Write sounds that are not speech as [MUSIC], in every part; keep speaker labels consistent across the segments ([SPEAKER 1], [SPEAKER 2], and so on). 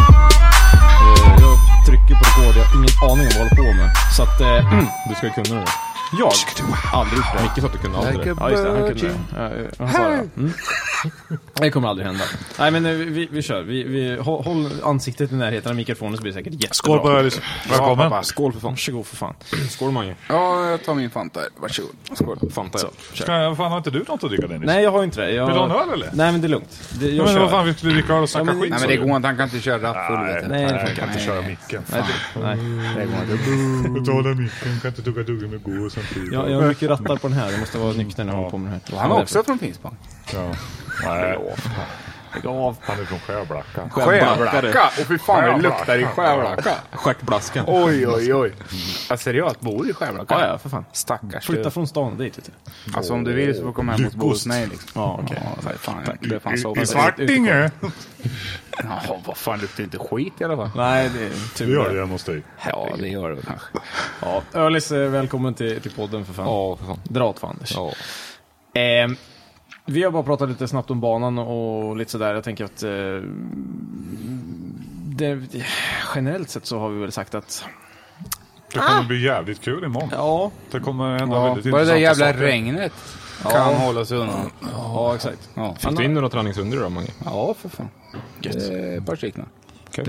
[SPEAKER 1] Eh, Jag trycker på rekord, jag har ingen aning om vad jag håller på med. Så att... Eh, [CLEARS THROAT]
[SPEAKER 2] Du ska ju kunna det.
[SPEAKER 1] jag har aldrig gjort det.
[SPEAKER 2] Micke sa att du kunde aldrig
[SPEAKER 1] Ja,
[SPEAKER 2] det.
[SPEAKER 1] just det. Han kunde det. Eh, Han sa det. Mm. Det kommer aldrig hända. Nej, men eh, vi, vi kör. Vi, vi, håll, håll ansiktet i närheten av mikrofonen så blir det säkert jättebra.
[SPEAKER 2] Skål på Alice.
[SPEAKER 1] Välkommen.
[SPEAKER 2] Välkommen.
[SPEAKER 1] Ja, skål för fan. Varsågod för fan.
[SPEAKER 2] Skål Mange.
[SPEAKER 3] Ja, jag tar min Fanta. här. Varsågod. Skål.
[SPEAKER 2] Fanta
[SPEAKER 1] Så,
[SPEAKER 2] ja.
[SPEAKER 1] kör.
[SPEAKER 2] Ska, vad fan har inte du något att dricka Dennis?
[SPEAKER 1] Nej, jag har inte det. Jag...
[SPEAKER 2] Vill du ha en öl, eller?
[SPEAKER 1] Nej, men det är lugnt. Det, jag
[SPEAKER 2] men
[SPEAKER 1] kör.
[SPEAKER 2] vad fan vi skulle dricka öl och snacka
[SPEAKER 1] Ja, men-
[SPEAKER 2] skit
[SPEAKER 1] Nej,
[SPEAKER 3] Nej,
[SPEAKER 2] sa
[SPEAKER 3] men det
[SPEAKER 2] du.
[SPEAKER 3] går inte. Han kan inte köra rattfull.
[SPEAKER 2] Nej,
[SPEAKER 3] vet du.
[SPEAKER 1] Nej, det
[SPEAKER 2] jag
[SPEAKER 1] funkar
[SPEAKER 2] kan inte
[SPEAKER 3] inte.
[SPEAKER 2] köra micken.
[SPEAKER 1] Nej, det, nej.
[SPEAKER 2] Jag talar micken, kan inte tugga tuggummi och gå samtidigt.
[SPEAKER 1] Jag, jag har mycket rattar på den här. Jag måste vara nykter när jag håller på med den här.
[SPEAKER 3] Han är också från Finspång.
[SPEAKER 2] Ja. Nej,
[SPEAKER 1] Lägg av.
[SPEAKER 2] han är från Skärblacka.
[SPEAKER 3] Skärbacka! Och fy fan vad det luktar i Skärblacka.
[SPEAKER 1] Stjärtblaskan.
[SPEAKER 3] Oj, oj, oj. Ja, seriöst, bor du i Skärblacka?
[SPEAKER 1] Ja, ja, för fan.
[SPEAKER 3] Stackars
[SPEAKER 1] Flytta
[SPEAKER 3] du.
[SPEAKER 1] från stan dit. Vet du.
[SPEAKER 3] Alltså om du vill så får du komma hem hos
[SPEAKER 2] Lyckost.
[SPEAKER 3] Bosnäj liksom.
[SPEAKER 1] Ja, okej.
[SPEAKER 3] Ja, vad fan, jag blev fan så
[SPEAKER 2] I, I Svartinge.
[SPEAKER 3] Ja, vad fan, luktar inte skit i alla fall.
[SPEAKER 1] Nej, det är tur
[SPEAKER 2] Det gör det hemma hos dig.
[SPEAKER 3] Ja, det gör det väl kanske.
[SPEAKER 1] Ja, Ölis, eh, välkommen till, till podden för fan.
[SPEAKER 2] Ja, för fan.
[SPEAKER 1] Dra åt fan Anders.
[SPEAKER 2] Ja.
[SPEAKER 1] Ehm, vi har bara pratat lite snabbt om banan och lite sådär. Jag tänker att eh, det, generellt sett så har vi väl sagt att Ah!
[SPEAKER 2] Det kommer bli jävligt kul imorgon.
[SPEAKER 1] ja,
[SPEAKER 2] Det kommer hända
[SPEAKER 3] Ja,
[SPEAKER 2] väldigt
[SPEAKER 3] bara det
[SPEAKER 2] intressanta
[SPEAKER 3] där jävla
[SPEAKER 2] saker.
[SPEAKER 3] regnet kan hålla sig undan.
[SPEAKER 1] ja exakt.
[SPEAKER 3] Ja.
[SPEAKER 1] Fick
[SPEAKER 4] Du in några träningsrundor då Mange?
[SPEAKER 3] Ja, för fan. Eh, Ett par stycken.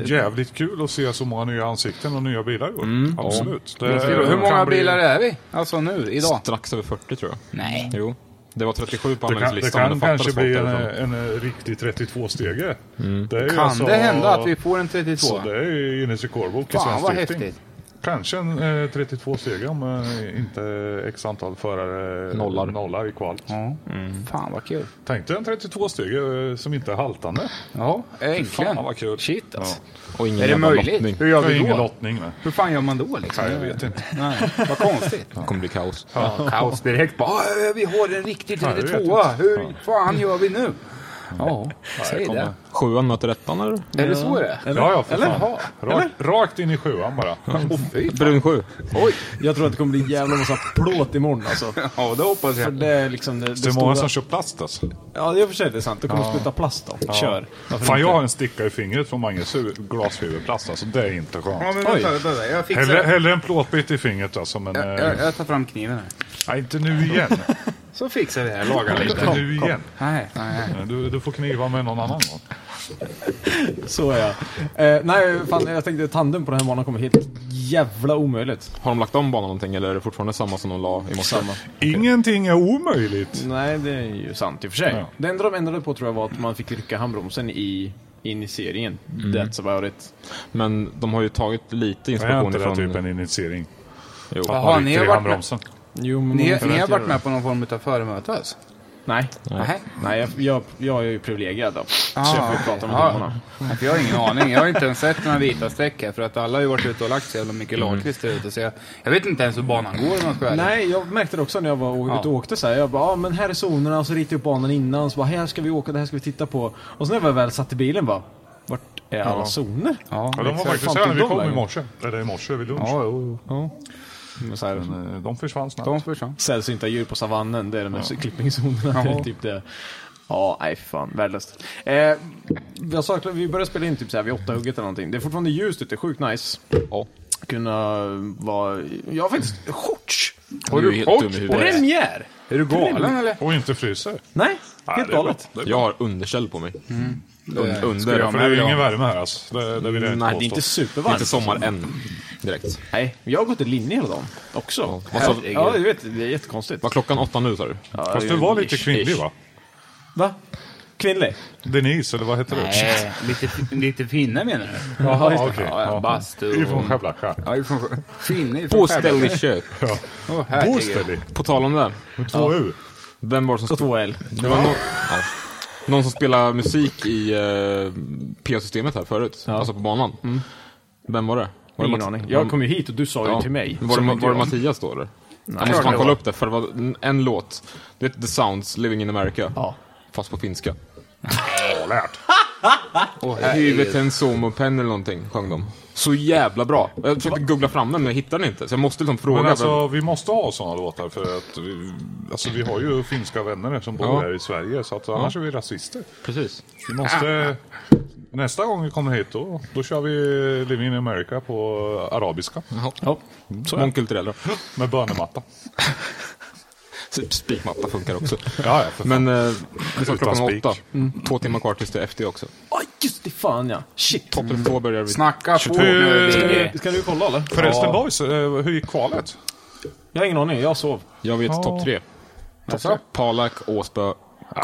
[SPEAKER 2] Jävligt kul att se så många nya ansikten och nya bilar i år. Absolut. Det,
[SPEAKER 3] Mm. Hur många
[SPEAKER 2] kan bli-
[SPEAKER 3] bilar är vi? Alltså nu, idag?
[SPEAKER 4] Strax över 40 tror jag.
[SPEAKER 3] Nej.
[SPEAKER 4] Jo. Det var 37 på
[SPEAKER 2] Det kan, det
[SPEAKER 4] anmälningslistan.
[SPEAKER 2] kan
[SPEAKER 4] men fattades
[SPEAKER 2] kanske bli en,
[SPEAKER 4] folk därifrån.
[SPEAKER 2] en, eh, riktig 32-stege.
[SPEAKER 4] Mm.
[SPEAKER 3] Kan det hända att vi får en 32?
[SPEAKER 2] alltså- Så det är ju Guinness rekordbok i
[SPEAKER 3] Fan
[SPEAKER 2] svensk
[SPEAKER 3] vad
[SPEAKER 2] drifting.
[SPEAKER 3] häftigt.
[SPEAKER 2] Kanske en eh, 32-stege om eh, inte x antal förare eh,
[SPEAKER 4] Nollar.
[SPEAKER 2] nollar i kvalet.
[SPEAKER 3] Ja. Fan vad kul.
[SPEAKER 2] Tänk dig en 32-stege eh, som inte är haltande.
[SPEAKER 3] Ja, äntligen.
[SPEAKER 2] Fan, vad kul.
[SPEAKER 3] Shit alltså.
[SPEAKER 4] Och ingen
[SPEAKER 3] Är det
[SPEAKER 4] jävla
[SPEAKER 3] möjligt?
[SPEAKER 4] lottning.
[SPEAKER 3] Hur gör vi
[SPEAKER 2] ingen
[SPEAKER 3] då?
[SPEAKER 2] lottning. Nej.
[SPEAKER 3] Hur fan gör man då liksom?
[SPEAKER 2] Nej, jag vet inte.
[SPEAKER 3] Nej, vad konstigt.
[SPEAKER 4] Det kommer bli kaos.
[SPEAKER 3] Ja, kaos direkt. Bara, "Äh, vi har en riktig
[SPEAKER 2] Ja, jag vet
[SPEAKER 3] 32 Hur fan gör vi nu? Ja, säg det.
[SPEAKER 2] kommer.
[SPEAKER 4] Sjuan möter ettan eller?
[SPEAKER 3] Är det så det är?
[SPEAKER 2] Ja, ja, för
[SPEAKER 3] Eller?
[SPEAKER 2] fan. Rakt, rakt in i sjuan bara.
[SPEAKER 3] Åh [LAUGHS] fy fan.
[SPEAKER 4] Brun sju.
[SPEAKER 3] Oj,
[SPEAKER 1] Jag tror att det kommer bli en jävla massa plåt imorgon [LAUGHS] alltså.
[SPEAKER 3] ja det hoppas
[SPEAKER 1] För
[SPEAKER 3] jag.
[SPEAKER 1] det är liksom det, det
[SPEAKER 2] Det är
[SPEAKER 1] stora-
[SPEAKER 2] många som kör plast alltså.
[SPEAKER 1] Ja, det är för sig det är sant. Det kommer spruta plast då. Kör. Varför
[SPEAKER 2] Fan,
[SPEAKER 1] inte?
[SPEAKER 2] jag har en sticka i fingret från Manges hu- glasfiberplast. Alltså, det är inte
[SPEAKER 3] Ja,
[SPEAKER 2] skönt.
[SPEAKER 3] men vänta, vänta, vänta. Jag fixar
[SPEAKER 2] Hellre,
[SPEAKER 3] det.
[SPEAKER 2] hellre en plåtbit i fingret alltså, men...
[SPEAKER 3] Jag,
[SPEAKER 2] eh,
[SPEAKER 3] jag, jag tar fram kniven här.
[SPEAKER 2] Nej, inte nu igen.
[SPEAKER 3] Så fixar vi det här. Lagar
[SPEAKER 2] inte
[SPEAKER 3] lite.
[SPEAKER 2] nu igen.
[SPEAKER 3] Nej, nej, nej.
[SPEAKER 2] Du, du får kniva med någon annan gång.
[SPEAKER 1] Så ja. Eh, nej, fan, jag tänkte tandem på den här banan kommer helt jävla omöjligt.
[SPEAKER 4] Har de lagt om banan någonting eller är det fortfarande samma som de la i morse?
[SPEAKER 1] Samma.
[SPEAKER 2] Ingenting är omöjligt.
[SPEAKER 1] Nej, det är ju sant i och för sig.
[SPEAKER 2] Ja.
[SPEAKER 1] Det enda de ändrade på tror jag var att man fick rycka handbromsen i initieringen.
[SPEAKER 2] Mm.
[SPEAKER 1] That's about it.
[SPEAKER 4] Men de har ju tagit lite
[SPEAKER 2] Är
[SPEAKER 4] inspiration
[SPEAKER 2] inte det
[SPEAKER 4] ifrån...
[SPEAKER 2] typ en initiering?
[SPEAKER 4] Jo.
[SPEAKER 3] Jaha, ni har varit med.
[SPEAKER 2] bromsen.
[SPEAKER 1] Jo, men
[SPEAKER 3] Ni, ni har varit med på någon form av föremöte alltså?
[SPEAKER 1] Nej.
[SPEAKER 3] Nej.
[SPEAKER 1] Nej, jag, jag, jag är ju privilegierad då.
[SPEAKER 3] Ah.
[SPEAKER 1] Så jag får ju prata med
[SPEAKER 3] Ja.
[SPEAKER 1] domarna.
[SPEAKER 3] Nej, för Jag har ingen aning. Jag har inte ens sett några vita streck här för att alla har ju varit ute och lagt så jävla mycket lakrits där ute. Så jag, jag vet inte ens hur banan går om jag ska vara ärlig.
[SPEAKER 1] Mm. Nej, jag märkte det också när jag var å-
[SPEAKER 3] Ja.
[SPEAKER 1] ute och åkte så här. Jag bara, ah, men här är zonerna och så ritade jag upp banan innan. Så bara, här ska vi åka, det här ska vi titta på. Och sen när jag väl satt i bilen bara, vart är alla zoner?
[SPEAKER 3] Ja,
[SPEAKER 2] Ja, de var
[SPEAKER 1] Exakt.
[SPEAKER 2] faktiskt
[SPEAKER 1] Fan,
[SPEAKER 2] här när
[SPEAKER 1] tog
[SPEAKER 2] vi
[SPEAKER 1] de
[SPEAKER 2] kom i
[SPEAKER 1] vägen?
[SPEAKER 2] morse. Eller i morse vid lunch.
[SPEAKER 3] ja jo, jo.
[SPEAKER 1] Men Så här,
[SPEAKER 2] Men, eh, De försvann snabbt.
[SPEAKER 3] De försvann.
[SPEAKER 1] sällsynta djur på savannen, det är de här klippningszonerna. Det är typ det. Ja, nej för fan, värdelöst. Eh, jag saknar, vi började spela in typ så här vid åtta-hugget eller någonting. Det är fortfarande ljust ute, sjukt nice.
[SPEAKER 5] Ja.
[SPEAKER 1] Kunna vara... Jag har faktiskt shorts!
[SPEAKER 3] Har
[SPEAKER 5] Du är
[SPEAKER 3] du
[SPEAKER 5] helt dum i
[SPEAKER 3] kort på
[SPEAKER 5] huvudet.
[SPEAKER 3] dig?
[SPEAKER 1] Premiär!
[SPEAKER 3] Är du galen eller?
[SPEAKER 2] Och inte fryser.
[SPEAKER 1] Nej,
[SPEAKER 2] Nej,
[SPEAKER 1] helt
[SPEAKER 2] det är
[SPEAKER 1] galet. Mm.
[SPEAKER 2] bra. Det är bra.
[SPEAKER 5] Jag har underkäll på mig. Un- under.
[SPEAKER 2] Ja, för det är ju ingen värme här alltså. Det, det vill jag inte
[SPEAKER 5] Mm, Nej,
[SPEAKER 2] påstå.
[SPEAKER 1] Det är inte
[SPEAKER 5] Det är
[SPEAKER 1] supervarmt.
[SPEAKER 5] inte sommar än. Direkt.
[SPEAKER 1] Nej, jag har gått i linje hela dagen också.
[SPEAKER 5] Vad sa-
[SPEAKER 1] ja, jag vet, det är jättekonstigt.
[SPEAKER 5] Var klockan åtta nu sa du?
[SPEAKER 2] Fast du var lite
[SPEAKER 1] Ish,
[SPEAKER 2] kvinnlig
[SPEAKER 1] ish.
[SPEAKER 2] va?
[SPEAKER 1] Va? Kvinnlig?
[SPEAKER 2] Denise, eller vad hette du?
[SPEAKER 3] Nej, lite, lite finne menar du?
[SPEAKER 1] Jaha, just det.
[SPEAKER 2] okej.
[SPEAKER 3] Ja, ja, bastu och...
[SPEAKER 2] Ifrån Skärblacka.
[SPEAKER 3] Ja, ifrån Finne ifrån
[SPEAKER 5] Påställig köp.
[SPEAKER 3] Åh, herregud.
[SPEAKER 2] Bostäder.
[SPEAKER 5] På tal om det. här.
[SPEAKER 2] Med två U.
[SPEAKER 5] Vem var det som
[SPEAKER 1] Så två L.
[SPEAKER 5] Det var någon, ja. någon som spelade musik i eh, PA-systemet här förut, alltså på banan. Vem var det? Var
[SPEAKER 1] Mm.
[SPEAKER 5] det
[SPEAKER 1] Ingen
[SPEAKER 5] Mats-
[SPEAKER 1] aning.
[SPEAKER 5] var-
[SPEAKER 1] Jag kom ju hit och du sa ju
[SPEAKER 5] ja.
[SPEAKER 1] till mig.
[SPEAKER 5] Var det,
[SPEAKER 1] som
[SPEAKER 5] Ma-
[SPEAKER 1] inte
[SPEAKER 5] var det
[SPEAKER 1] jag.
[SPEAKER 5] Mattias då eller? jag
[SPEAKER 1] Klart
[SPEAKER 5] måste fan
[SPEAKER 1] det
[SPEAKER 5] kolla
[SPEAKER 1] var.
[SPEAKER 5] upp det, för det var en, en låt. Du vet The Sounds, Living in America?
[SPEAKER 1] Ja.
[SPEAKER 5] Fast på finska.
[SPEAKER 2] Ja,
[SPEAKER 5] [LAUGHS]
[SPEAKER 2] lärt.
[SPEAKER 3] Åh, herregud.
[SPEAKER 5] Hyveten Somopen eller någonting sjöng de. Så jävla bra. Jag försökte googla fram den men jag hittade den inte. Så jag måste liksom fråga.
[SPEAKER 2] Men
[SPEAKER 5] vem-
[SPEAKER 2] alltså, vi måste ha sådana låtar för att vi, alltså, vi har ju finska vänner som bor
[SPEAKER 5] Ja.
[SPEAKER 2] här i Sverige så att, annars är vi rasister.
[SPEAKER 5] Precis.
[SPEAKER 2] Vi måste, nästa gång vi kommer hit då, då kör vi Living in America på arabiska. Mm,
[SPEAKER 5] Ja. Mångkulturell då.
[SPEAKER 2] Med bönematta.
[SPEAKER 5] Så Typ Spikmatta funkar också.
[SPEAKER 2] [LAUGHS] Ja, ja, för fan.
[SPEAKER 5] Men eh, vi sa
[SPEAKER 2] Utan
[SPEAKER 5] klockan
[SPEAKER 2] spik.
[SPEAKER 5] åtta. Två timmar kvar tills det är FD också.
[SPEAKER 1] Oj, just det! Fan ja. Shit.
[SPEAKER 5] Toppen mm. två börjar vi.
[SPEAKER 1] Ah,
[SPEAKER 3] Snacka på nu,
[SPEAKER 2] Hur-
[SPEAKER 3] Birger.
[SPEAKER 1] Eh, Ska du kolla eller?
[SPEAKER 2] Förresten boys, eh, hur gick kvalet?
[SPEAKER 1] Jag har ingen aning, jag sov.
[SPEAKER 5] Jag vet topp tre.
[SPEAKER 3] Alltså,
[SPEAKER 5] Palak, Åsbö,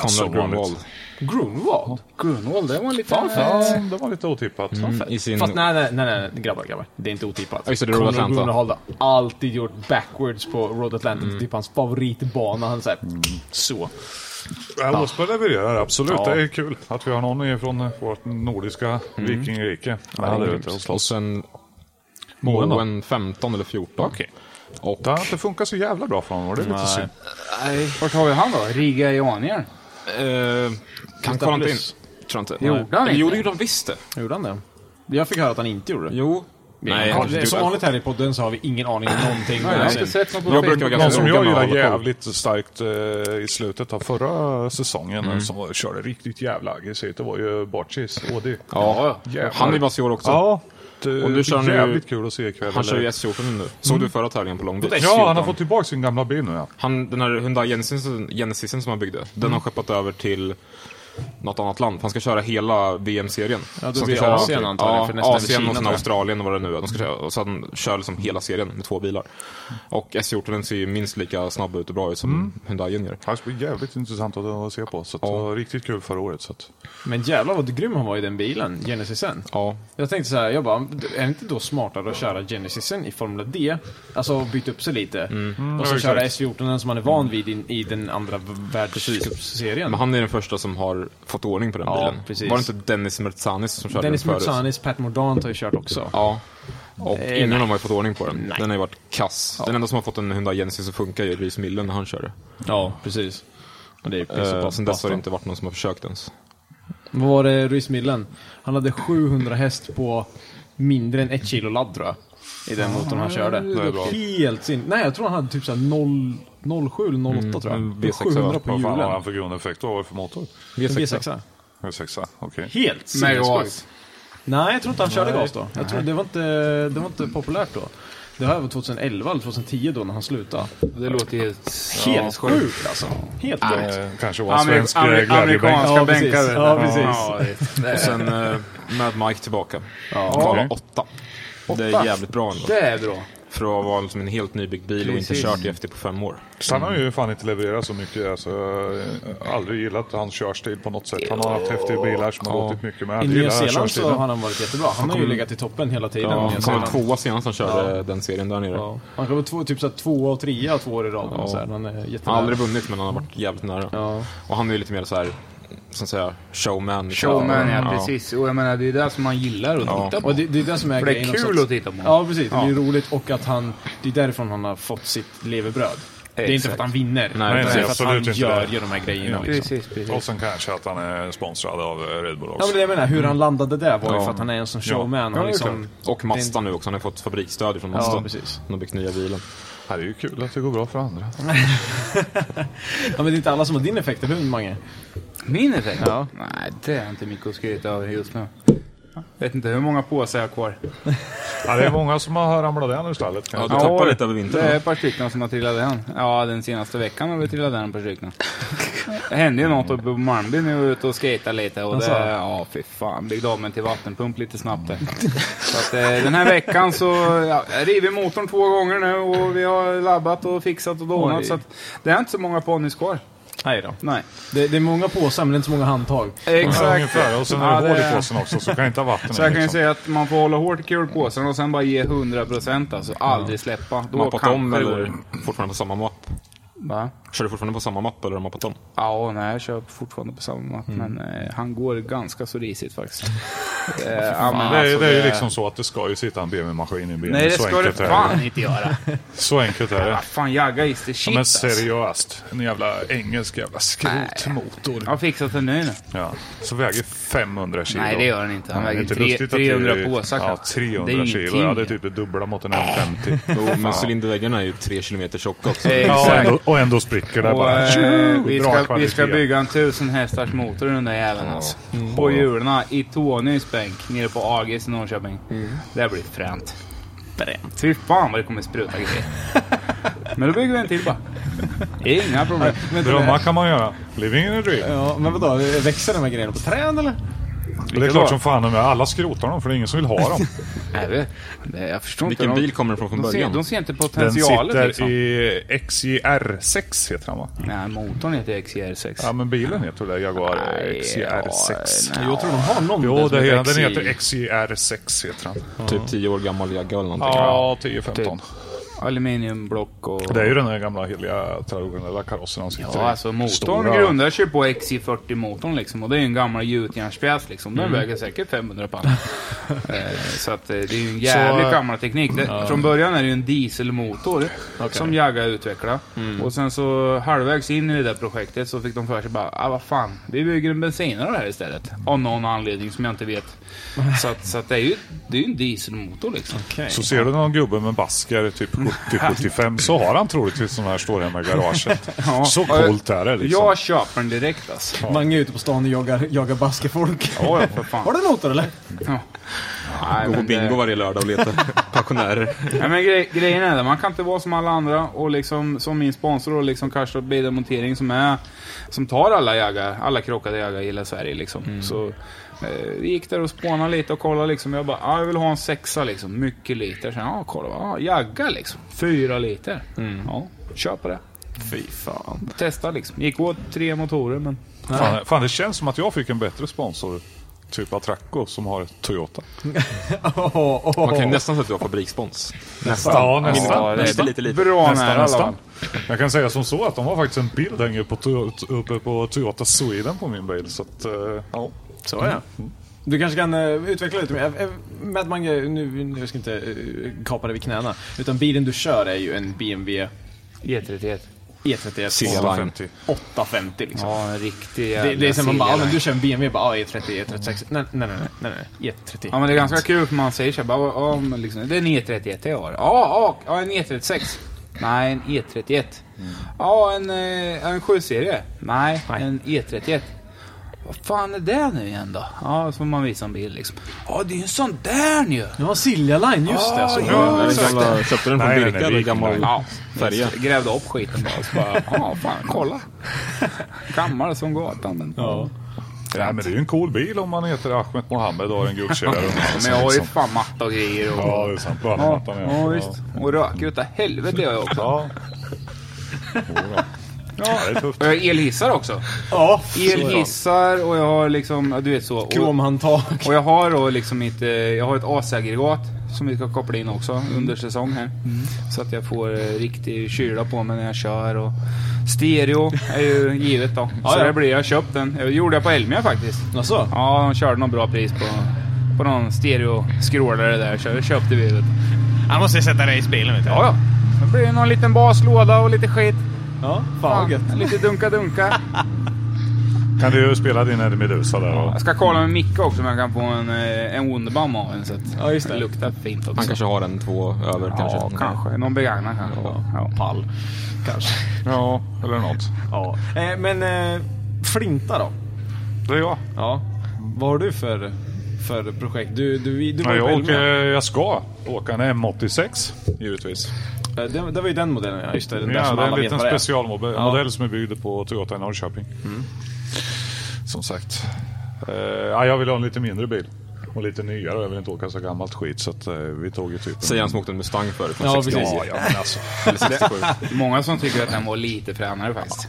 [SPEAKER 2] som
[SPEAKER 5] Konrad Grönwall.
[SPEAKER 2] Ah, vanligt.
[SPEAKER 1] Grunwald?
[SPEAKER 3] Grunwald, det var lite...
[SPEAKER 1] Fan, fan.
[SPEAKER 2] Ja, det var lite otippat.
[SPEAKER 5] Mm, I sin...
[SPEAKER 1] Fast nej, nej, nej, nej, nej, grabbar, grabbar. Det är inte otippat.
[SPEAKER 5] Ja, just det, det är Road
[SPEAKER 1] Conor
[SPEAKER 5] Atlanta.
[SPEAKER 1] Grunewald har alltid gjort backwards på Road Atlantic. Typ hans favoritbana. Han säger så.
[SPEAKER 2] Ja, Åsberg levererar absolut.
[SPEAKER 1] Ja. Mm.
[SPEAKER 2] Det är kul att vi har någon från vårt nordiska Mm. vikingrike. Ja, det vet jag.
[SPEAKER 5] Och sen...
[SPEAKER 2] Moen då?
[SPEAKER 5] Moen 15 eller 14.
[SPEAKER 2] Okej.
[SPEAKER 5] Och...
[SPEAKER 2] Det har inte funkat så jävla bra för honom och det är lite synd.
[SPEAKER 3] Vart har vi han då? Riga i Anien?
[SPEAKER 5] Eh, kan kolla inte in. Tror inte.
[SPEAKER 3] Gjorde han
[SPEAKER 5] Eller, Jo,
[SPEAKER 3] inte?
[SPEAKER 5] det gjorde han visst det.
[SPEAKER 1] Gjorde han det? Jag fick höra att han inte gjorde det.
[SPEAKER 5] Jo. Nej,
[SPEAKER 1] Ja, det
[SPEAKER 5] han
[SPEAKER 1] är
[SPEAKER 5] gjorde
[SPEAKER 1] som
[SPEAKER 5] det.
[SPEAKER 1] vanligt här i podden så har vi ingen aning om någonting.
[SPEAKER 3] Jag har
[SPEAKER 1] någonsin.
[SPEAKER 3] inte sett något på
[SPEAKER 5] Jag brukar vara
[SPEAKER 2] Någon
[SPEAKER 5] ganska
[SPEAKER 2] som
[SPEAKER 5] noga
[SPEAKER 2] jag
[SPEAKER 5] med
[SPEAKER 2] gillar
[SPEAKER 5] att hålla koll.
[SPEAKER 2] jävligt starkt eh, i slutet av förra säsongen,
[SPEAKER 5] Mm.
[SPEAKER 2] som var- körde riktigt jävla aggressivt, det var ju Bartis, Ådi.
[SPEAKER 5] Ja,
[SPEAKER 2] Jävlar.
[SPEAKER 5] han är bass i år också.
[SPEAKER 2] Ja, det,
[SPEAKER 5] Och nu kör han ju-
[SPEAKER 2] jävligt kul att se ikväll.
[SPEAKER 5] Han kör
[SPEAKER 2] eller- Mm.
[SPEAKER 5] ju S14 nu. Såg du förra tävlingen på långdrift?
[SPEAKER 2] Ja, han har fått tillbaka sin gamla bil nu. Ja. Mm.
[SPEAKER 5] Han, den här Hyundai Genesisen, Genesisen som han byggde, den har skeppat över till något annat land. Han ska köra hela VM-serien.
[SPEAKER 1] Ja, då
[SPEAKER 5] Så han
[SPEAKER 1] blir
[SPEAKER 5] ska köra-
[SPEAKER 1] Asien antagligen, för nästa är
[SPEAKER 5] Ja,
[SPEAKER 1] väl
[SPEAKER 5] Asien
[SPEAKER 1] Kina,
[SPEAKER 5] och sen
[SPEAKER 1] tror jag.
[SPEAKER 5] Australien och vad det nu är. De ska köra, och sen kör liksom hela serien med två bilar. Och S14 ser ju minst lika snabb ut och bra ut som
[SPEAKER 2] Mm.
[SPEAKER 5] Hyundaien gör.
[SPEAKER 2] Han ska bli jävligt intressant att, att se på. Så att, det var riktigt kul förra året. Så att,
[SPEAKER 1] Men jävlar vad grym han var i den bilen, Genesisen.
[SPEAKER 5] Ja.
[SPEAKER 1] Jag tänkte så här, jag bara, är det inte då smartare att köra Genesisen i Formula D? Alltså byta upp sig lite. Och så
[SPEAKER 2] Ja,
[SPEAKER 1] köra
[SPEAKER 2] exakt.
[SPEAKER 1] S14 som man är van vid i, i den andra v- världscupserien.
[SPEAKER 5] Men han är den första som har fått ordning på den
[SPEAKER 1] Ja,
[SPEAKER 5] bilen.
[SPEAKER 1] precis.
[SPEAKER 5] Var det inte Dennis Mertzanis som körde
[SPEAKER 1] Dennis
[SPEAKER 5] den förut?
[SPEAKER 1] Mutsanis, Pat Mordant har ju kört också.
[SPEAKER 5] Ja. Och
[SPEAKER 1] Eh,
[SPEAKER 5] ingen
[SPEAKER 1] nej.
[SPEAKER 5] av dem har ju fått ordning på den. Den har ju varit kass. Den enda som har fått en Hyundai Genesis att funka är ju Reece Millen när han körde.
[SPEAKER 1] Ja, precis. Och det är ju piss och
[SPEAKER 5] Eh,
[SPEAKER 1] pass-
[SPEAKER 5] sen dess har
[SPEAKER 1] pasta.
[SPEAKER 5] det inte varit någon som har försökt ens.
[SPEAKER 1] Vad var det Ruiz Millen? Han hade 700 häst på mindre än ett kilo ladd tror jag. I den motorn han körde.
[SPEAKER 2] är bra.
[SPEAKER 1] Helt sin... Nej, jag tror han hade typ såhär 0... 07 eller 08
[SPEAKER 2] Mm,
[SPEAKER 1] tror jag.
[SPEAKER 5] Mm, en V6
[SPEAKER 1] 700 på
[SPEAKER 2] vad fan har
[SPEAKER 1] hjulen.
[SPEAKER 2] han för grundeffekt? Vad var det för motor?
[SPEAKER 1] En V6.
[SPEAKER 2] En sexa, okej.
[SPEAKER 1] Helt
[SPEAKER 3] Med
[SPEAKER 1] sinnessjukt.
[SPEAKER 3] gas.
[SPEAKER 1] Nej, jag tror inte han körde gas då. Jag tror det var inte, det var inte populärt då. Det här var 2011 eller 2010 då när han slutade.
[SPEAKER 3] Det låter helt...
[SPEAKER 1] Helt sjukt alltså. Helt sjukt.
[SPEAKER 2] Eh, Kanske var en
[SPEAKER 3] Amerik-
[SPEAKER 2] svensk eh,
[SPEAKER 3] Ameri-
[SPEAKER 2] glädjebänk.
[SPEAKER 3] amerikanska
[SPEAKER 1] Ja, precis.
[SPEAKER 3] bänkar.
[SPEAKER 1] Ja, precis.
[SPEAKER 3] visst.
[SPEAKER 5] Och sen eh, Mad Mike tillbaka. Kvala åtta. Det är jävligt bra ändå.
[SPEAKER 3] Det är bra.
[SPEAKER 4] för att vara liksom en helt nybyggd bil och
[SPEAKER 3] Precis.
[SPEAKER 4] inte kört i efter på fem år.
[SPEAKER 2] Sen har ju fan inte levererat så mycket. Alltså, jag har aldrig gillat hans körstil på något sätt. Han har haft häftiga bilar som har
[SPEAKER 4] Ja.
[SPEAKER 2] låtit mycket med. Jag
[SPEAKER 1] I
[SPEAKER 2] gillar
[SPEAKER 1] Nya
[SPEAKER 2] den här
[SPEAKER 1] Zeeland så
[SPEAKER 2] körstilen.
[SPEAKER 1] har han varit jättebra. Han har ju legat i toppen hela tiden. i
[SPEAKER 4] Ja,
[SPEAKER 1] Nya
[SPEAKER 4] han kom
[SPEAKER 1] Zeeland.
[SPEAKER 4] väl tvåa senast han körde den serien där nere.
[SPEAKER 1] Ja. Han kommer två, typ så här, två och trea två år i rad. Ja. Han är
[SPEAKER 4] Han har
[SPEAKER 1] jättenära.
[SPEAKER 4] aldrig vunnit men han har varit jävligt nära.
[SPEAKER 1] Ja.
[SPEAKER 4] Och han är ju lite mer så här, så att säga, showman. liksom.
[SPEAKER 3] Showman, ja, precis. Och jag menar, det är det som man gillar att titta på.
[SPEAKER 1] Och det, det är det som är
[SPEAKER 3] För det är
[SPEAKER 1] grejen
[SPEAKER 3] kul
[SPEAKER 1] också
[SPEAKER 3] att Mm. titta på.
[SPEAKER 1] Ja, precis. Det
[SPEAKER 3] Ja.
[SPEAKER 1] är roligt och att han... Det är därifrån han har fått sitt levebröd. Det är inte för att han vinner. utan
[SPEAKER 4] nej,
[SPEAKER 1] det är för att
[SPEAKER 2] absolut
[SPEAKER 1] han
[SPEAKER 2] inte
[SPEAKER 1] gör
[SPEAKER 2] det.
[SPEAKER 1] ju de här grejerna.
[SPEAKER 2] Ja.
[SPEAKER 1] Liksom.
[SPEAKER 3] Precis, precis.
[SPEAKER 2] Och sen kanske att han är sponsrad av eh, Red Bull
[SPEAKER 1] Ja, men
[SPEAKER 2] också.
[SPEAKER 1] det jag menar, hur han landade där var ju
[SPEAKER 4] Ja.
[SPEAKER 1] för att han är en sån showman.
[SPEAKER 2] Ja,
[SPEAKER 1] Han
[SPEAKER 2] det är
[SPEAKER 1] liksom,
[SPEAKER 4] Och Mazda nu också, han har fått fabriksstöd från Mazda.
[SPEAKER 1] Ja, precis.
[SPEAKER 4] De har byggt nya bilen.
[SPEAKER 2] Det här är ju kul att det går bra
[SPEAKER 1] [LAUGHS]
[SPEAKER 2] för andra.
[SPEAKER 1] ja, men det är inte alla som har din effekt, eller hur Mange?
[SPEAKER 3] Min effekt?
[SPEAKER 1] Ja.
[SPEAKER 3] Nej, det är inte mycket att skryta över just nu. Vet inte hur många påsar jag har
[SPEAKER 1] [LAUGHS]
[SPEAKER 3] kvar.
[SPEAKER 2] Ja, det är många som har ramlat ner nu istället. Kan
[SPEAKER 4] Ja,
[SPEAKER 2] jag
[SPEAKER 4] du
[SPEAKER 2] säga.
[SPEAKER 4] tappar lite över
[SPEAKER 3] Det är
[SPEAKER 4] vintern.
[SPEAKER 3] ett par stycken som har trillat den. Ja, den senaste veckan har vi trillat den på stycken. Det hände ju något uppe på Malmby nu, ute och skejtade lite. Och det, ja, fy fan. Byggde av mig till vattenpump lite snabbt där. Så att, eh, den här veckan så ja, jag river motorn två gånger nu och vi har labbat och fixat och
[SPEAKER 1] Oj.
[SPEAKER 3] donat. Så att, det är inte så många ponnys kvar.
[SPEAKER 1] Nej då.
[SPEAKER 3] Nej.
[SPEAKER 1] Det, det är många påsar, men det är inte så många handtag.
[SPEAKER 2] Ja,
[SPEAKER 3] Exakt.
[SPEAKER 2] ungefär. Och sen är
[SPEAKER 3] Ja,
[SPEAKER 2] det hål i
[SPEAKER 3] det-
[SPEAKER 2] påsen också, så kan jag inte ha vatten
[SPEAKER 3] Så jag kan ju
[SPEAKER 2] liksom.
[SPEAKER 3] säga att man får hålla hårt i kulpåsen och sen bara ge 100% alltså. Aldrig släppa. Då
[SPEAKER 4] Mappat
[SPEAKER 3] kan
[SPEAKER 4] om
[SPEAKER 3] det gå.
[SPEAKER 4] eller fortfarande på samma mapp?
[SPEAKER 3] Va?
[SPEAKER 4] Kör du fortfarande på samma mapp eller har du mappat om?
[SPEAKER 3] Ja, nej, jag kör fortfarande på samma mapp,
[SPEAKER 2] Mm.
[SPEAKER 3] men eh, han går ganska så risigt
[SPEAKER 2] [LAUGHS]
[SPEAKER 3] faktiskt. Eh, ja, men
[SPEAKER 2] Det är,
[SPEAKER 3] alltså,
[SPEAKER 2] det är ju liksom så att det ska ju sitta en BMW-maskin i bilen.
[SPEAKER 3] Nej, det
[SPEAKER 2] så
[SPEAKER 3] ska det
[SPEAKER 2] enkelt är det.
[SPEAKER 3] fan inte göra.
[SPEAKER 2] Så enkelt är det.
[SPEAKER 3] Fan, jagga is the shit
[SPEAKER 2] Men
[SPEAKER 3] alltså.
[SPEAKER 2] seriöst, en jävla engelsk jävla skrotmotor.
[SPEAKER 3] Jag har fixat en ny nu.
[SPEAKER 2] Ja, så väger 500 kilo.
[SPEAKER 3] Nej, det gör den inte. Han
[SPEAKER 2] Det är
[SPEAKER 3] väger
[SPEAKER 2] inte
[SPEAKER 3] tre-
[SPEAKER 2] lustigt att det är-
[SPEAKER 3] 300 påsar
[SPEAKER 2] Ja,
[SPEAKER 3] knappt.
[SPEAKER 2] 300
[SPEAKER 3] Det är
[SPEAKER 2] kilo.
[SPEAKER 3] ingenting.
[SPEAKER 2] Ja, det är typ det dubbla mot en M50.
[SPEAKER 4] [LAUGHS] Jo, men cylinderväggarna är ju tre kilometer tjocka också.
[SPEAKER 2] Ja, och
[SPEAKER 3] Exakt.
[SPEAKER 2] ändå, och ändå spricker det
[SPEAKER 3] Och,
[SPEAKER 2] bara.
[SPEAKER 3] eh, vi,
[SPEAKER 2] Bra
[SPEAKER 3] ska, vi
[SPEAKER 2] kvalitet.
[SPEAKER 3] ska bygga en 1000 hästars motor i den där jäveln alltså.
[SPEAKER 2] Mm.
[SPEAKER 3] På hjulen i Tonys bänk nere på Agis i Norrköping.
[SPEAKER 2] Mm.
[SPEAKER 3] Det blir fränt. Fränt. Fy fan vad det kommer
[SPEAKER 2] [LAUGHS]
[SPEAKER 3] spruta grejer. Men då bygger vi en till bara. Inga problem.
[SPEAKER 2] Drömmar kan man göra. Living in a dream.
[SPEAKER 1] Ja, men vadå, växer de här grejerna på träd eller?
[SPEAKER 2] Det är klart som fan de är. Alla skrotar dem för det är ingen som vill ha dem.
[SPEAKER 3] [LAUGHS] Nej, vi- det- Jag förstår
[SPEAKER 4] Vilken
[SPEAKER 3] inte. de-
[SPEAKER 4] bil kommer det från från
[SPEAKER 3] de ser,
[SPEAKER 4] början?
[SPEAKER 3] de ser inte
[SPEAKER 2] Den
[SPEAKER 3] potentialet
[SPEAKER 2] sitter
[SPEAKER 3] liksom.
[SPEAKER 2] i XJR6 heter den va?
[SPEAKER 3] Nej, motorn heter XJR6.
[SPEAKER 2] Ja men bilen heter det. Jaguar
[SPEAKER 3] Nej,
[SPEAKER 2] XJR6.
[SPEAKER 3] ja, nej.
[SPEAKER 1] Jag tror de har någon
[SPEAKER 2] Jo,
[SPEAKER 1] där som
[SPEAKER 2] det heter, den
[SPEAKER 1] XJ.
[SPEAKER 2] heter XJR6 heter den.
[SPEAKER 4] Typ tio år gammal jagga eller någonting.
[SPEAKER 2] Ja, 10-15.
[SPEAKER 3] Typ. Aluminiumblock och...
[SPEAKER 2] Det är ju den där gamla heliga traditionella karossen han sitter
[SPEAKER 3] Ja, alltså motorn grundar sig på XJ40-motorn liksom. Och det är ju en gammal gjutjärnspjäs liksom. Den väger säkert 500 pann. Eh, så att eh, det är ju en jävligt
[SPEAKER 2] Så, eh,
[SPEAKER 3] gammal teknik. Det, Från början är det ju en dieselmotor som Jaga utvecklade. Och sen så halvvägs in i det där projektet så fick de för sig bara, ah vad fan, vi bygger en bensinare här istället. Av någon anledning som jag inte vet. Så att, så att det är ju det är ju en dieselmotor liksom.
[SPEAKER 1] Okej.
[SPEAKER 2] Så ser du någon gubbe med basker,
[SPEAKER 3] [LAUGHS]
[SPEAKER 2] typ 70-75, så har han troligtvis sådana här står hemma i garaget.
[SPEAKER 3] [LAUGHS] Ja.
[SPEAKER 2] Så coolt är det liksom.
[SPEAKER 3] Jag köper den direkt alltså.
[SPEAKER 1] Mange är ute på stan och jagar, jagar baskefolk.
[SPEAKER 3] Ja, ja, för fan.
[SPEAKER 1] Har du motor eller?
[SPEAKER 3] Ja. Nej,
[SPEAKER 4] Gå på
[SPEAKER 3] men det-
[SPEAKER 4] bingo varje lördag och leta pensionärer.
[SPEAKER 3] Nej, men gre grejen är det, man kan inte vara som alla andra och liksom som min sponsor och liksom Karlstad Bildemontering som är som tar alla jagar, alla krockade jagar i hela Sverige liksom.
[SPEAKER 1] Mm.
[SPEAKER 3] Så eh, vi gick där och spånade lite och kollade liksom. Jag bara, ah, jag vill ha en sexa liksom, mycket liter. Sen, ja, ah, kolla, ah, jagga liksom, fyra liter. Ja, kör på det.
[SPEAKER 1] Mm. Fy fan.
[SPEAKER 3] Testa liksom. Gick åt tre motorer men...
[SPEAKER 2] Fan, fan, det känns som att jag fick en bättre sponsor. Typ Atracco som har ett Toyota.
[SPEAKER 4] [LAUGHS] Man kan ju nästan säga att du har fabriksspons.
[SPEAKER 2] Nästan. Ja, nästan.
[SPEAKER 3] Ja, det är
[SPEAKER 4] Lite, lite, lite.
[SPEAKER 3] Bra
[SPEAKER 2] Nästan,
[SPEAKER 3] nära
[SPEAKER 2] nästan.
[SPEAKER 3] nästan.
[SPEAKER 2] Jag kan säga som så att de har faktiskt en bild hänger på Toyota, uppe på Toyota Sweden på min bil. Så att, eh, ja.
[SPEAKER 1] Så ja. Du kanske kan eh, utveckla lite mer. Eh, Med Mange, nu, nu ska jag inte eh, kapa dig vid knäna. Utan bilen du kör är ju en BMW
[SPEAKER 3] G31.
[SPEAKER 1] E E31
[SPEAKER 4] C-line.
[SPEAKER 2] 50.
[SPEAKER 1] 850 liksom.
[SPEAKER 3] Ja, en riktig
[SPEAKER 1] Det, det är som man bara, ja,
[SPEAKER 3] jävla
[SPEAKER 1] men du kör en BMW, bara, "Ah, E ja, E30, E36. Nej, nej, nej, nej, nej, E E30.
[SPEAKER 3] Ja men det är ganska kul för man säger så här, bara, ja, men liksom, det är en E31 jag har. Ja, ja, ja, en E36. Nej, en E31.
[SPEAKER 1] Mm.
[SPEAKER 3] Ja, en, eh, en 7-serie. Nej, en E31. Vad fan är det nu igen då? Ja, så får man visa en bild liksom. Ja, det är ju en sån där nu.
[SPEAKER 1] Ja, Silja Line, just det. Så.
[SPEAKER 4] Ja, den gamla, köpte den från
[SPEAKER 2] Nej, nej,
[SPEAKER 4] Birka,
[SPEAKER 2] nej,
[SPEAKER 4] den
[SPEAKER 2] vi-
[SPEAKER 4] gammal
[SPEAKER 3] Ja,
[SPEAKER 4] färja.
[SPEAKER 3] jag grävde upp skiten bara. Så bara ja, fan, kolla. Gammal som gatan. Men.
[SPEAKER 1] Ja.
[SPEAKER 2] Nej, men det är ju en cool bil om man heter Ahmed Mohammed och har en guldkedja runt halsen,
[SPEAKER 3] Men jag har ju
[SPEAKER 2] liksom.
[SPEAKER 3] fan matta och grejer. Och,
[SPEAKER 2] Ja, det är sant. Bara
[SPEAKER 3] ja,
[SPEAKER 2] mattan,
[SPEAKER 3] ja,
[SPEAKER 2] ja.
[SPEAKER 3] visst. Och röker utav helvete gör jag också.
[SPEAKER 2] Ja. Jodå. Ja, det är tufft.
[SPEAKER 3] Och jag har elhissar också. Ja, elhissar och jag har liksom, ja, du vet så. Och,
[SPEAKER 1] Kromhandtag.
[SPEAKER 3] och jag har då liksom mitt, eh, jag har ett AC-aggregat som vi ska koppla in också under säsong här. Så att jag får eh, riktig kyla på mig när jag kör och stereo är ju givet då. så
[SPEAKER 1] ja.
[SPEAKER 3] det blir, jag har köpt den. Jag gjorde jag på Elmia faktiskt.
[SPEAKER 1] Alltså.
[SPEAKER 3] Ja, de körde någon bra pris på, på någon stereo-skrålare där. Så jag köpte vi vet du.
[SPEAKER 6] Han måste sätta dig i bilen vet du.
[SPEAKER 3] Ja, ja. Det blir någon liten baslåda och lite skit.
[SPEAKER 1] Ja, fan vad gött.
[SPEAKER 3] lite dunka-dunka.
[SPEAKER 2] Kan du ju spela din Eddie Meduza där? va?
[SPEAKER 3] Jag ska kolla med Micke också om jag kan få en, eh, en Wunderbaum av den. Så att
[SPEAKER 1] Ja, just det.
[SPEAKER 3] luktar fint också.
[SPEAKER 4] Han kanske har en två över kanske.
[SPEAKER 3] Ja, kanske. Någon begagnad kanske. Ja. Ja.
[SPEAKER 1] Pall, kanske.
[SPEAKER 2] Ja, eller något.
[SPEAKER 1] Ja. Eh, men eh, flinta då?
[SPEAKER 2] Det är jag.
[SPEAKER 1] Ja. Vad har du för, för projekt? Du, du, du var
[SPEAKER 2] Ja,
[SPEAKER 1] ju på
[SPEAKER 2] jag, åker,
[SPEAKER 1] Elmia.
[SPEAKER 2] jag ska åka en M86, givetvis.
[SPEAKER 1] Eh, Det, det var ju den modellen, ja. Just det, den där
[SPEAKER 2] Ja,
[SPEAKER 1] som
[SPEAKER 2] det är
[SPEAKER 1] alla
[SPEAKER 2] en
[SPEAKER 1] vet
[SPEAKER 2] liten
[SPEAKER 1] vad det är.
[SPEAKER 2] specialmodell
[SPEAKER 1] Ja. Mm.
[SPEAKER 2] modell som är byggd på Toyota i Norrköping. Som sagt. Eh, ja, jag vill ha en lite mindre bil. Och lite nyare. och Jag vill inte åka så gammalt skit. Så att, eh, vi tog ju typ en...
[SPEAKER 4] Säger han som åkte en Mustang förut. från
[SPEAKER 1] Ja,
[SPEAKER 4] 60.
[SPEAKER 1] precis.
[SPEAKER 2] Ja, ja, men alltså.
[SPEAKER 4] Eller 67.
[SPEAKER 3] Många som tycker att den var lite fränare faktiskt.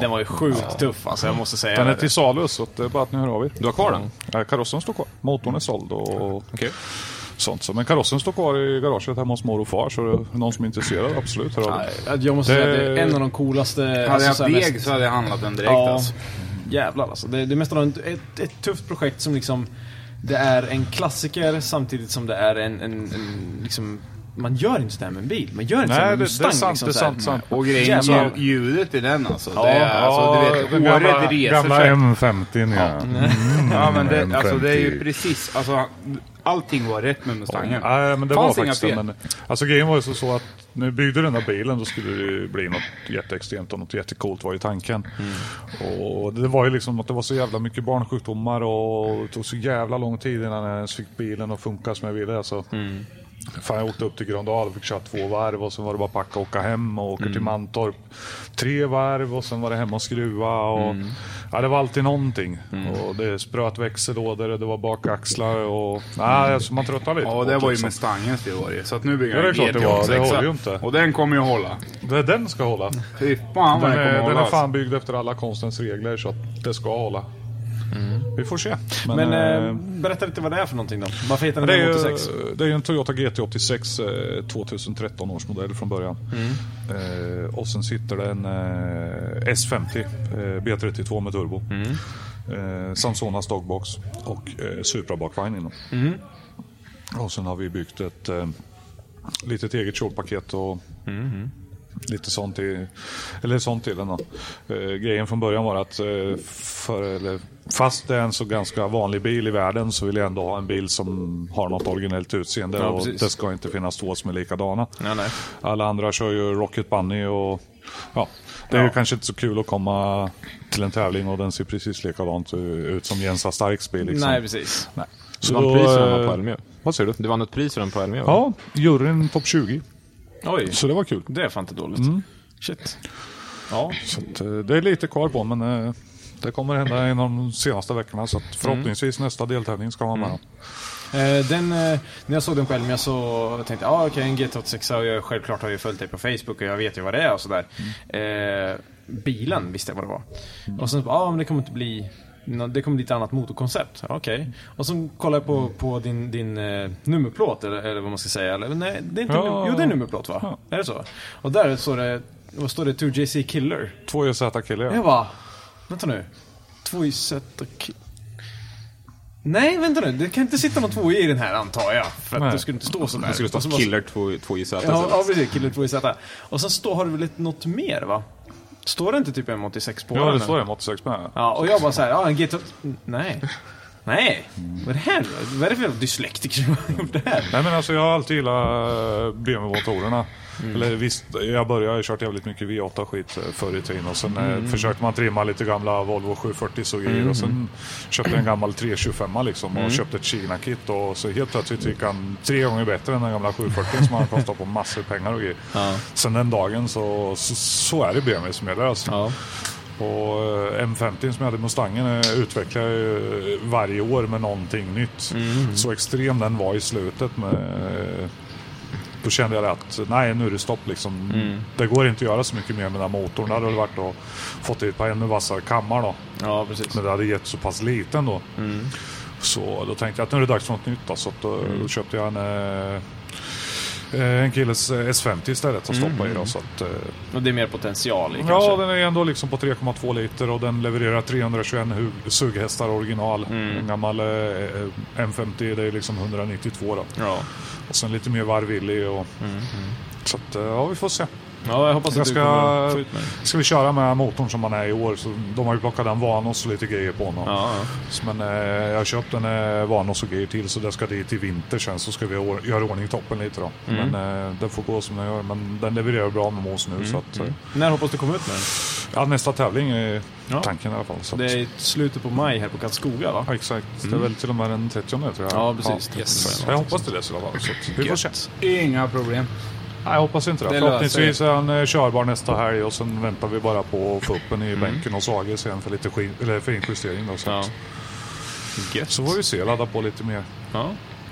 [SPEAKER 1] Den var ju sjukt tuff alltså, jag måste säga
[SPEAKER 2] Den är
[SPEAKER 1] det.
[SPEAKER 2] till salu, så att det är bara att ni hör av er.
[SPEAKER 4] Du har kvar den?
[SPEAKER 2] Ja, karossen står kvar. Motorn är såld och
[SPEAKER 4] Okej.
[SPEAKER 2] sånt. Så. Men karossen står kvar i garaget hemma hos mor och far. Så är det någon som är intresserad, absolut, hör av er.
[SPEAKER 1] Nej, Jag måste säga att det
[SPEAKER 2] Det-
[SPEAKER 1] är en av de coolaste... alltså,
[SPEAKER 3] Hade jag haft
[SPEAKER 1] så här mest-
[SPEAKER 3] deg så hade jag handlat den direkt
[SPEAKER 1] Ja,
[SPEAKER 3] alltså.
[SPEAKER 1] jävlar alltså. Det, det är nästan ett, ett, ett tufft projekt som liksom... Det är en klassiker samtidigt som det är en... en, en liksom, man gör inte sådär med en bil. Man gör inte
[SPEAKER 2] Nej,
[SPEAKER 1] sådär med
[SPEAKER 2] det-
[SPEAKER 1] en
[SPEAKER 2] det är
[SPEAKER 1] Mustang.
[SPEAKER 2] sant,
[SPEAKER 1] liksom,
[SPEAKER 2] det är
[SPEAKER 1] såhär.
[SPEAKER 2] sant, sant.
[SPEAKER 3] Och grejen
[SPEAKER 1] Jävlar.
[SPEAKER 3] är ljudet i den alltså. det är, alltså du vet,
[SPEAKER 2] den
[SPEAKER 3] håret
[SPEAKER 2] gamla,
[SPEAKER 3] reser
[SPEAKER 2] gamla
[SPEAKER 3] sig.
[SPEAKER 2] M50. Ja.
[SPEAKER 3] [LAUGHS] Ja, men
[SPEAKER 2] Mm,
[SPEAKER 3] det, alltså, det är ju
[SPEAKER 2] M50.
[SPEAKER 3] precis, alltså, allting var rätt med Mustangen.
[SPEAKER 2] Nej, men det
[SPEAKER 3] Fanns
[SPEAKER 2] var
[SPEAKER 3] inga
[SPEAKER 2] faktiskt det.
[SPEAKER 3] fel.
[SPEAKER 2] Men, alltså, grejen var ju så, så att när vi byggde den här bilen då skulle det ju bli något jätteextremt och något jättecoolt var ju tanken.
[SPEAKER 4] Mm.
[SPEAKER 2] Och det var ju liksom att det var så jävla mycket barnsjukdomar och det tog så jävla lång tid innan jag ens fick bilen att funka som jag ville. Alltså.
[SPEAKER 3] Mm.
[SPEAKER 2] Fan, jag åkte upp till Gröndal och fick köra två varv och sen var det bara packa och åka hem och åker till
[SPEAKER 3] Mm.
[SPEAKER 2] Mantorp. Tre varv och sen var det hemma och skruva. Och,
[SPEAKER 3] Mm.
[SPEAKER 2] ja, det var alltid någonting. Och det spröt växellådor och det var bakaxlar. Och, nej, alltså, man tröttnar lite.
[SPEAKER 3] Ja,
[SPEAKER 2] på
[SPEAKER 3] det var ju
[SPEAKER 2] liksom.
[SPEAKER 3] Mustangens det var ju. Så att nu bygger E
[SPEAKER 2] Ja, det är klart
[SPEAKER 3] jag
[SPEAKER 2] det var.
[SPEAKER 3] GT86.
[SPEAKER 2] Det håller ju inte.
[SPEAKER 3] Och den kommer ju hålla.
[SPEAKER 2] Det är den ska hålla.
[SPEAKER 3] Fy
[SPEAKER 2] Den
[SPEAKER 3] fan vad den kommer
[SPEAKER 2] är,
[SPEAKER 3] hålla.
[SPEAKER 2] den är
[SPEAKER 3] alltså.
[SPEAKER 2] fan byggd efter alla konstens regler så att det ska hålla. Vi får se. Men,
[SPEAKER 1] Men
[SPEAKER 2] eh,
[SPEAKER 1] eh, berätta lite vad det är för någonting då. Varför heter
[SPEAKER 2] det,
[SPEAKER 1] den
[SPEAKER 2] är ju,
[SPEAKER 1] 86?
[SPEAKER 2] det är ju en Toyota GT86 eh, 2013 års modell från början. Eh, och sen sitter det en eh, S50 eh, B32 med turbo. Eh, Samsonas dogbox och eh, Supra bakvagn inom. Och sen har vi byggt ett eh, litet eget kjolpaket och
[SPEAKER 1] Mm-hmm.
[SPEAKER 2] lite sånt till, eller sånt till den. Då. Eh, grejen från början var att eh, för, eller, fast det är en så ganska vanlig bil i världen så vill jag ändå ha en bil som har något originellt utseende
[SPEAKER 1] Ja,
[SPEAKER 2] och
[SPEAKER 1] precis.
[SPEAKER 2] det ska inte finnas två som är likadana.
[SPEAKER 1] Nej, nej.
[SPEAKER 2] Alla andra kör ju Rocket Bunny och ja, det är ju kanske inte så kul att komma till en tävling och den ser precis likadant ut som Jensa Starks bil. Liksom.
[SPEAKER 1] Nej, precis.
[SPEAKER 2] Nej.
[SPEAKER 4] Du vann pris för den
[SPEAKER 2] eh,
[SPEAKER 4] på Elmia.
[SPEAKER 2] Vad säger du?
[SPEAKER 4] Du vann ett pris för den på Elmia. va?
[SPEAKER 2] Ja, juryn topp 20.
[SPEAKER 1] Oj,
[SPEAKER 2] Så det var kul. Mm.
[SPEAKER 1] det är fan inte dåligt. Shit. Ja,
[SPEAKER 2] Så att, eh, det är lite kvar på men eh, det kommer hända inom de senaste veckorna. Så
[SPEAKER 1] Mm.
[SPEAKER 2] att förhoppningsvis nästa deltävling ska man med.
[SPEAKER 1] Eh, Den, eh, när jag såg den på Elmia så tänkte jag, ah, okej en G86 och jag självklart har ju följt dig på Facebook och jag vet ju vad det är och sådär. Eh, bilen visste jag vad det var. Och sen, ja ah, men det kommer inte bli, nå- det kommer bli ett annat motorkoncept. Ja, Okej. Och sen kollade jag på, på din, din eh, nummerplåt eller, eller vad man ska säga. Eller, nej, det är inte,
[SPEAKER 2] Ja.
[SPEAKER 1] nu- jo det är nummerplåt va? Är det så? Och där står det, vad står det? 2JC Killer.
[SPEAKER 2] Två EZ-killar.
[SPEAKER 1] Jag bara, vänta nu. Två i set och... ki- Nej, vänta nu. Det kan inte sitta någon två i den här antar jag. För att
[SPEAKER 2] Nej.
[SPEAKER 1] det skulle inte stå sådär.
[SPEAKER 4] Det skulle stå
[SPEAKER 1] Och så bara-
[SPEAKER 4] Killer 2 JZ.
[SPEAKER 1] Ja, ja, precis. Killer två i Z. Och sen står, har du väl lite- något mer va? Står det inte typ M86 på
[SPEAKER 2] Ja,
[SPEAKER 1] den?
[SPEAKER 2] det står M86 med.
[SPEAKER 1] Ja, och jag bara såhär, ja en GT... Nej. Nej. Vad är det här då? Vad är det för dyslektiker [LAUGHS] som har gjort det här?
[SPEAKER 2] Nej, men alltså, jag har alltid gillat eh, BMW-motorerna.
[SPEAKER 1] Mm.
[SPEAKER 2] Eller visst, jag började, jag har kört jävligt mycket V8 och skit eh, förr i tiden och sen eh,
[SPEAKER 1] Mm.
[SPEAKER 2] försökte man trimma lite gamla Volvo 740 så grejer och sen köpte jag en gammal 325 liksom och köpte ett Kina-kit och så helt plötsligt gick han tre gånger bättre än den gamla 740 som han kostade på massor pengar och grejer. Sen den dagen så, så, så är det BMW som gäller alltså. På eh, M50 som jag hade i Mustangen eh, utvecklar jag ju eh, varje år med någonting nytt. Så extrem den var i slutet med eh, då kände jag att nej, nu är det stopp. Liksom.
[SPEAKER 1] Mm.
[SPEAKER 2] Det går inte att göra så mycket mer med den här motorn. Det hade väl varit att fått dit på ännu vassare kammar då.
[SPEAKER 1] Ja, precis. Mm.
[SPEAKER 2] Men det hade gett så pass lite ändå. Så då tänkte jag att nu är det dags för något nytt. Då, så att då, då köpte jag en, eh, en killes eh, S50 istället att stoppa
[SPEAKER 1] Mm.
[SPEAKER 2] i. Då, så att, eh,
[SPEAKER 1] Och det är mer potential i kanske.
[SPEAKER 2] ja, den är ändå liksom på 3,2 liter och den levererar 321 hu- sughästar original.
[SPEAKER 1] Mm.
[SPEAKER 2] En gammal eh, eh, M50 det är liksom 192 då.
[SPEAKER 1] Ja. Mm,
[SPEAKER 2] Och sen lite mer varvvillig. Och, Så att, eh, ja, vi får se.
[SPEAKER 1] ja, jag hoppas
[SPEAKER 2] Jag
[SPEAKER 1] att du kommer
[SPEAKER 2] ska,
[SPEAKER 1] att få ut med det.
[SPEAKER 2] ska vi köra med motorn som man är i år. Så de har ju plockat en Vanos och lite grejer på honom.
[SPEAKER 1] Ja, ja.
[SPEAKER 2] Så, Men eh, jag har köpt en eh, Vanos och grejer till så det ska dit i vinter sen så ska vi or- göra i ordning toppen lite då.
[SPEAKER 1] Mm.
[SPEAKER 2] Men eh, den får gå som den gör. Men den levererar bra med mås nu så
[SPEAKER 4] Mm.
[SPEAKER 2] att, eh,
[SPEAKER 1] När hoppas du komma ut med den?
[SPEAKER 2] ja, nästa tävling är
[SPEAKER 1] Ja.
[SPEAKER 2] tanken i alla fall. Så att,
[SPEAKER 1] Det är i slutet på maj här på Karlskoga va?
[SPEAKER 2] ja, exakt, det är väl till och med den 30 tror jag.
[SPEAKER 1] Ja, precis.
[SPEAKER 2] Så Jag hoppas det dess i alla fall. Så att vi får se.
[SPEAKER 3] Inga problem.
[SPEAKER 2] Nej, jag hoppas inte det.
[SPEAKER 3] Det
[SPEAKER 2] Förhoppningsvis är han eh, körbar nästa helg och sen väntar vi bara på att få upp den i bänken hos AG sen för lite skin- eller finjustering. Då, så,
[SPEAKER 1] Ja.
[SPEAKER 2] att- så får vi se, ladda på lite mer.
[SPEAKER 1] Ja.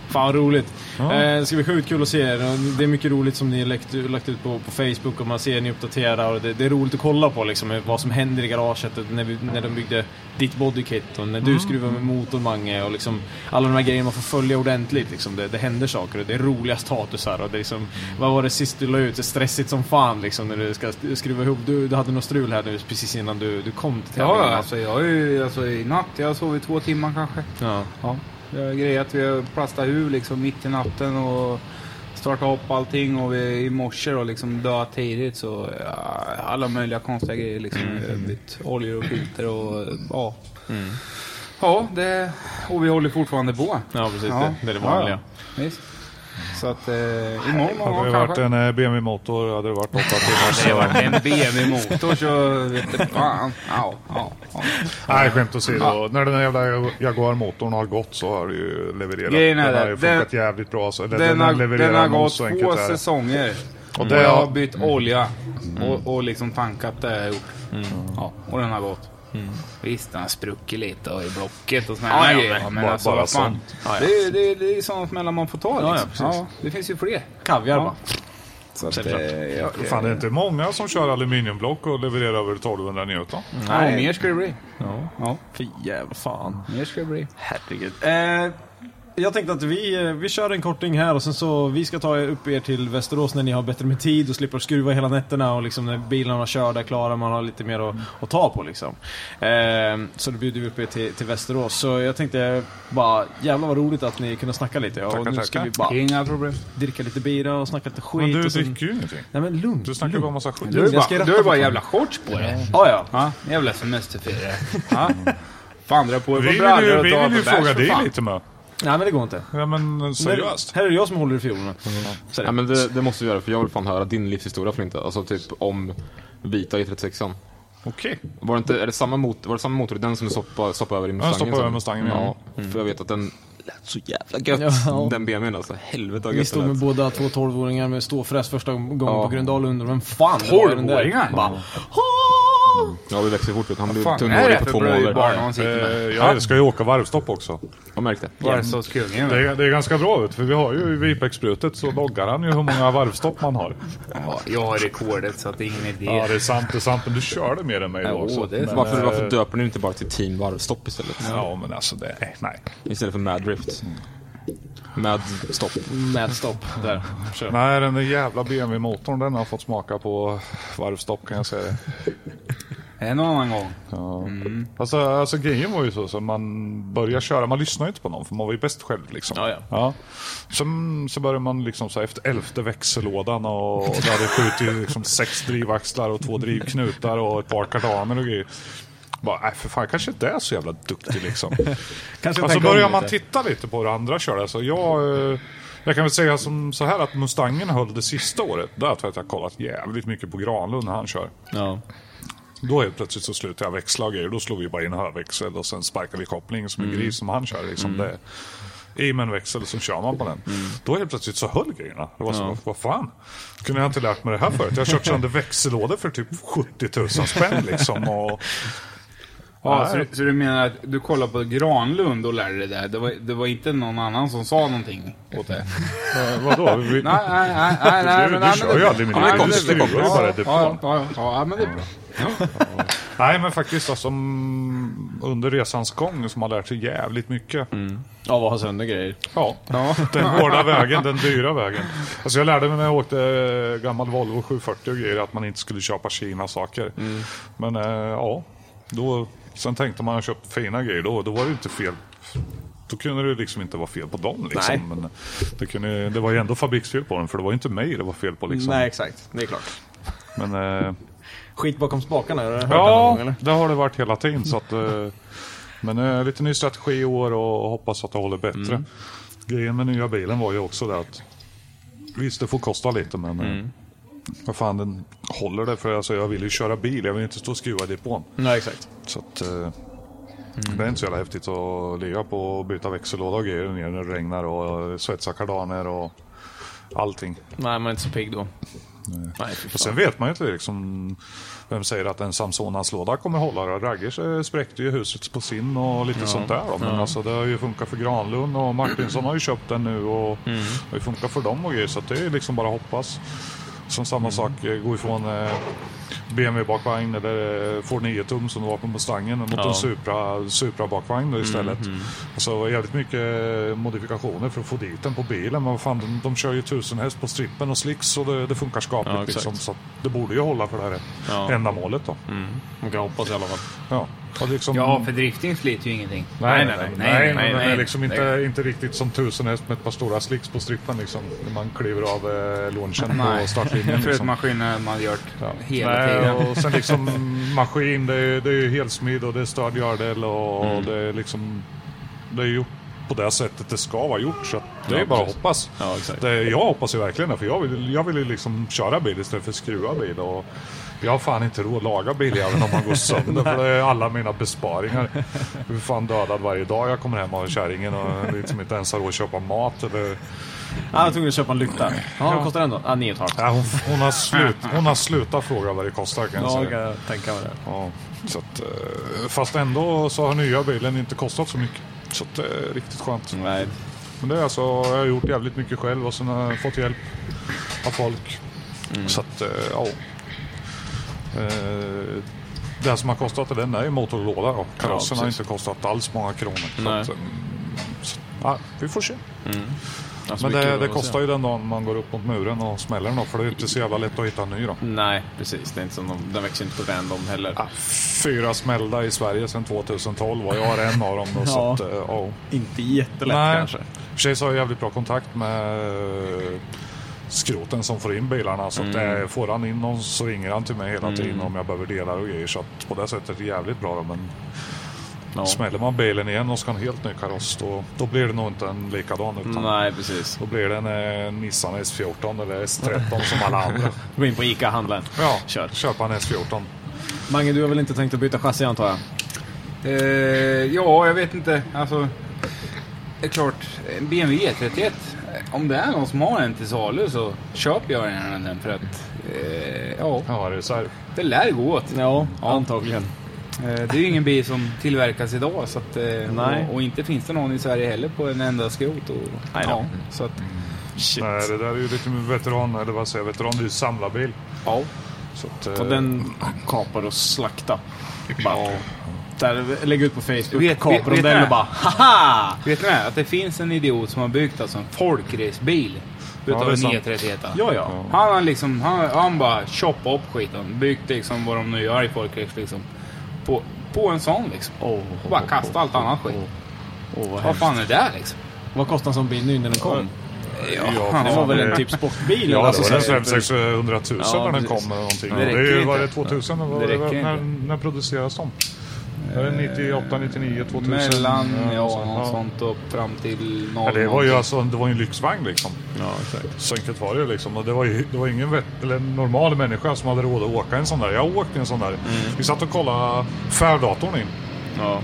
[SPEAKER 1] Fan vad roligt.
[SPEAKER 2] Ja.
[SPEAKER 1] Eh, det ska bli sjukt kul att se er. Och Det är mycket roligt som ni har lagt, lagt ut på, på Facebook och man ser ni uppdaterar. Och det, det är roligt att kolla på liksom, vad som händer i garaget. Och När, vi, när de byggde ditt bodykit och när du skruvade med motorn Mange. Och liksom, alla de här grejerna man får följa ordentligt. Liksom. Det, det händer saker och det är roliga statusar. Och det är liksom, vad var det sist du la ut? Det är stressigt som fan liksom, när du ska skruva ihop. Du, du hade något strul här nu precis innan du, du kom till
[SPEAKER 3] Ja,
[SPEAKER 1] tävlingen.
[SPEAKER 3] alltså jag är ju alltså, i natt. Jag har sovit två timmar kanske.
[SPEAKER 1] Ja.
[SPEAKER 3] Ja. Det har grejat. Vi har plastat ur liksom mitt i natten och startat upp allting och vi i morse då liksom döda tidigt så ja, alla möjliga konstiga grejer liksom.
[SPEAKER 1] Mm.
[SPEAKER 3] Vi har bytt oljor och filter och ja. Ja, det, och vi håller fortfarande på.
[SPEAKER 1] Ja, precis. Det- det är det vanliga.
[SPEAKER 3] Ja, visst. Så att eh, imorgon
[SPEAKER 2] Hade det
[SPEAKER 3] morgon
[SPEAKER 2] varit
[SPEAKER 3] kanske.
[SPEAKER 2] en eh, BMW motor hade det varit åtta timmar.
[SPEAKER 3] Det har
[SPEAKER 2] Så.
[SPEAKER 3] varit en BMW-motor så vete fan. Ja, ja, ja.
[SPEAKER 2] Nej, skämt åsido. När den här jävla Jaguar-motorn har gått så har det ju levererat.
[SPEAKER 3] Grejen är
[SPEAKER 2] den har
[SPEAKER 3] det,
[SPEAKER 2] ju funkat
[SPEAKER 3] den-
[SPEAKER 2] jävligt bra. Så, eller, den,
[SPEAKER 3] Den har,
[SPEAKER 2] levererar
[SPEAKER 3] den har
[SPEAKER 2] nog
[SPEAKER 3] gått
[SPEAKER 2] så enkelt
[SPEAKER 3] två
[SPEAKER 2] är det.
[SPEAKER 3] säsonger. Och
[SPEAKER 2] det-
[SPEAKER 3] det jag har bytt
[SPEAKER 1] Mm.
[SPEAKER 3] olja och, och liksom tankat det jag har gjort. Ja, och den har gått. Visst, den har spruckit lite och i blocket och såna här
[SPEAKER 1] Mm. Ja, ja,
[SPEAKER 3] grejer. alltså,
[SPEAKER 2] bara- bara
[SPEAKER 3] vad fan.
[SPEAKER 2] sånt.
[SPEAKER 3] Det är ju det, är- det är sådant mellan man får ta
[SPEAKER 1] ja,
[SPEAKER 3] liksom. Ja,
[SPEAKER 1] precis.
[SPEAKER 3] det finns ju fler.
[SPEAKER 1] Kaviar va?
[SPEAKER 3] Så att,
[SPEAKER 1] Självklart.
[SPEAKER 3] eh, ja,
[SPEAKER 2] Fan, det är inte många som kör aluminiumblock och levererar över 1200 Newton.
[SPEAKER 3] Mm. ja, mer ska det bli.
[SPEAKER 1] Ja.
[SPEAKER 3] Ja,
[SPEAKER 1] Fy jävla fan.
[SPEAKER 3] mer ska det bli.
[SPEAKER 1] Herregud. Eh, jag tänkte att vi, eh, vi kör en korting här och sen så vi ska ta er- upp er till Västerås när ni har bättre med tid och slipper skruva hela nätterna och liksom när bilarna kör där klara man har lite mer att, att ta på liksom. Eh, så då bjuder vi upp er till, till Västerås. Så jag tänkte bara, jävlar vad roligt att ni kunde snacka lite. och
[SPEAKER 2] Tackar,
[SPEAKER 1] nu ska
[SPEAKER 2] tackar.
[SPEAKER 1] vi bara
[SPEAKER 3] Inga problem.
[SPEAKER 1] dricka lite bira och snacka lite skit.
[SPEAKER 2] Men du
[SPEAKER 1] och sen...
[SPEAKER 2] dricker ju ingenting.
[SPEAKER 1] Nej men lugnt.
[SPEAKER 2] Du snackar bara massa skit.
[SPEAKER 3] Du har ju
[SPEAKER 1] Jag ska
[SPEAKER 3] bara,
[SPEAKER 1] ratta
[SPEAKER 3] du har ju bara
[SPEAKER 1] på
[SPEAKER 3] jävla shorts på dig.
[SPEAKER 1] Ah, ja.
[SPEAKER 3] Ja, jävla semesterfirare. Ja. Fan, dra på er
[SPEAKER 2] Vi
[SPEAKER 3] på
[SPEAKER 2] vill ju,
[SPEAKER 3] brallor och
[SPEAKER 2] vi
[SPEAKER 3] ta
[SPEAKER 2] vill ju
[SPEAKER 3] på
[SPEAKER 2] fråga
[SPEAKER 3] bärs för
[SPEAKER 2] dig
[SPEAKER 3] fan.
[SPEAKER 2] lite med.
[SPEAKER 1] Nej men det går inte.
[SPEAKER 2] Ja, men seriöst. Mm.
[SPEAKER 1] Här är det jag som håller i fiolerna. Så är det.
[SPEAKER 4] Ja, men det, det måste vi göra, för jag vill fan höra din livshistoria för inte. Alltså typ om vita i 36an.
[SPEAKER 2] Okej.
[SPEAKER 4] Var det, inte, är det samma motor, var det samma motor i den som du stoppade, stoppade över i
[SPEAKER 2] den
[SPEAKER 4] Mustangen?
[SPEAKER 2] stoppade över
[SPEAKER 4] sen?
[SPEAKER 2] Mustangen,
[SPEAKER 4] ja.
[SPEAKER 2] ja.
[SPEAKER 3] Mm.
[SPEAKER 4] För jag vet att den lät så jävla gött.
[SPEAKER 1] Ja.
[SPEAKER 4] Den BMWn alltså, helvete vad
[SPEAKER 1] Vi
[SPEAKER 4] gött
[SPEAKER 1] stod
[SPEAKER 4] den
[SPEAKER 1] med
[SPEAKER 4] lät.
[SPEAKER 1] båda två 12-åringar med ståfräs första gången
[SPEAKER 4] Ja.
[SPEAKER 1] på Gröndal och undrade vem fan det var i den där.
[SPEAKER 3] 12-åringar?
[SPEAKER 1] Bara,
[SPEAKER 4] Ja, vi växte fort ut. Han blev
[SPEAKER 3] Fan, är
[SPEAKER 4] tunnhårig
[SPEAKER 3] det
[SPEAKER 4] på
[SPEAKER 3] för
[SPEAKER 4] två
[SPEAKER 3] blöjor
[SPEAKER 4] månader.
[SPEAKER 3] barn han sitter med?
[SPEAKER 2] Eh, Jag ska ju åka varvstopp också.
[SPEAKER 4] Jag märkte.
[SPEAKER 3] Varvstoppskungen.
[SPEAKER 2] Det är, det är ganska bra ut för vi har ju i Vipex-sprutet så loggar han ju hur många varvstopp man har.
[SPEAKER 3] Ja, jag har rekordet så att det är ingen idé.
[SPEAKER 2] Ja det är sant, det är sant. Men du kör det mer än mig då.
[SPEAKER 3] Jo,
[SPEAKER 2] så-
[SPEAKER 3] det är
[SPEAKER 2] men,
[SPEAKER 4] Varför,
[SPEAKER 2] eh,
[SPEAKER 4] varför döper ni inte bara till Team Varvstopp istället?
[SPEAKER 2] Ja men alltså det, nej, nej.
[SPEAKER 4] Istället för Mad Drift. Mad Stopp.
[SPEAKER 1] Mad stopp. Där. Kör.
[SPEAKER 2] Nej den där jävla BMW-motorn den har fått smaka på varvstopp kan jag säga.
[SPEAKER 3] En och annan gång. Mm.
[SPEAKER 2] Ja. Alltså, alltså grejen var ju så, så man börjar köra, man lyssnar ju inte på någon för man var ju bäst själv liksom.
[SPEAKER 1] Ja, ja.
[SPEAKER 2] Sen så börjar man liksom så här, efter elfte växellådan och, och där hade skjutit liksom sex drivaxlar och två drivknutar och ett par kardaner och grejer. Bara, nej för fan jag kanske inte är så jävla duktig
[SPEAKER 1] [LAUGHS]
[SPEAKER 2] liksom.
[SPEAKER 1] Kanske
[SPEAKER 2] Alltså
[SPEAKER 1] tänka om
[SPEAKER 2] börjar man
[SPEAKER 1] lite.
[SPEAKER 2] titta lite på hur andra kör. Alltså, jag, eh, jag kan väl säga som så här att Mustangen höll det sista året. Där tror jag att jag har kollat jävligt mycket på Granlund när han kör.
[SPEAKER 1] Ja.
[SPEAKER 2] Då helt plötsligt så slutade
[SPEAKER 1] Mm.
[SPEAKER 2] jag växla och grejer. Då slog vi bara in högväxel och sen sparkade vi koppling som en gris som han kör. Liksom. Det, i med en växel så kör man på den.
[SPEAKER 1] Mm.
[SPEAKER 2] Då helt plötsligt så höll grejerna. Det var så, vad fan? Kunde jag inte lärt mig det här förut? Jag har kört sönder växellådor för typ 70 000 spänn liksom. Och,
[SPEAKER 3] Ja, så, så du menar att du kollar på Granlund och lärde dig det där? Det var, det var inte någon annan som sa någonting åt dig?
[SPEAKER 2] Eh,
[SPEAKER 3] [LAUGHS]
[SPEAKER 2] vadå? Vi,
[SPEAKER 3] Nej, nej, nej, nej, nej,
[SPEAKER 2] Du-
[SPEAKER 3] men-
[SPEAKER 2] du
[SPEAKER 3] nej,
[SPEAKER 2] kör
[SPEAKER 3] men-
[SPEAKER 2] ju aldrig min
[SPEAKER 3] nej,
[SPEAKER 2] egen
[SPEAKER 3] men det-
[SPEAKER 2] skruvar, det är bara det
[SPEAKER 3] Ja,
[SPEAKER 2] fan.
[SPEAKER 3] ja, ja, ja, men det är bra.
[SPEAKER 2] Nej, men faktiskt alltså, mm, under resans gång som har lärt sig jävligt mycket.
[SPEAKER 1] Mm. Av att ha sönder grejer.
[SPEAKER 2] Ja. [LAUGHS] den hårda vägen, den dyra vägen. Alltså jag lärde mig när jag åkte eh, gammal Volvo 740 och grejer att man inte skulle köpa Kina-saker.
[SPEAKER 1] Mm.
[SPEAKER 2] Men eh, ja, då, sen tänkte man att jag köpt fina grejer, då, då var det inte fel. Då kunde det liksom inte vara fel på dem. Liksom.
[SPEAKER 1] Nej.
[SPEAKER 2] Men det, kunde, det var ju ändå fabriksfel på dem, för det var ju inte mig det var fel på. Liksom.
[SPEAKER 1] Nej, exakt. Det är klart.
[SPEAKER 2] Men, eh,
[SPEAKER 1] Skit bakom spakarna, har du hört det någon
[SPEAKER 2] Ja,
[SPEAKER 1] gång eller?
[SPEAKER 2] det har det varit hela tiden. Så att, eh, men eh, lite ny strategi i år och hoppas att det håller bättre.
[SPEAKER 1] Mm.
[SPEAKER 2] Grejen med nya bilen var ju också det att visst, det får kosta lite, men eh,
[SPEAKER 1] Mm.
[SPEAKER 2] vad fan, den håller det. För alltså, jag vill ju köra bil, jag vill inte stå och skruva i depån.
[SPEAKER 1] Nej, exakt.
[SPEAKER 2] Så att, eh,
[SPEAKER 1] Mm.
[SPEAKER 2] Det är inte så jävla häftigt att ligga på och byta växellåda och grejer ner när det regnar och svetsa kardaner och allting.
[SPEAKER 1] Nej, man är inte så pigg då. Nej, fy
[SPEAKER 2] Och
[SPEAKER 1] fan.
[SPEAKER 2] sen vet man ju inte liksom, vem säger att en Samsonas-låda kommer hålla. det. Raggers eh, spräckte ju huset på sin och lite sånt där. Då. Men alltså, det har ju funkat för Granlund och Martinsson har ju köpt den nu och
[SPEAKER 1] Mm.
[SPEAKER 2] det har ju funkat för dem och grejer. Så att det är liksom bara att hoppas. Som samma
[SPEAKER 1] Mm.
[SPEAKER 2] sak, eh, gå ifrån eh, BMW bakvagn eller eh, Ford 9 tum som det var på Mustangen mot en Supra, Supra bakvagn
[SPEAKER 1] Mm,
[SPEAKER 2] då istället. Alltså det var jävligt mycket eh, modifikationer för att få dit den på bilen. Men vad fan, de, de kör ju tusen häst på strippen och slicks och det, det funkar skapligt.
[SPEAKER 1] Ja, exakt.
[SPEAKER 2] liksom, så att det borde ju hålla för det här
[SPEAKER 1] Ja.
[SPEAKER 2] ändamålet då.
[SPEAKER 7] Mm.
[SPEAKER 1] Man kan hoppas i alla fall.
[SPEAKER 2] Ja. Och liksom,
[SPEAKER 3] Ja, för drifting sliter ju ingenting.
[SPEAKER 2] Nej, nej, nej. nej,
[SPEAKER 3] nej,
[SPEAKER 2] men det
[SPEAKER 3] nej.
[SPEAKER 2] är liksom inte, inte riktigt som tusen häst med ett par stora slicks på strippen liksom. När man kliver av eh, launchen på
[SPEAKER 3] Nej, [LAUGHS]
[SPEAKER 2] startlinjen. liksom.
[SPEAKER 3] Trötmaskinen man gjort hela
[SPEAKER 2] Nej,
[SPEAKER 3] tiden.
[SPEAKER 2] och sen liksom maskin, det är, det är ju helsmid och det är stöd gördel och
[SPEAKER 1] Mm.
[SPEAKER 2] det är liksom... Det är gjort på det sättet det ska vara gjort så att det är bara att hoppas.
[SPEAKER 1] Ja, exakt.
[SPEAKER 2] det, jag hoppas ju verkligen det för jag vill, jag vill ju liksom köra bil istället för att skruva bil och jag har fan inte råd att laga bil även om man går sönder för det är alla mina besparingar. Jag är fan dödad varje dag jag kommer hem av kärringen och liksom inte ens har råd att köpa mat eller
[SPEAKER 1] Ah, jag tog att köpa en lykta. Ja, vad kostar den då? Ah, 9 och ett halvt.
[SPEAKER 2] Nej, hon, hon, har slut, hon har slutat fråga vad det kostar kan jag
[SPEAKER 1] Ja,
[SPEAKER 2] säga.
[SPEAKER 1] jag kan tänka mig det.
[SPEAKER 2] Ja, så att, eh, fast ändå så har nya bilen inte kostat så mycket. Så att det är riktigt skönt.
[SPEAKER 1] Nej.
[SPEAKER 2] Men det är alltså, jag har gjort jävligt mycket själv och sen har jag fått hjälp av folk.
[SPEAKER 1] Mm.
[SPEAKER 2] Så att, eh, ja. Eh, Det som har kostat i den är ju motorlåda och karossen har
[SPEAKER 1] precis.
[SPEAKER 2] inte kostat alls många kronor. Så
[SPEAKER 1] Nej.
[SPEAKER 2] att, eh, så, ja, vi får se.
[SPEAKER 1] Alltså,
[SPEAKER 2] Men
[SPEAKER 1] mycket
[SPEAKER 2] det,
[SPEAKER 1] bra
[SPEAKER 2] det
[SPEAKER 1] att se.
[SPEAKER 2] kostar ju den dagen man går upp mot muren och smäller den då, för det är inte så jävla lätt att hitta en ny då.
[SPEAKER 1] Nej, precis. Det är inte som de, den växer inte på random heller.
[SPEAKER 2] Ja, Fyra smällda i Sverige sedan 2012 och jag har en av dem. Då,
[SPEAKER 1] [LAUGHS]
[SPEAKER 2] så
[SPEAKER 1] Ja.
[SPEAKER 2] att, eh, ja.
[SPEAKER 1] Inte jättelätt kanske.
[SPEAKER 2] I och för sig så har jag jävligt bra kontakt med eh, skroten som får in bilarna. Så att,
[SPEAKER 1] Mm.
[SPEAKER 2] eh, får han in någon så ringer han till mig hela tiden om jag behöver delar och grejer. Så att, på det sättet är det jävligt bra. Då, men
[SPEAKER 1] Ja.
[SPEAKER 2] smäller man bilen igen och ska ha en helt ny kaross då, då blir det nog inte en likadan. Utan
[SPEAKER 1] Nej, precis.
[SPEAKER 2] Då blir det en eh, Nissan S14 eller S13 som alla andra.
[SPEAKER 1] [LAUGHS] Gå in på ICA och handla en.
[SPEAKER 2] Ja,
[SPEAKER 1] Kör.
[SPEAKER 2] köpa en S14.
[SPEAKER 1] Mange, du har väl inte tänkt att byta chassi antar jag?
[SPEAKER 3] Eh, ja, jag vet inte. Alltså, det är klart, en BMW E31. eh, E Om det är någon som har en till salu så köper jag gärna den för att, eh, ja,
[SPEAKER 2] Ja, det är så här.
[SPEAKER 3] det lär gå åt.
[SPEAKER 1] Ja, antagligen.
[SPEAKER 3] Eh, Det är ju ingen bil som tillverkas idag så att, eh,
[SPEAKER 1] Nej.
[SPEAKER 3] Och, och inte finns det någon i Sverige heller på en enda skrot. Och,
[SPEAKER 1] Nej då. Mm.
[SPEAKER 3] ja, så att,
[SPEAKER 1] Shit.
[SPEAKER 2] Nej, Eh, det där är ju lite veteran, eller vad säger jag, veteran, det är ju samlarbil.
[SPEAKER 3] ja.
[SPEAKER 2] Så att, eh,
[SPEAKER 1] Ta den kapar och slakta. Bara. Där, lägg ut på Facebook,
[SPEAKER 3] Vet-
[SPEAKER 1] kapar
[SPEAKER 3] vet-
[SPEAKER 1] de
[SPEAKER 3] vet
[SPEAKER 1] den
[SPEAKER 3] ni?
[SPEAKER 1] och bara haha!
[SPEAKER 3] Vet ni det? Att det finns en idiot som har byggt alltså en folkracebil
[SPEAKER 2] Ja,
[SPEAKER 3] utav
[SPEAKER 2] det är
[SPEAKER 3] en E
[SPEAKER 2] sant.
[SPEAKER 3] E31.
[SPEAKER 1] Ja, ja.
[SPEAKER 3] Han har liksom, han, han bara choppat upp skiten. Byggt liksom vad de nu gör i folkrace liksom. På, på en sån liksom.
[SPEAKER 1] Åh,
[SPEAKER 3] Och bara kastat allt annat skit.
[SPEAKER 1] åh, vad
[SPEAKER 3] Vad
[SPEAKER 1] hemskt.
[SPEAKER 3] fan är det liksom?
[SPEAKER 1] Vad kostade en sån bil nu när den kom?
[SPEAKER 2] Ja,
[SPEAKER 1] Det var väl en
[SPEAKER 2] det-
[SPEAKER 1] typ sportbil?
[SPEAKER 2] Ja,
[SPEAKER 1] eller
[SPEAKER 2] alltså,
[SPEAKER 1] något
[SPEAKER 2] det var
[SPEAKER 1] sånt där.
[SPEAKER 2] 500 000
[SPEAKER 1] Ja,
[SPEAKER 2] när den
[SPEAKER 1] precis.
[SPEAKER 2] kom eller någonting.
[SPEAKER 3] Det
[SPEAKER 2] Det, är
[SPEAKER 3] räcker
[SPEAKER 2] ju, var det
[SPEAKER 3] inte.
[SPEAKER 2] 2000? eller
[SPEAKER 3] Det
[SPEAKER 2] Vad,
[SPEAKER 3] räcker
[SPEAKER 2] när,
[SPEAKER 3] inte.
[SPEAKER 2] när produceras de? Är det 98, 99, 2000?
[SPEAKER 3] Mellan,
[SPEAKER 2] Ja,
[SPEAKER 3] ja,
[SPEAKER 2] så-
[SPEAKER 3] något
[SPEAKER 2] ja.
[SPEAKER 3] sånt och fram till
[SPEAKER 2] Ja,
[SPEAKER 3] 00.
[SPEAKER 2] det var ju alltså, det var ju en lyxvagn liksom.
[SPEAKER 1] Ja, exakt.
[SPEAKER 2] Så enkelt var det ju liksom. Och det var ju det var ingen vet, eller en normal människa som hade råd att åka en sån där. Jag åkte en sån där. Vi satt och kollade färddatorn in.
[SPEAKER 1] Mm. Ja.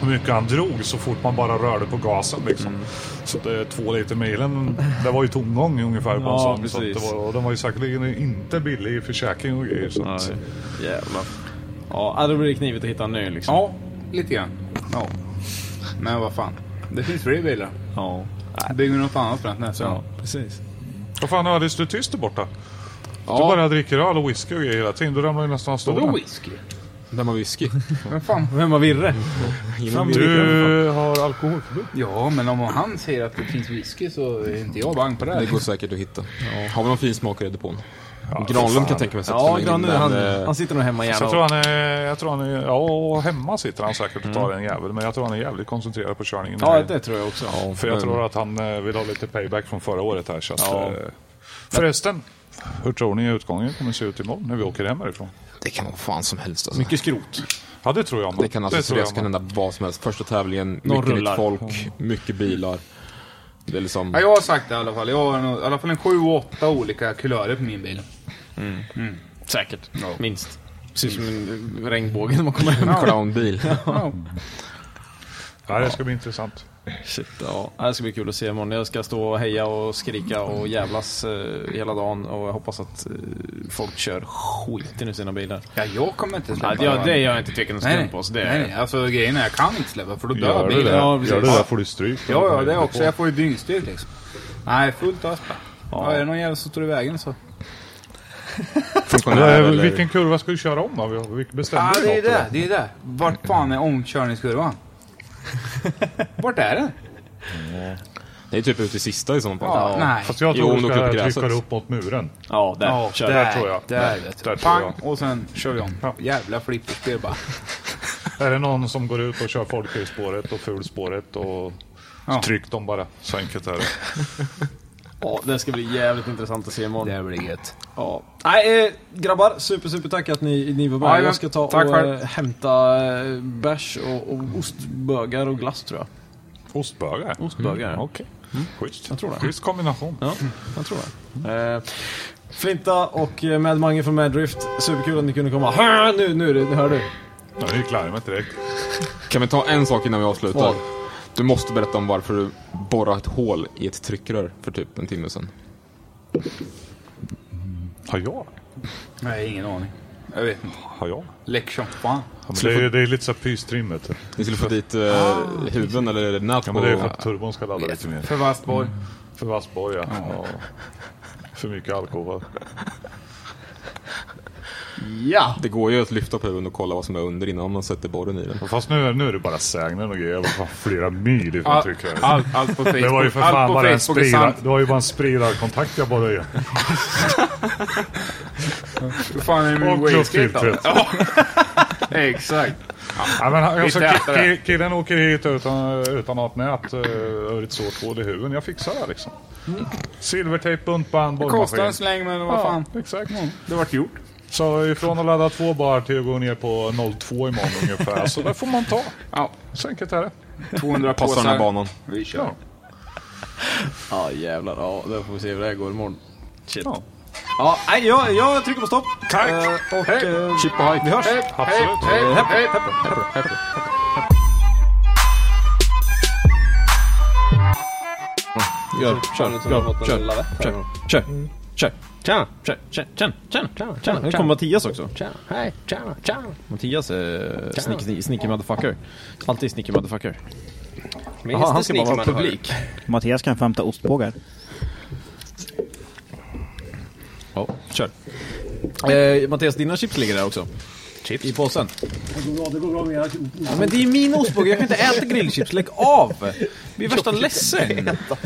[SPEAKER 2] hur mycket han drog så fort man bara rörde på gasen. Liksom.
[SPEAKER 1] Mm.
[SPEAKER 2] Så att, eh, två liter milen, det var ju tomgång ungefär på
[SPEAKER 1] Ja,
[SPEAKER 2] en sån. Så att
[SPEAKER 1] precis.
[SPEAKER 2] det var, och den var ju säkerligen inte billig i försäkring och grejer. Så att,
[SPEAKER 1] Jävlar. Ja, då blir det knivigt att hitta en ny liksom.
[SPEAKER 3] Ja, lite grann. Ja. Men vad fan. Det finns fler bilar.
[SPEAKER 1] Ja.
[SPEAKER 3] Bygger vi något annat bränt nästa gång.
[SPEAKER 1] Ja, precis.
[SPEAKER 2] Vad fan, Alice, du är tyst där borta. Du bara dricker öl och whisky och grejer hela tiden. Du ramlar ju nästan av
[SPEAKER 3] Vadå
[SPEAKER 2] stolen.
[SPEAKER 3] whisky?
[SPEAKER 4] Den var [LAUGHS] whisky.
[SPEAKER 3] Men fan.
[SPEAKER 1] Vem var Virre?
[SPEAKER 2] Du har alkoholförbud.
[SPEAKER 3] Ja, men om han säger att det finns whisky så är inte jag bang på det.
[SPEAKER 4] Det går säkert att hitta. Har vi någon fin smakare i depån? Granlund kan jag tänka mig sätta
[SPEAKER 1] Ja,
[SPEAKER 4] mig in,
[SPEAKER 1] Granlund,
[SPEAKER 4] men,
[SPEAKER 1] han,
[SPEAKER 4] eh,
[SPEAKER 1] han sitter nog hemma
[SPEAKER 2] Så jag
[SPEAKER 1] gärna
[SPEAKER 2] tror
[SPEAKER 1] och...
[SPEAKER 2] han är, jag tror han är, ja hemma sitter han säkert och tar
[SPEAKER 4] Mm.
[SPEAKER 2] en jävel. Men jag tror han är jävligt koncentrerad på körningen.
[SPEAKER 1] Ja, det tror jag också.
[SPEAKER 2] För jag
[SPEAKER 4] men-
[SPEAKER 2] tror att han eh, vill ha lite payback från förra året här. Så att, eh, Förresten, hur tror ni utgången kommer se ut imorgon när vi åker hem härifrån?
[SPEAKER 4] Det kan vara fan som helst alltså.
[SPEAKER 1] Mycket skrot.
[SPEAKER 2] Ja, det tror jag. med.
[SPEAKER 4] Det kan alltså
[SPEAKER 2] tror
[SPEAKER 4] det kan
[SPEAKER 2] jag med.
[SPEAKER 4] hända vad som helst. Första tävlingen,
[SPEAKER 1] Någon
[SPEAKER 4] mycket
[SPEAKER 1] rullar.
[SPEAKER 4] nytt folk, mycket bilar. Det är liksom...
[SPEAKER 3] Ja, jag har sagt det i alla fall. Jag har nog, i alla fall en 7-8 olika kulörer på min bil.
[SPEAKER 1] Mm, Säkert. Minst. Mm. Precis som en regnbåge när man kommer hem.
[SPEAKER 4] En clownbil.
[SPEAKER 2] Ja, det ska bli intressant.
[SPEAKER 1] Shit, ja. Det här ska bli kul att se imorgon. Jag ska stå och heja och skrika och jävlas eh, hela dagen och jag hoppas att eh, folk kör skiten ur sina bilar.
[SPEAKER 3] Ja, jag kommer inte släppa
[SPEAKER 1] Ja, det, ja, det är
[SPEAKER 3] den.
[SPEAKER 1] jag inte tvekan en
[SPEAKER 3] Nej,
[SPEAKER 1] sekund på. Så det,
[SPEAKER 3] nej, nej, alltså grejen är jag kan inte släppa för då dör
[SPEAKER 2] Gör du
[SPEAKER 3] bilen.
[SPEAKER 2] det,
[SPEAKER 1] Ja, precis.
[SPEAKER 2] gör du det får du stryk.
[SPEAKER 3] Ja, ja, det är också. Jag får ju dyngstyrk liksom. Nej, fullt ös bara. Ja. Är det någon jävel som står i vägen så.
[SPEAKER 2] Eh,
[SPEAKER 4] Funktionär eller...
[SPEAKER 2] Vilken kurva ska du köra om då? Vi- Vi bestämde
[SPEAKER 3] Ja,
[SPEAKER 2] ju
[SPEAKER 3] det är
[SPEAKER 2] något,
[SPEAKER 3] det.
[SPEAKER 2] eller?
[SPEAKER 3] Det är det. Vart fan är
[SPEAKER 2] [LAUGHS]
[SPEAKER 3] omkörningskurvan? Vart är den?
[SPEAKER 4] Det är typ ute i sista i sådana fall.
[SPEAKER 3] Ja, nej.
[SPEAKER 2] Fast jag
[SPEAKER 4] Jo,
[SPEAKER 2] tror
[SPEAKER 4] om du
[SPEAKER 2] du
[SPEAKER 4] åker upp i
[SPEAKER 2] ska
[SPEAKER 4] gräset.
[SPEAKER 2] trycka dig upp mot muren.
[SPEAKER 1] Ja, där.
[SPEAKER 3] Ja,
[SPEAKER 1] kör.
[SPEAKER 3] där
[SPEAKER 2] tror jag.
[SPEAKER 3] Där, vet du.
[SPEAKER 2] Där tror
[SPEAKER 3] Pang, och sen kör vi om. Jävla flipperspel bara.
[SPEAKER 2] [LAUGHS] Är det någon som går ut och kör folk i spåret och fulspåret och
[SPEAKER 3] Ja.
[SPEAKER 2] tryck dem bara. Så enkelt är det.
[SPEAKER 1] [LAUGHS] Ja, det ska bli jävligt intressant att se imorgon.
[SPEAKER 3] Det blir gött.
[SPEAKER 1] Ja. Nej, eh, grabbar. Super, super tack att ni, ni var med.
[SPEAKER 3] Ja, ja.
[SPEAKER 1] jag ska ta
[SPEAKER 3] Tack
[SPEAKER 1] och
[SPEAKER 3] själv.
[SPEAKER 1] eh, hämta eh, bärs och, och ostbögar och glass tror jag.
[SPEAKER 2] Ostbögar?
[SPEAKER 1] Ostbögar.
[SPEAKER 2] Mm, Okej. Schysst.
[SPEAKER 1] tror det.
[SPEAKER 2] Schysst kombination.
[SPEAKER 1] Ja, jag tror det. Eh, Flinta och eh, Mad Mange från Madrift. Superkul att ni kunde komma. Hör, nu, nu, är det- nu hör du.
[SPEAKER 2] Nu gick larmet direkt.
[SPEAKER 4] Kan vi ta en sak innan vi avslutar?
[SPEAKER 1] Vad?
[SPEAKER 4] Du måste berätta om varför du borrade ett hål i ett tryckrör för typ en timme sedan.
[SPEAKER 2] Mm. Har jag?
[SPEAKER 3] Nej, ingen aning. Jag vet inte.
[SPEAKER 2] Har jag?
[SPEAKER 3] Lex som fan.
[SPEAKER 2] Ja, men det, är, det är lite så här pystrim vet du.
[SPEAKER 4] Ni skulle få dit eh, huvuden eller nät
[SPEAKER 2] Ja,
[SPEAKER 4] på...
[SPEAKER 2] men det är för att turbon ska ladda lite mer.
[SPEAKER 3] För Vastborg.
[SPEAKER 2] För vass borg, ja. ja. För mycket alkohol.
[SPEAKER 1] Ja!
[SPEAKER 4] Det går ju att lyfta på huvudet och kolla vad som är under innan man sätter borren i den.
[SPEAKER 2] Fast nu, är- nu är det bara sägnen och grejer. Vad fan, Flera mil ifrån
[SPEAKER 3] Allt,
[SPEAKER 2] tryckröret.
[SPEAKER 3] allt, allt på Facebook.
[SPEAKER 2] Det var ju för
[SPEAKER 3] allt
[SPEAKER 2] fan
[SPEAKER 3] på
[SPEAKER 2] bara en
[SPEAKER 3] Facebook är sant.
[SPEAKER 2] spridar, det var ju bara en spridarkontakt jag bara gör.
[SPEAKER 3] Hur fan är det med
[SPEAKER 2] Och
[SPEAKER 3] Wayscape då?
[SPEAKER 2] luftfiltret.
[SPEAKER 3] Exakt.
[SPEAKER 2] Ja, men, han- alltså,
[SPEAKER 3] tätar
[SPEAKER 2] ki-
[SPEAKER 3] det.
[SPEAKER 2] ki- killen åker hit utan, utan att ha ett nät eh, och ett sårt hål i huvudet. Jag fixar det liksom. Silvertejp, buntband, borrmaskin.
[SPEAKER 3] Kostade en släng men vad
[SPEAKER 2] Ja,
[SPEAKER 3] fan. Mm.
[SPEAKER 2] exakt.
[SPEAKER 3] Det vart gjort.
[SPEAKER 2] Så ifrån att ladda två bar till att gå ner på 0,2 imorgon ungefär. Så det får man ta.
[SPEAKER 3] Ja,
[SPEAKER 2] Så enkelt är det.
[SPEAKER 3] 200
[SPEAKER 4] Passar den här
[SPEAKER 3] påsar.
[SPEAKER 4] banan.
[SPEAKER 3] Vi kör.
[SPEAKER 2] Ja.
[SPEAKER 1] Ja, jävlar. Ja, då får vi se hur det här går imorgon. Shit. Ja.
[SPEAKER 2] Ja.
[SPEAKER 1] nej, jag, jag trycker på stopp.
[SPEAKER 2] Tack.
[SPEAKER 1] Eh, och, eh,
[SPEAKER 4] Chip och hike.
[SPEAKER 1] vi hörs.
[SPEAKER 2] Absolut.
[SPEAKER 1] Eh, hepp.
[SPEAKER 4] Gör, kör, gör, kör.
[SPEAKER 1] Kör, kör,
[SPEAKER 2] Mm.
[SPEAKER 1] kör. Tjena, tjena, tjena, tjena, tjena, tjena. Nu kommer Mattias också. Tjena, hej, tjena, tjena. Mattias är snick- snicker motherfucker. Alltid snicker motherfucker. Jaha, han ska bara vara publik.
[SPEAKER 8] Mattias kan femta ostbågar.
[SPEAKER 1] Ja, kör. Eh, Mattias, dina chips ligger där också. Chips? I påsen. Det går bra, det går bra med ja, Men det är min ostbåge, jag kan inte äta grillchips. Lägg av! Blir värsta
[SPEAKER 9] [LAUGHS]
[SPEAKER 1] ledsen.
[SPEAKER 9] Vad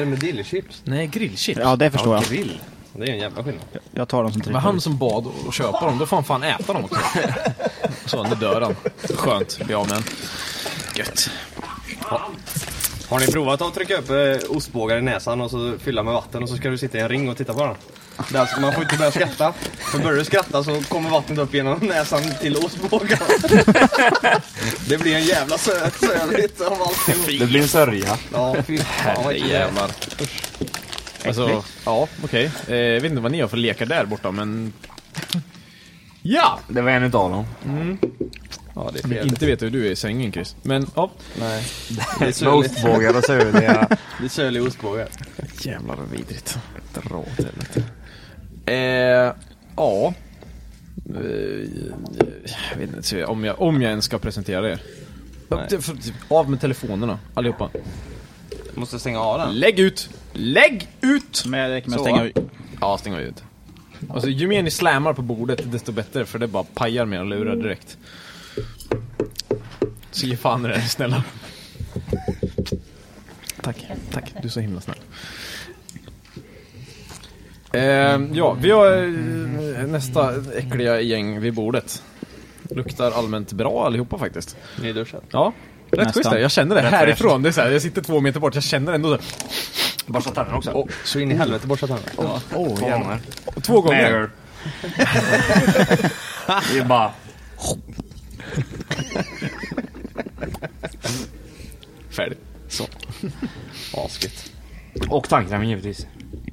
[SPEAKER 9] är det med dillchips?
[SPEAKER 1] Nej, grillchips.
[SPEAKER 8] Ja, det förstår jag.
[SPEAKER 9] Grill. Det är en jävla skillnad.
[SPEAKER 8] Jag tar dem som
[SPEAKER 1] Det var han
[SPEAKER 8] trycker.
[SPEAKER 1] som bad att köpa dem, då får han fan äta dem också. Så, nu dör han. Skönt, bli av med en. Gött.
[SPEAKER 9] Har ni provat att trycka upp eh, ostbågar i näsan och så fylla med vatten och så ska du sitta i en ring och titta på den? Det är alltså, man får inte börja skratta. För börjar du skratta så kommer vattnet upp genom näsan till ostbågarna. det blir en jävla sö- söligt av alltihop.
[SPEAKER 10] Det blir en sörja.
[SPEAKER 9] Ja, fy fan vad äckligt.
[SPEAKER 1] Herrejävlar. Alltså, ja, okej. Eh, jag vet inte vad ni har för lekar där borta, men... Ja!
[SPEAKER 9] Mm.
[SPEAKER 10] Det var en utav dem.
[SPEAKER 1] Ja, det
[SPEAKER 9] är fel.
[SPEAKER 1] inte vet hur du är i sängen Chris. Men, ja.
[SPEAKER 9] Nej.
[SPEAKER 1] Det är sörligt.
[SPEAKER 9] ostbågar och
[SPEAKER 1] surliga. [LAUGHS]
[SPEAKER 9] Det är sörliga ostbågar.
[SPEAKER 1] Jävlar vad vidrigt. Dra åt helvete. Eh, ja. Eh, Jag vet inte så jag- om jag, om jag ens ska presentera er. Upp till- för- Av med telefonerna, allihopa.
[SPEAKER 9] Måste stänga av den.
[SPEAKER 1] Lägg ut! Lägg ut!
[SPEAKER 8] Men det räcker
[SPEAKER 9] med att stänga ut.
[SPEAKER 1] Ja, stänga ut. Alltså, ju mer ni slammar på bordet, desto bättre, för det bara pajar mina lurar direkt. Så ge fan i det, snälla. Tack, tack. Du är så himla snäll. Eh, ja, vi har eh, nästa äckliga gäng vid bordet. Luktar allmänt bra allihopa faktiskt.
[SPEAKER 9] Nyduschad.
[SPEAKER 1] Ja, rätt
[SPEAKER 9] Nästan.
[SPEAKER 1] schysst där. Jag känner det
[SPEAKER 9] Rätt
[SPEAKER 1] härifrån. Det är så här, jag sitter två meter bort, jag känner ändå så. Borsta tänderna också.
[SPEAKER 9] så in i helvete borsta tänderna.
[SPEAKER 1] Åh, åh,
[SPEAKER 9] Två
[SPEAKER 1] jävlar.
[SPEAKER 9] gånger.
[SPEAKER 1] Två gånger? [LAUGHS]
[SPEAKER 9] Nej.
[SPEAKER 1] Det är bara... Färdigt. Så.
[SPEAKER 9] Asket.
[SPEAKER 10] Och tandkrämen givetvis.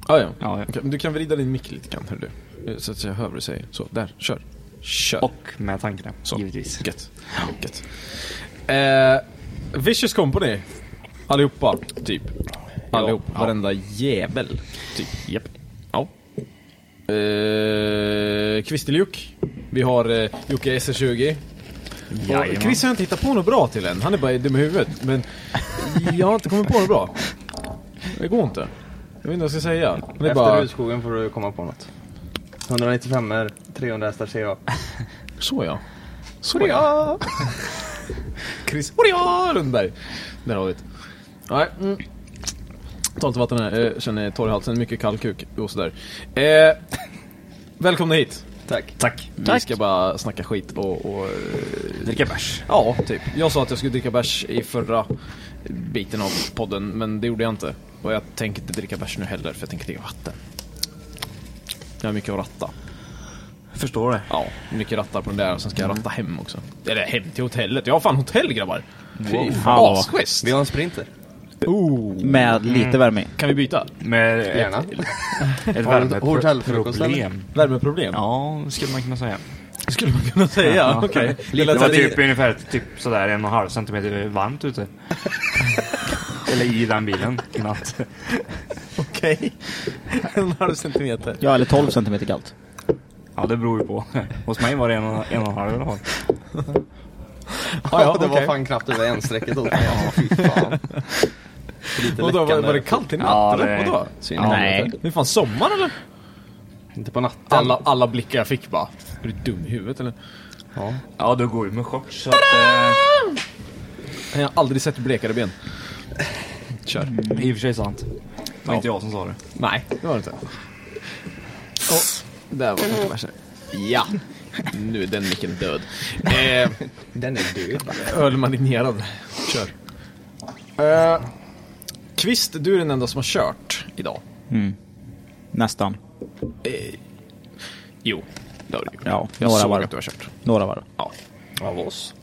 [SPEAKER 1] Ah, ja. Okej, men Du kan vrida din mick lite grann, hörru du. Så att jag hör vad du säger. Så, där, kör. Kör.
[SPEAKER 10] Och med tandkräm, givetvis.
[SPEAKER 1] Gött. Gött. Eh, Vicious Company. Allihopa, typ. Allihop, varenda jävel. Typ. Japp. Ja. Eh, Kvisteljuk. Vi har eh, Jocke SR20.
[SPEAKER 10] Jajamän.
[SPEAKER 1] Och Chris har inte hittat på något bra till än. Han är bara dum i huvudet. Men jag har inte kommit på något bra. Det går inte. Jag vet inte vad jag ska säga. Han är
[SPEAKER 9] Efter
[SPEAKER 1] bara...
[SPEAKER 9] urskogen får du komma på något. 195 er 300 hästar CA.
[SPEAKER 1] Så ja. Så ja. [LAUGHS] Chris Horia Rundberg. Där har vi det. Nej. Mm. Ta lite vatten här, jag känner torr i halsen, mycket kall kuk och sådär. Eh, [LAUGHS] välkomna hit.
[SPEAKER 9] Tack.
[SPEAKER 1] Tack. Vi
[SPEAKER 9] Tack.
[SPEAKER 1] ska bara snacka skit och... och eh,
[SPEAKER 10] dricka bärs.
[SPEAKER 1] Ja, typ. Jag sa att jag skulle dricka bärs i förra biten av podden, men det gjorde jag inte. Och jag tänker inte dricka bärs nu heller, för jag tänker dricka vatten. Jag har mycket att ratta.
[SPEAKER 10] Förstår det. Mm.
[SPEAKER 1] Ja, mycket rattar på den där och sen ska jag ratta hem också. Eller hem till hotellet. Jag har fan hotell grabbar! Fy fan, asschysst!
[SPEAKER 9] Vi har en sprinter.
[SPEAKER 1] Oh.
[SPEAKER 8] Med lite värme.
[SPEAKER 1] Kan vi byta?
[SPEAKER 10] Med
[SPEAKER 9] Gärna.
[SPEAKER 10] ett, ett
[SPEAKER 9] Har du
[SPEAKER 10] värmepro-
[SPEAKER 9] hotellfrukost, eller?
[SPEAKER 10] problem.
[SPEAKER 1] Värmeproblem?
[SPEAKER 10] Ja, skulle man kunna säga.
[SPEAKER 1] Skulle man kunna säga? Okej. Det
[SPEAKER 10] Det var
[SPEAKER 1] lät lite-
[SPEAKER 10] typ ungefär typ sådär en och en halv centimeter
[SPEAKER 1] [LAUGHS]
[SPEAKER 10] varmt ute. Eller i den bilen i natt.
[SPEAKER 1] Okej. En halv centimeter.
[SPEAKER 8] Ja, eller 12 centimeter kallt.
[SPEAKER 10] Ja, det beror ju på. Hos mig var det en och en, och en halv i alla fall.
[SPEAKER 9] Ja, [LAUGHS] det var
[SPEAKER 1] okej.
[SPEAKER 9] fan knappt över
[SPEAKER 1] [LAUGHS]
[SPEAKER 9] enstrecket åt mig. alltså. Fy fan. Lite
[SPEAKER 1] Vadå, var,
[SPEAKER 9] läckande.
[SPEAKER 1] var det kallt i natt
[SPEAKER 10] Ja,
[SPEAKER 1] eller?
[SPEAKER 10] det-
[SPEAKER 1] Vadå?
[SPEAKER 10] Ja. Nej.
[SPEAKER 1] Det är fan sommar eller?
[SPEAKER 9] Inte på natten.
[SPEAKER 1] Alla, alla blickar jag fick bara. Är du dum i huvudet eller?
[SPEAKER 9] Ja.
[SPEAKER 10] Ja, du går ju med shorts. Så att, eh,
[SPEAKER 1] eh, Jag har aldrig sett blekare ben. Kör.
[SPEAKER 10] Mm, I och för sig sant. Det
[SPEAKER 1] Ja.
[SPEAKER 10] var inte jag som sa det.
[SPEAKER 1] Nej, det var det inte. Och, där var första versen. Ja, nu är den micken död.
[SPEAKER 10] [LAUGHS]
[SPEAKER 1] Eh,
[SPEAKER 9] Den är död.
[SPEAKER 1] Ölmanignerad. Kör. Eh, Kvist, du är den enda som har kört idag.
[SPEAKER 8] Mm. Nästan.
[SPEAKER 1] Eh, jo, det har du gjort.
[SPEAKER 8] Ja,
[SPEAKER 1] Jag
[SPEAKER 8] några
[SPEAKER 1] såg
[SPEAKER 8] varv.
[SPEAKER 1] att du har kört.
[SPEAKER 8] Några varv.
[SPEAKER 1] Ja.
[SPEAKER 9] Av oss.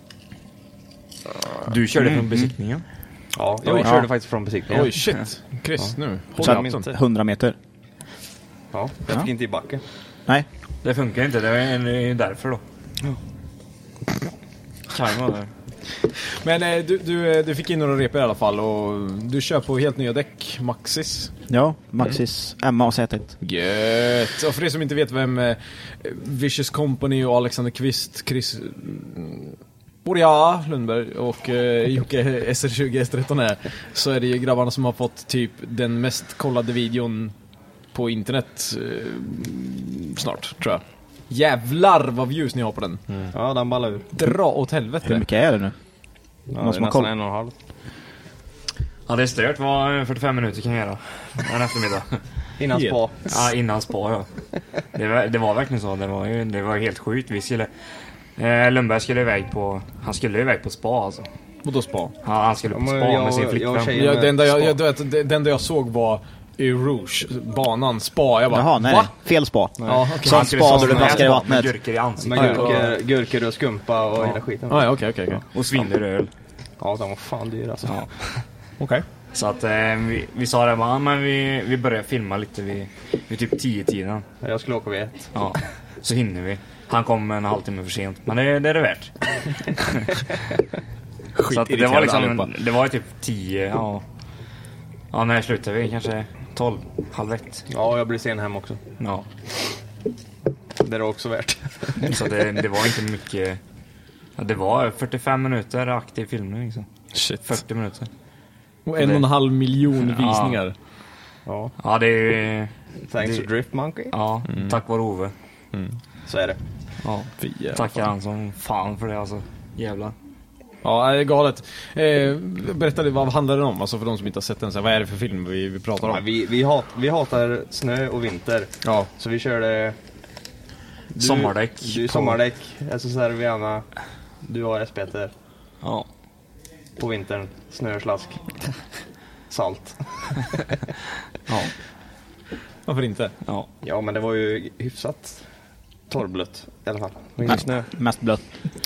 [SPEAKER 10] Du körde
[SPEAKER 1] Mm.
[SPEAKER 10] från besiktningen.
[SPEAKER 9] Ja, jag
[SPEAKER 8] Oj.
[SPEAKER 9] körde
[SPEAKER 8] Ja.
[SPEAKER 9] faktiskt från besiktningen.
[SPEAKER 1] Oj, shit. Chris, nu.
[SPEAKER 8] Så
[SPEAKER 1] Håll
[SPEAKER 8] att,
[SPEAKER 1] hatten.
[SPEAKER 8] 100 meter.
[SPEAKER 9] Ja, jag fick inte i backen.
[SPEAKER 8] Nej.
[SPEAKER 10] Det funkar inte. Det är det är ju därför då. Kan vara det.
[SPEAKER 1] [LAUGHS] Men eh, du, du, eh, du fick in några repor i alla fall och du kör på helt nya däck, Maxis.
[SPEAKER 8] Ja, Maxis Emma och Z1.
[SPEAKER 1] Gött! Och för er som inte vet vem eh, Vicious Company och Alexander Kvist, Chris... mm, Borja Lundberg och eh, Jocke SR20 S13 är, så är det ju grabbarna som har fått typ den mest kollade videon på internet eh, snart, tror jag. Jävlar vad views ni har på den!
[SPEAKER 9] Mm. Ja, den ballade ur.
[SPEAKER 1] Dra åt
[SPEAKER 8] Hur
[SPEAKER 1] helvete!
[SPEAKER 8] mycket är det nu?
[SPEAKER 9] Ja,
[SPEAKER 8] Någon
[SPEAKER 9] det
[SPEAKER 8] som
[SPEAKER 9] är
[SPEAKER 8] har koll?
[SPEAKER 9] nästan en och en halv.
[SPEAKER 10] Ja, det är stört vad eh, 45 minuter kan göra. En eftermiddag.
[SPEAKER 9] [LAUGHS] Innan
[SPEAKER 1] Helt.
[SPEAKER 9] spa.
[SPEAKER 10] Ja, innan spa ja. Det var, det var verkligen så. Det var ju det var helt sjukt. Vi skulle... Eh, Lundberg skulle iväg på... Han skulle iväg på spa alltså.
[SPEAKER 1] Vadå spa?
[SPEAKER 10] Ja, han skulle på
[SPEAKER 9] Ja,
[SPEAKER 10] spa
[SPEAKER 9] men
[SPEAKER 10] med
[SPEAKER 9] jag-
[SPEAKER 10] sin
[SPEAKER 9] jag
[SPEAKER 10] flickvän.
[SPEAKER 9] och tjejen-
[SPEAKER 1] Ja, det, enda jag, jag, du vet, det, det enda jag såg var i Rouge, banan, spa. Jag bara,
[SPEAKER 8] Jaha, nej.
[SPEAKER 1] va?
[SPEAKER 8] Fel spa.
[SPEAKER 1] Ja, okej.
[SPEAKER 8] Sånt spa där du plaskar i
[SPEAKER 10] Med
[SPEAKER 8] vattnet.
[SPEAKER 10] gurkor i ansiktet.
[SPEAKER 9] Med
[SPEAKER 10] och-
[SPEAKER 9] gurkor, gurkor och skumpa och hela skiten.
[SPEAKER 1] Ah, ja, okej, okej, okej.
[SPEAKER 10] Och svindlar öl.
[SPEAKER 9] Ja, den var fan dyr alltså.
[SPEAKER 10] Ja.
[SPEAKER 1] [LAUGHS] Okej.
[SPEAKER 10] Så att eh, vi, vi sa det bara, "Ja, men vi, vi börjar filma lite vid, vid typ 10-tiden.
[SPEAKER 9] Jag skulle åka vid ett.
[SPEAKER 10] Ja, så hinner vi. Han kom en halvtimme för sent, men det, det är
[SPEAKER 1] [LAUGHS]
[SPEAKER 10] det värt. så att det
[SPEAKER 5] Skitirriterade
[SPEAKER 10] var liksom,
[SPEAKER 5] allihopa.
[SPEAKER 10] det var ju typ tio, ja. Ja, när slutar vi? Kanske tolv, halv ett.
[SPEAKER 9] Ja, jag blir sen hem också.
[SPEAKER 10] Ja.
[SPEAKER 9] Det är det också värt.
[SPEAKER 10] [LAUGHS] Så det, det var inte mycket. Ja, det var 45 minuter aktiv filmning. Liksom.
[SPEAKER 5] Shit.
[SPEAKER 10] 40 minuter.
[SPEAKER 5] Och en och en halv miljon
[SPEAKER 10] Ja.
[SPEAKER 5] visningar.
[SPEAKER 9] Ja.
[SPEAKER 10] Ja, det är ju...
[SPEAKER 9] Thanks
[SPEAKER 10] det,
[SPEAKER 9] to Drift Monkey.
[SPEAKER 10] Ja,
[SPEAKER 9] Mm.
[SPEAKER 10] tack vare Ove.
[SPEAKER 9] Så är det.
[SPEAKER 10] Ja,
[SPEAKER 5] Mm. Fy jävla
[SPEAKER 10] tackar
[SPEAKER 5] fan.
[SPEAKER 10] han som fan för det alltså. Jävlar.
[SPEAKER 1] Ja, det är galet. Eh, berätta lite, vad handlar den om? Alltså för de som inte har sett den, så här, vad är det för film vi, vi pratar om?
[SPEAKER 9] Ja, vi, vi, hat, vi hatar snö och vinter.
[SPEAKER 1] Ja.
[SPEAKER 9] Så vi körde... Du,
[SPEAKER 10] Sommardäck
[SPEAKER 9] Du
[SPEAKER 10] på-
[SPEAKER 9] sommardäck, SSR Viana, du har SPT.
[SPEAKER 10] Ja.
[SPEAKER 9] På vintern, snö och slask. Salt.
[SPEAKER 10] ja.
[SPEAKER 1] Varför inte?
[SPEAKER 10] Ja.
[SPEAKER 9] ja, men det var ju hyfsat torrblött i alla fall. Och ingen
[SPEAKER 8] Mest,
[SPEAKER 9] snö.
[SPEAKER 8] mest blött.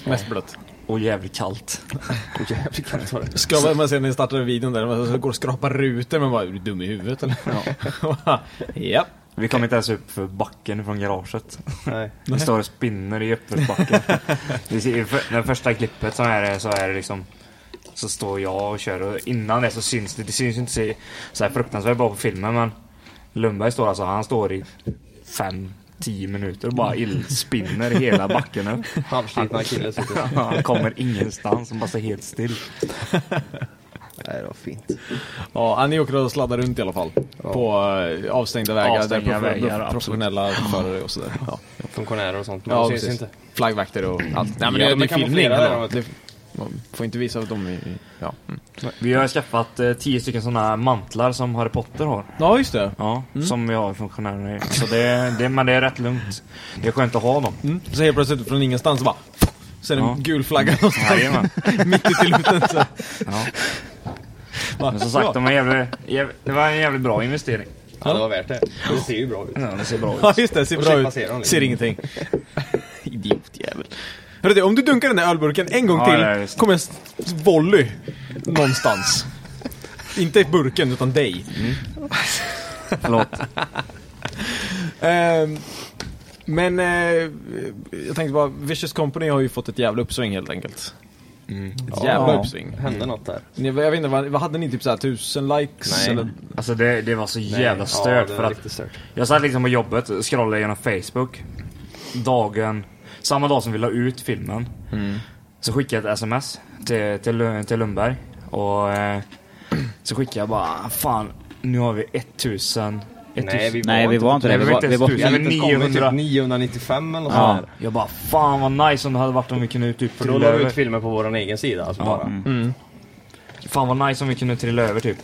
[SPEAKER 1] Mest blött.
[SPEAKER 10] Och jävligt kallt.
[SPEAKER 9] Och [LAUGHS] jävligt kallt var det.
[SPEAKER 1] Ska man- man ser när jag startade videon där, man så går och skrapar rutor, men bara, är du dum i huvudet eller? Ja. [LAUGHS] ja.
[SPEAKER 10] Vi kom inte ens upp för backen från garaget.
[SPEAKER 9] Nej.
[SPEAKER 10] Vi står och spinner i uppförsbacken. Vi ser- i för- Det första klippet som är det, så är det liksom så står jag och kör och innan det så syns det, det syns ju inte så, så här fruktansvärt bra på filmen men Lundberg står alltså, han står i fem, tio minuter och bara ill- spinner hela backen upp.
[SPEAKER 9] Halvslitna killar sitter.
[SPEAKER 10] [LAUGHS] Ja, Han kommer ingenstans, han bara står
[SPEAKER 9] [LAUGHS]
[SPEAKER 10] helt still.
[SPEAKER 9] Nej, det var fint.
[SPEAKER 1] Ja, ni åker och sladdar runt i alla fall. På eh, avstängda vägar
[SPEAKER 10] Avstängda
[SPEAKER 1] där prof-
[SPEAKER 10] vägar, absolut.
[SPEAKER 1] professionella förare och sådär. Ja,
[SPEAKER 9] Funktionärer och sånt, men
[SPEAKER 1] ja
[SPEAKER 9] de syns
[SPEAKER 1] precis.
[SPEAKER 9] inte.
[SPEAKER 1] Flaggvakter och allt. Nej men
[SPEAKER 9] Ja,
[SPEAKER 1] det,
[SPEAKER 9] de
[SPEAKER 1] det
[SPEAKER 9] är
[SPEAKER 1] är filmning.
[SPEAKER 9] kamouflerade,
[SPEAKER 1] ändå.
[SPEAKER 9] de
[SPEAKER 1] Det, man får inte visa dem i... i- Ja. Mm.
[SPEAKER 10] Vi har skaffat eh, tio stycken sådana mantlar som Harry Potter har.
[SPEAKER 1] ja, just det. Mm.
[SPEAKER 10] Ja, som vi har funktionärer i. Så det, det, men det är rätt lugnt. Det är skönt att ha dem.
[SPEAKER 1] Mm. Så helt plötsligt från ingenstans bara... Sen en
[SPEAKER 10] Ja. Mm.
[SPEAKER 1] gul flagga någonstans.
[SPEAKER 10] Jajamän.
[SPEAKER 1] [LAUGHS] Mitt ute i luften. Så.
[SPEAKER 10] Ja.
[SPEAKER 1] Va?
[SPEAKER 10] Men som sagt, de var jävligt, jävligt, det var en jävligt bra investering.
[SPEAKER 9] Ja, det var värt det. Det ser ju bra ut.
[SPEAKER 10] Ja, det ser bra
[SPEAKER 1] Ja
[SPEAKER 10] ut.
[SPEAKER 1] just det, ser
[SPEAKER 9] Och
[SPEAKER 1] bra
[SPEAKER 9] slippa
[SPEAKER 1] ut.
[SPEAKER 9] se dem
[SPEAKER 10] liksom.
[SPEAKER 9] lite.
[SPEAKER 1] Ser ingenting. Idiotjävel. Hörru du, om du dunkar den där ölburken en gång
[SPEAKER 10] Ja,
[SPEAKER 1] till
[SPEAKER 10] ja, visst.
[SPEAKER 1] kommer jag s- volley
[SPEAKER 10] [LAUGHS]
[SPEAKER 1] någonstans. Inte i burken, utan dig.
[SPEAKER 10] Förlåt.
[SPEAKER 1] [LAUGHS] Ehm, men eh, jag tänkte bara, Vicious Company har ju fått ett jävla uppsving helt enkelt. Ett jävla
[SPEAKER 10] Ja.
[SPEAKER 1] uppsving. Mm.
[SPEAKER 9] Hände Mm. något där.
[SPEAKER 1] Ni, jag vet inte, vad, vad hade ni? Typ såhär tusen likes?
[SPEAKER 9] Nej.
[SPEAKER 1] Eller?
[SPEAKER 10] Alltså det, det var så jävla stört
[SPEAKER 9] ja,
[SPEAKER 10] för att jag satt liksom på jobbet och scrollade genom Facebook. Dagen, samma dag som vi la ut filmen.
[SPEAKER 9] Mm.
[SPEAKER 10] Så skickade jag ett sms till, till, Lu- till Lundberg. Och eh, så skickade jag bara, fan nu har vi 1000. 1000
[SPEAKER 9] Nej, vi var
[SPEAKER 8] Nej, vi
[SPEAKER 9] inte
[SPEAKER 8] var inte det. Vi
[SPEAKER 10] Nej,
[SPEAKER 8] var,
[SPEAKER 10] vi
[SPEAKER 8] vi var,
[SPEAKER 10] var inte ens
[SPEAKER 9] Vi
[SPEAKER 8] vi
[SPEAKER 9] hade
[SPEAKER 8] var,
[SPEAKER 9] inte ens kommit
[SPEAKER 10] 900.
[SPEAKER 9] typ 995 eller något
[SPEAKER 8] Ja.
[SPEAKER 9] sånt där.
[SPEAKER 10] Jag bara, fan vad nice om det hade varit om vi kunde ut typ
[SPEAKER 9] För då la vi ut filmer på vår egen sida. Alltså bara.
[SPEAKER 10] Mm.
[SPEAKER 1] Mm.
[SPEAKER 10] Fan vad nice om vi kunde trilla över typ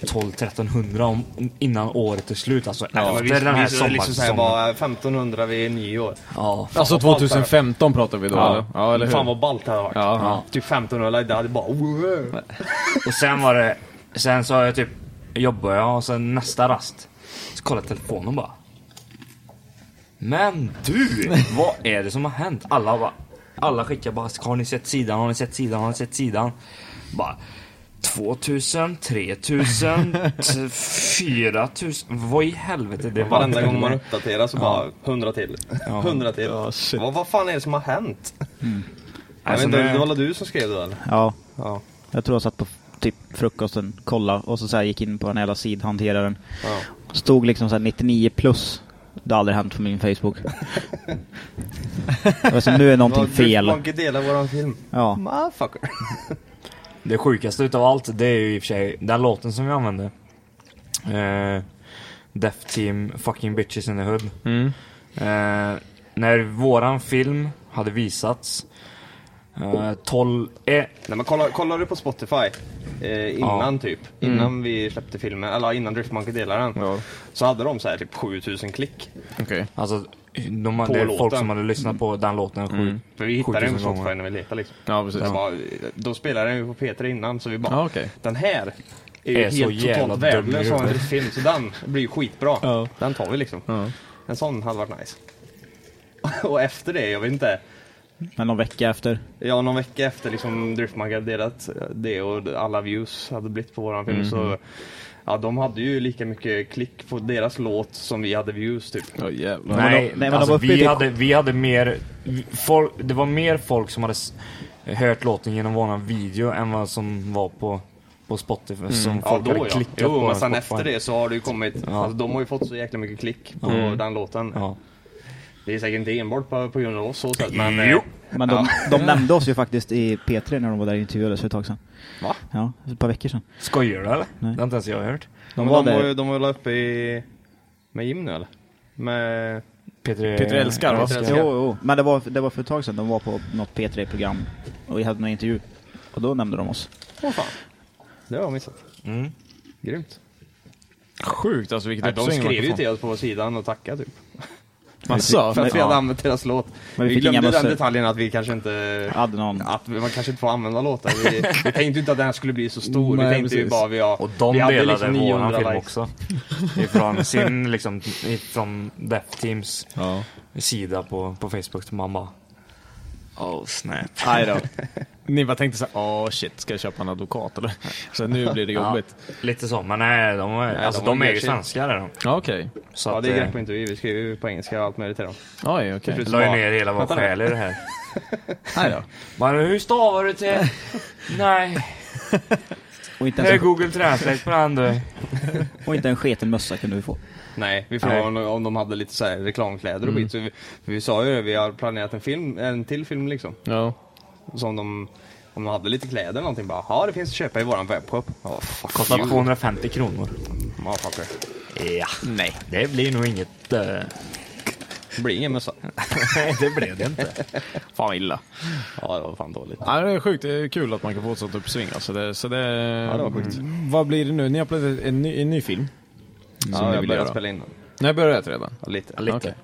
[SPEAKER 10] 12-1300 om, innan året är slut. Alltså
[SPEAKER 9] Ja,
[SPEAKER 10] efter
[SPEAKER 9] men vi,
[SPEAKER 10] den här
[SPEAKER 9] vi skulle liksom säga
[SPEAKER 10] sommarsäsongen.
[SPEAKER 9] bara 1500 vid nyår.
[SPEAKER 10] Ja.
[SPEAKER 1] Alltså 2015 pratar vi då
[SPEAKER 10] Ja.
[SPEAKER 1] eller? Ja, eller hur?
[SPEAKER 9] Fan vad ballt det hade varit.
[SPEAKER 1] Ja.
[SPEAKER 10] Ja.
[SPEAKER 9] Typ 1500, det hade bara...
[SPEAKER 10] Och sen var det... Sen så har jag typ... Jobbar jag och sen nästa rast. Så kollar jag telefonen bara. Men du! Vad är det som har hänt? Alla bara... Alla skickar bara har ni sett sidan, har ni sett sidan, har ni sett sidan? Bara 2000, 3000, t- 4000. Vad i helvete? Det var
[SPEAKER 9] Varenda gång man uppdaterar så bara 100 till. [LAUGHS] 100 till.
[SPEAKER 1] Ja, shit.
[SPEAKER 9] vad, vad fan är det som har hänt? Jag vet
[SPEAKER 10] Alltså,
[SPEAKER 9] inte,
[SPEAKER 10] det-
[SPEAKER 9] det var väl du som skrev det eller?
[SPEAKER 8] Mm. ja,
[SPEAKER 9] Ja.
[SPEAKER 8] jag tror jag satt på typ frukosten, kolla och så, så här gick in på den jävla sidhanteraren.
[SPEAKER 9] Ja.
[SPEAKER 8] Stod liksom så här 99 plus. Det har aldrig hänt på
[SPEAKER 9] [LAUGHS]
[SPEAKER 8] min Facebook. Jag var så, nu är någonting fel.
[SPEAKER 9] Monkey delar våran film.
[SPEAKER 8] Ja.
[SPEAKER 9] Motherfucker.
[SPEAKER 10] Det sjukaste utav allt, det är ju i och för sig den låten som vi använde. Eh, Death Team Fucking Bitches in the Hood.
[SPEAKER 1] Mm.
[SPEAKER 10] Eh, när våran film hade visats. Eh, 12... Eh,
[SPEAKER 9] Nej men kolla, kollar du på Spotify eh, innan typ, innan vi släppte filmen, eller innan Drift Monkey delade den.
[SPEAKER 1] Mm. Ja.
[SPEAKER 9] Så hade de så här typ 7000 klick.
[SPEAKER 1] Okej.
[SPEAKER 10] alltså, de,
[SPEAKER 9] På
[SPEAKER 10] det är folk
[SPEAKER 9] låten.
[SPEAKER 10] som hade lyssnat på den låten sju,
[SPEAKER 9] För vi hittade den
[SPEAKER 10] 7000
[SPEAKER 9] på Spotify
[SPEAKER 10] gånger.
[SPEAKER 9] när vi letade liksom.
[SPEAKER 1] Mm. Ja, precis.
[SPEAKER 9] Så bara, då spelade den ju på P3 innan så vi bara,
[SPEAKER 1] Ja, okej.
[SPEAKER 9] den här är ju
[SPEAKER 10] Är så
[SPEAKER 9] helt
[SPEAKER 10] jävla
[SPEAKER 9] totalt
[SPEAKER 10] dum
[SPEAKER 9] värdelös
[SPEAKER 10] i
[SPEAKER 9] som en
[SPEAKER 10] huvudet.
[SPEAKER 9] driftfilm så den blir ju skitbra. [LAUGHS]
[SPEAKER 1] Ja.
[SPEAKER 9] Den tar vi liksom. En sån hade varit nice. Och efter det, jag vet inte.
[SPEAKER 8] Men någon vecka efter.
[SPEAKER 9] Ja, någon vecka efter liksom Driftmark hade delat eh, det och alla views hade blivit på våran film
[SPEAKER 8] Mhm.
[SPEAKER 9] så Ja, de hade ju lika mycket klick på deras låt som vi hade views typ. Ja jävlar.
[SPEAKER 10] Nej, alltså,
[SPEAKER 8] typ
[SPEAKER 10] vi, hade, vi hade mer... vi- Folk, det var mer folk som hade s- hört låten genom våran video än vad som var på, på Spotify.
[SPEAKER 8] Mm.
[SPEAKER 10] Som
[SPEAKER 9] Mm. ja,
[SPEAKER 10] folk
[SPEAKER 9] då
[SPEAKER 10] hade
[SPEAKER 9] ja.
[SPEAKER 10] klickat på
[SPEAKER 9] Jo, men
[SPEAKER 10] våran
[SPEAKER 9] sen
[SPEAKER 10] Spotify.
[SPEAKER 9] efter det så har det ju kommit, alltså, de har ju fått så jäkla mycket klick på
[SPEAKER 10] Mm.
[SPEAKER 9] den låten.
[SPEAKER 10] Ja.
[SPEAKER 9] Det är säkert inte enbart på, på grund av oss så sett, men... eh,
[SPEAKER 8] Men de,
[SPEAKER 9] ja.
[SPEAKER 8] de nämnde oss ju faktiskt i P3 när de var där och intervjuades för ett tag sedan.
[SPEAKER 9] Va?
[SPEAKER 8] Ja, för ett par veckor sedan.
[SPEAKER 10] Skojar du eller?
[SPEAKER 8] Nej.
[SPEAKER 10] Det har inte ens jag hört.
[SPEAKER 8] De
[SPEAKER 9] Men
[SPEAKER 8] var
[SPEAKER 9] de, var,
[SPEAKER 8] där.
[SPEAKER 9] ju- de var väl uppe i... Med Jim nu eller? Med...
[SPEAKER 10] Peter,
[SPEAKER 9] Eh,
[SPEAKER 8] Peter Jo, jo. Men det var, det var för ett tag sedan. De var på något P3-program och vi hade en intervju. Och då nämnde de oss.
[SPEAKER 9] Åh fan. Det har jag missat.
[SPEAKER 10] Mm.
[SPEAKER 9] Grymt.
[SPEAKER 1] Sjukt alltså vilket
[SPEAKER 9] Nej, de
[SPEAKER 1] uppsving det var
[SPEAKER 9] skrev
[SPEAKER 1] för
[SPEAKER 9] ju
[SPEAKER 1] fan.
[SPEAKER 9] till oss på sidan och tackade typ.
[SPEAKER 1] Jaså?
[SPEAKER 9] För att vi hade
[SPEAKER 1] Ja.
[SPEAKER 9] använt deras låt.
[SPEAKER 1] Men
[SPEAKER 9] vi
[SPEAKER 1] vi fick inga
[SPEAKER 9] glömde den
[SPEAKER 1] mössor.
[SPEAKER 9] detaljen att vi kanske inte...
[SPEAKER 8] Hade någon.
[SPEAKER 9] Att vi- man kanske inte får använda låtar. Vi, vi tänkte inte att den här skulle bli så stor. vi
[SPEAKER 10] Nej,
[SPEAKER 9] tänkte ju
[SPEAKER 10] precis.
[SPEAKER 9] bara vi har...
[SPEAKER 10] Och de
[SPEAKER 9] vi hade
[SPEAKER 10] delade
[SPEAKER 9] liksom
[SPEAKER 10] våran
[SPEAKER 9] 900
[SPEAKER 10] film
[SPEAKER 9] likes.
[SPEAKER 10] också.
[SPEAKER 9] [LAUGHS]
[SPEAKER 10] Ifrån sin, liksom, ifrån Death Teams sida på, på Facebook. Så man bara... Oh snap.
[SPEAKER 1] Aj då. Ni bara tänkte såhär, åh shit, ska jag köpa en advokat eller? Så nu blir det jobbigt.
[SPEAKER 10] Ja, lite så, men nej, de, är, alltså, de, är ju svenskar. Är de.
[SPEAKER 1] Ja, okej.
[SPEAKER 10] Så
[SPEAKER 9] Ja,
[SPEAKER 10] att,
[SPEAKER 9] det är
[SPEAKER 10] eh,
[SPEAKER 9] grek på intervju. Vi skrev ju på engelska och allt möjligt till dem.
[SPEAKER 1] Oj, okej.
[SPEAKER 9] Till slut så
[SPEAKER 10] La ju
[SPEAKER 9] bara-
[SPEAKER 10] ner hela vår
[SPEAKER 9] Vänta nu.
[SPEAKER 10] själ i
[SPEAKER 1] [LAUGHS]
[SPEAKER 10] det här.
[SPEAKER 1] Nej då.
[SPEAKER 10] Men hur stavar du till...
[SPEAKER 1] [LAUGHS]
[SPEAKER 10] Nej.
[SPEAKER 8] Och inte
[SPEAKER 10] Det är
[SPEAKER 8] ens,
[SPEAKER 10] Google Translate på den du.
[SPEAKER 8] [LAUGHS] och inte en sketen mössa kunde vi få.
[SPEAKER 9] Nej, vi frågade om- om de hade lite så här reklamkläder och
[SPEAKER 8] Mm.
[SPEAKER 9] skit. Så vi, för vi sa ju det, vi har planerat en film, en till film liksom.
[SPEAKER 1] Ja.
[SPEAKER 9] Som de, om de hade lite kläder eller någonting bara, ja det finns att köpa i våran webbshop. Ja, fuck
[SPEAKER 10] Kostar
[SPEAKER 9] you.
[SPEAKER 10] 250 kronor.
[SPEAKER 9] Motherfucker.
[SPEAKER 10] Ja. Nej. Det blir nog inget... eh,
[SPEAKER 9] Det blir ingen mössa.
[SPEAKER 10] [LAUGHS] Nej, det blev
[SPEAKER 9] [LAUGHS]
[SPEAKER 10] det inte.
[SPEAKER 1] Fan illa.
[SPEAKER 9] Ja, det var fan dåligt.
[SPEAKER 1] Ja, det är sjukt det är kul att man kan få ett sånt uppsving. Alltså det, så det,
[SPEAKER 9] Ja, det var sjukt.
[SPEAKER 1] Mm. Vad blir det nu? Ni har plötsligt en ny, en ny film? som ni
[SPEAKER 9] Ja, jag
[SPEAKER 1] vill
[SPEAKER 9] började
[SPEAKER 1] göra.
[SPEAKER 9] spela in.
[SPEAKER 1] Nej, började det redan?
[SPEAKER 9] Ja, lite.
[SPEAKER 1] lite.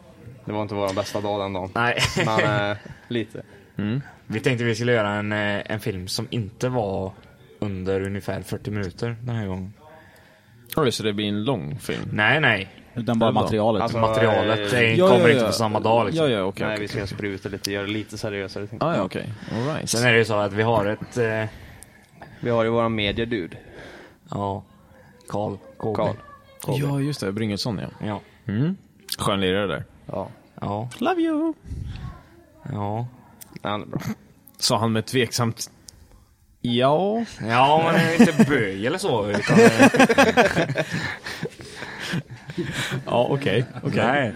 [SPEAKER 9] Det var inte vår bästa dag den dagen.
[SPEAKER 10] Nej.
[SPEAKER 9] Men eh, lite.
[SPEAKER 1] Mm.
[SPEAKER 10] Vi tänkte vi skulle göra en, eh, en film som inte var under ungefär 40 minuter den här gången.
[SPEAKER 1] Oj, så det blir en lång film?
[SPEAKER 10] Nej, nej.
[SPEAKER 8] Utan bara materialet.
[SPEAKER 10] Alltså, materialet det kommer inte på samma dag liksom.
[SPEAKER 9] eh, Nej, vi ska spruta lite, göra det lite seriösare. tänkte
[SPEAKER 1] Ah,
[SPEAKER 9] jag.
[SPEAKER 1] Alright.
[SPEAKER 10] Sen är det ju så att vi har ett... Eh...
[SPEAKER 9] Vi har ju våran media dude.
[SPEAKER 10] Ja. Karl. KB.
[SPEAKER 1] Karl. Ja, just det. Bryngesson ja.
[SPEAKER 10] Ja.
[SPEAKER 1] Mm. Skön lirare där.
[SPEAKER 9] Ja.
[SPEAKER 10] Ja.
[SPEAKER 1] Love you!
[SPEAKER 10] Ja.
[SPEAKER 9] Han är bra.
[SPEAKER 1] Sa han med tveksamt ja.
[SPEAKER 10] Ja, men det är inte böj eller så. Utan,
[SPEAKER 1] [LAUGHS] Ja, okej. Okay,
[SPEAKER 10] Nej.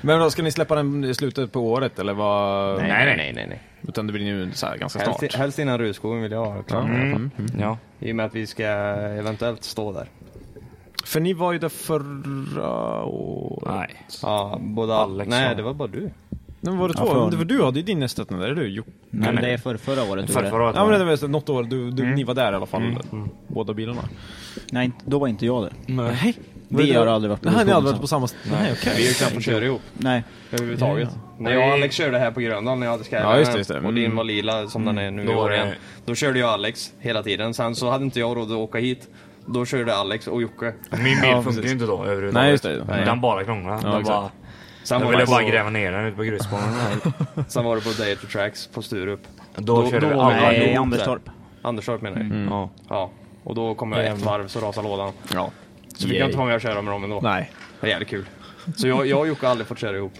[SPEAKER 1] Men då ska ni släppa den i slutet på året eller vad?
[SPEAKER 10] Nej, nej, nej,
[SPEAKER 9] nej.
[SPEAKER 1] Utan det blir nu så här ganska snart.
[SPEAKER 9] Helst, helst innan Rudskogen vill jag ha klar.
[SPEAKER 1] Mm. Mm.
[SPEAKER 10] Ja.
[SPEAKER 9] I och med att vi ska eventuellt stå där.
[SPEAKER 1] För ni var ju där förra året.
[SPEAKER 10] Nej.
[SPEAKER 9] Ja, båda.
[SPEAKER 1] Alex
[SPEAKER 9] nej,
[SPEAKER 1] och-
[SPEAKER 9] det var bara du.
[SPEAKER 1] Men var det
[SPEAKER 9] Ja,
[SPEAKER 1] två?
[SPEAKER 9] från-
[SPEAKER 1] för... du hade ju din nästötande, eller du? Jo.
[SPEAKER 8] Nej, men det är för förra året. du var Mm. där.
[SPEAKER 1] Ja men det var så- något år, du, du, ni var där i alla fall. Båda bilarna.
[SPEAKER 8] Nej, inte- då var inte jag där.
[SPEAKER 1] Mm. Nej.
[SPEAKER 8] Vi har aldrig varit på
[SPEAKER 1] Nej, ni har aldrig varit
[SPEAKER 8] Skogen
[SPEAKER 1] på samma ställe. Nej, okej.
[SPEAKER 9] Vi har ju knappt fått köra ihop.
[SPEAKER 8] Nej.
[SPEAKER 9] Överhuvudtaget.
[SPEAKER 8] Ja.
[SPEAKER 9] När jag och Alex körde här på Gröndal när jag hade Skylinen
[SPEAKER 1] Ja, just det, just det.
[SPEAKER 9] och din
[SPEAKER 1] Mm.
[SPEAKER 9] var lila som den är nu
[SPEAKER 1] Då
[SPEAKER 9] i
[SPEAKER 1] var
[SPEAKER 9] år
[SPEAKER 1] det-
[SPEAKER 9] igen. Då körde jag Alex hela tiden. Sen så hade inte jag råd att åka hit. Då körde Alex och Jocke.
[SPEAKER 10] Min bil funkar ju inte då överhuvudtaget.
[SPEAKER 1] Nej, just det. Nej.
[SPEAKER 10] Den bara krånglade.
[SPEAKER 1] Ja,
[SPEAKER 10] den
[SPEAKER 1] exakt.
[SPEAKER 10] bara...
[SPEAKER 9] Sen
[SPEAKER 10] jag
[SPEAKER 9] var
[SPEAKER 10] ville
[SPEAKER 9] det
[SPEAKER 10] bara
[SPEAKER 9] så-
[SPEAKER 10] gräva ner den ute på grusbanan.
[SPEAKER 9] [LAUGHS] Sen var det på Day to Tracks på Sturup.
[SPEAKER 10] Då körde vi
[SPEAKER 9] var
[SPEAKER 10] alla
[SPEAKER 9] vi
[SPEAKER 10] ihop
[SPEAKER 9] ihop
[SPEAKER 10] Anderstorp.
[SPEAKER 9] där. Anderstorp menar jag.
[SPEAKER 10] Mm. Ja.
[SPEAKER 9] ja. Och då kom jag ett varv så rasade lådan.
[SPEAKER 1] Ja.
[SPEAKER 9] Så fick jag inte vara med och köra med dem ändå.
[SPEAKER 1] Nej.
[SPEAKER 9] Det är jävligt kul. Så jag, jag och Jocke har aldrig fått köra ihop.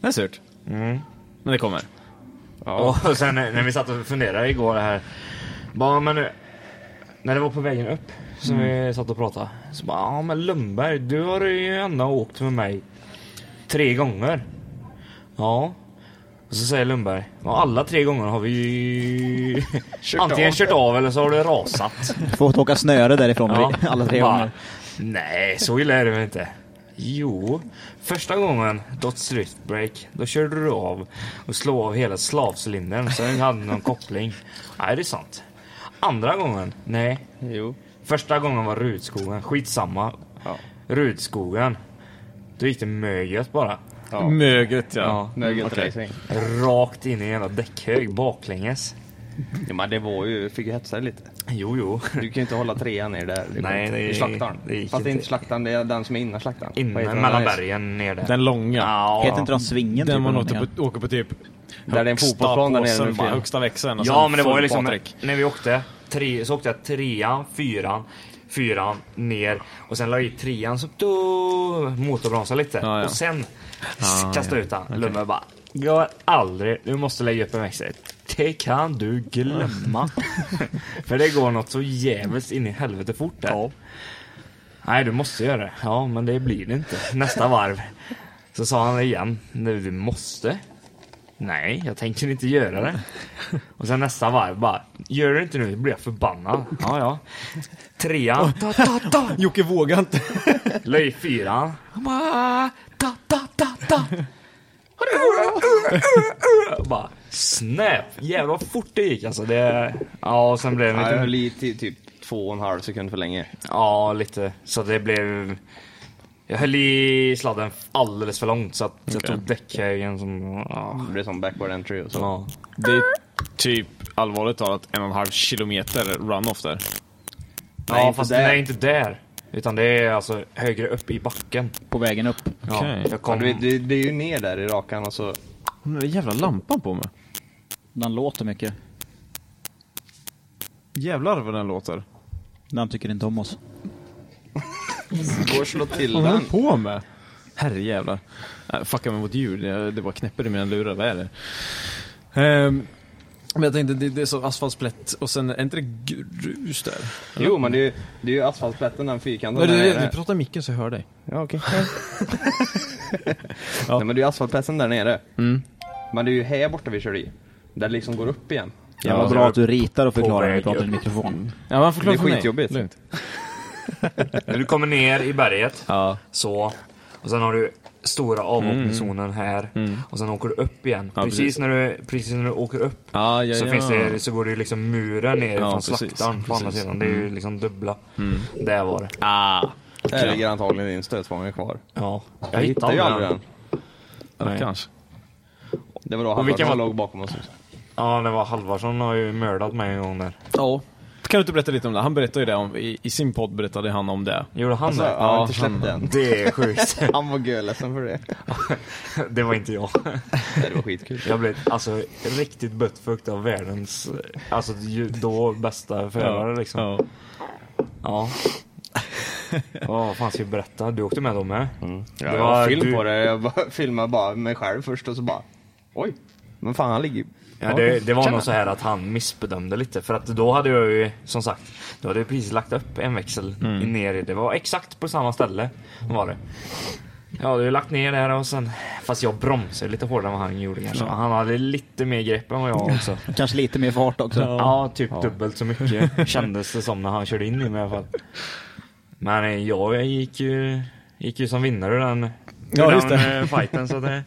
[SPEAKER 1] Det är surt. Men det kommer.
[SPEAKER 10] [LAUGHS] Och sen när när vi satt och funderade igår här. Bara, men, nu- när det var på vägen upp som vi satt och pratade. Så bara, ja men Lundberg, du har ju ändå åkt med mig tre gånger. Ja. Och så säger Lundberg, ja, alla tre gånger har vi ju antingen
[SPEAKER 8] av.
[SPEAKER 10] kört av eller så har du rasat.
[SPEAKER 8] Fått åka snöre därifrån [LAUGHS] alla tre
[SPEAKER 10] Bara,
[SPEAKER 8] gånger.
[SPEAKER 10] Nej, så illa är det väl inte? Jo, första gången, dot street break, då körde du av och slog av hela slavcylindern så den hade någon koppling. Nej, det är sant. Andra gången, nej.
[SPEAKER 9] Jo.
[SPEAKER 10] Första gången var Rudskogen, skitsamma. Rudskogen, då gick det möget bara.
[SPEAKER 1] Möget ja.
[SPEAKER 9] Möget
[SPEAKER 10] Okej.
[SPEAKER 9] racing.
[SPEAKER 10] Rakt in i en jävla däckhög baklänges.
[SPEAKER 9] Ja, men det var ju, fick ju hetsa dig lite.
[SPEAKER 10] Jo, jo.
[SPEAKER 9] Du kan ju inte hålla trean ner där. Det går
[SPEAKER 10] Nej,
[SPEAKER 9] inte.
[SPEAKER 10] det-
[SPEAKER 9] I slaktaren.
[SPEAKER 10] det gick
[SPEAKER 9] Fast det är
[SPEAKER 10] inte.
[SPEAKER 9] inte slaktaren, det är den som är innan slaktaren.
[SPEAKER 10] Innan,
[SPEAKER 9] Vad heter den?
[SPEAKER 10] mellan
[SPEAKER 9] Den är-
[SPEAKER 10] bergen ner där.
[SPEAKER 1] Den långa.
[SPEAKER 10] Ja.
[SPEAKER 8] Heter inte den svingen
[SPEAKER 1] Den
[SPEAKER 8] typ,
[SPEAKER 1] man
[SPEAKER 8] eller
[SPEAKER 1] åker på, åker på typ
[SPEAKER 9] Där det är en fotbollsplan där nere.
[SPEAKER 1] påsen
[SPEAKER 9] med
[SPEAKER 1] bara,
[SPEAKER 9] flera.
[SPEAKER 1] högsta växeln och
[SPEAKER 10] Ja
[SPEAKER 1] sen
[SPEAKER 10] men det var ju
[SPEAKER 1] full
[SPEAKER 10] liksom
[SPEAKER 1] Patrik.
[SPEAKER 10] när vi åkte, tre, så åkte jag trean, fyran, fyran, ner och sen la jag i trean så då motorbromsade lite
[SPEAKER 1] Ja, ja.
[SPEAKER 10] och sen
[SPEAKER 1] Ah,
[SPEAKER 10] kastade
[SPEAKER 1] ja.
[SPEAKER 10] jag ut den.
[SPEAKER 1] Okej.
[SPEAKER 10] Lummen bara, jag aldrig, du måste lägga upp en växel. Det kan du [LAUGHS] glömma. För det går något så jävligt in i helvete fort där. Nej, du måste göra det. Ja, men det blir det inte. Nästa varv. Så sa han igen, nu du måste. Nej, jag tänker inte göra det. Och sen nästa varv bara, gör du inte nu blir jag förbannad. Ja, ja. Trean.
[SPEAKER 6] Ta, ta, ta.
[SPEAKER 10] [LAUGHS] Jocke vågar inte. Löj fyran.
[SPEAKER 6] Mamma, ta, ta, ta, ta.
[SPEAKER 10] [LAUGHS] Bara, snap! Jävlar vad fort det gick alltså. Det, ja, och sen blev det
[SPEAKER 9] Ja, jag
[SPEAKER 10] lite...
[SPEAKER 9] höll i ty- typ två och en halv sekund för länge.
[SPEAKER 10] Ja, lite. Så det blev... Jag höll i sladden alldeles för långt så att jag
[SPEAKER 9] Okej.
[SPEAKER 10] tog däckhögen som... Ja.
[SPEAKER 9] Det blev som backward entry och så.
[SPEAKER 10] Ja.
[SPEAKER 1] Det är typ allvarligt talat en och en halv kilometer runoff där.
[SPEAKER 10] Ja, fast det är inte där. Utan det är alltså högre upp i backen.
[SPEAKER 8] På vägen upp?
[SPEAKER 10] Ja, jag kom...
[SPEAKER 9] Ja, du vet, det, det är ju ner där i rakan och så...
[SPEAKER 1] Den där jävla lampan på mig.
[SPEAKER 8] Den låter mycket.
[SPEAKER 1] Jävlar vad den låter.
[SPEAKER 8] Den tycker inte
[SPEAKER 1] [LAUGHS]
[SPEAKER 8] om oss.
[SPEAKER 9] Gå och slå till
[SPEAKER 1] Vad håller
[SPEAKER 9] den.
[SPEAKER 1] du på med? Herrejävlar. Äh, fucka mig mot ljud. Jag- Det bara knäpper i mina lurar. Vad är det? Ehm, men jag tänkte, det, det är så asfaltsplätt och sen, är inte det grus där?
[SPEAKER 9] Jo, men det är ju, det är ju asfaltplätten, den fyrkanten.
[SPEAKER 1] Nej,
[SPEAKER 9] där
[SPEAKER 1] du,
[SPEAKER 9] nere.
[SPEAKER 1] du pratar i micken så jag hör dig.
[SPEAKER 9] Ja, okej. [LAUGHS] Nej, men det är ju asfaltplätten där nere.
[SPEAKER 8] Mm.
[SPEAKER 9] Men det är ju här borta vi kör i. Där det liksom går upp igen.
[SPEAKER 8] Ja, vad bra att du ritar och förklarar när du pratar i mikrofon.
[SPEAKER 1] Ja, man förklarar
[SPEAKER 9] Det är
[SPEAKER 1] för mig.
[SPEAKER 9] skitjobbigt.
[SPEAKER 1] Lugnt.
[SPEAKER 10] [LAUGHS] När du kommer ner i berget, så. Och sen har du stora avåkningszonen här. Och sen åker du upp igen.
[SPEAKER 1] Mm. Ja,
[SPEAKER 10] precis,
[SPEAKER 1] precis.
[SPEAKER 10] När du, precis när du åker upp
[SPEAKER 1] Ja, ja,
[SPEAKER 10] så,
[SPEAKER 1] ja.
[SPEAKER 10] Finns det, så går det ju liksom murar ner
[SPEAKER 1] Ja,
[SPEAKER 10] från
[SPEAKER 1] precis,
[SPEAKER 10] slaktaren på andra
[SPEAKER 1] precis. Mm.
[SPEAKER 10] sidan. Det är ju liksom dubbla. Där var det.
[SPEAKER 1] Ah.
[SPEAKER 9] Där ligger antagligen din stötfångare kvar.
[SPEAKER 10] Ja.
[SPEAKER 9] Jag hittar ju aldrig den.
[SPEAKER 1] Ja, kanske.
[SPEAKER 9] Det var då
[SPEAKER 10] Och
[SPEAKER 9] han
[SPEAKER 10] vilken
[SPEAKER 9] var...
[SPEAKER 10] var-
[SPEAKER 9] låg bakom oss. också.
[SPEAKER 10] Ja, det var Halvarsson har ju mördat mig en gång där.
[SPEAKER 1] Ja. Kan du inte berätta lite om det? Han berättade ju det om, i, i sin podd berättade han om det.
[SPEAKER 10] Gjorde han
[SPEAKER 9] Alltså,
[SPEAKER 10] det?
[SPEAKER 9] han har inte släppt den.
[SPEAKER 10] Det är sjukt.
[SPEAKER 9] [LAUGHS] Han var görledsen för det.
[SPEAKER 10] [LAUGHS] det var inte jag.
[SPEAKER 9] Nej, [LAUGHS] det var skitkul.
[SPEAKER 10] Jag blev alltså riktigt böttfukt av världens, alltså ju- då bästa förare liksom.
[SPEAKER 1] Ja.
[SPEAKER 9] [LAUGHS]
[SPEAKER 10] Ja. Ja, vad fan ska vi berätta? Du åkte med dem med.
[SPEAKER 9] Mm. Ja, jag
[SPEAKER 10] var
[SPEAKER 9] har film
[SPEAKER 10] du-
[SPEAKER 9] på det. Jag bara [LAUGHS] filmade bara mig själv först och så bara... Oj! Men fan, han ligger ju...
[SPEAKER 10] Ja, det, det var nog så här att han missbedömde lite för att då hade jag ju som sagt, då hade jag precis lagt upp en växel ner i det. var exakt på samma ställe var det. Jag hade ju lagt ner där och sen, fast jag bromsade lite hårdare än vad han gjorde kanske. Han hade lite mer grepp än vad jag också.
[SPEAKER 8] Kanske lite mer fart också.
[SPEAKER 10] Ja, typ dubbelt så mycket kändes det som när han körde in i mig i alla fall. Men eh, jag gick ju, gick ju som vinnare ur den, ur
[SPEAKER 1] Ja, just
[SPEAKER 10] den
[SPEAKER 1] det.
[SPEAKER 10] eh, fighten. Så det,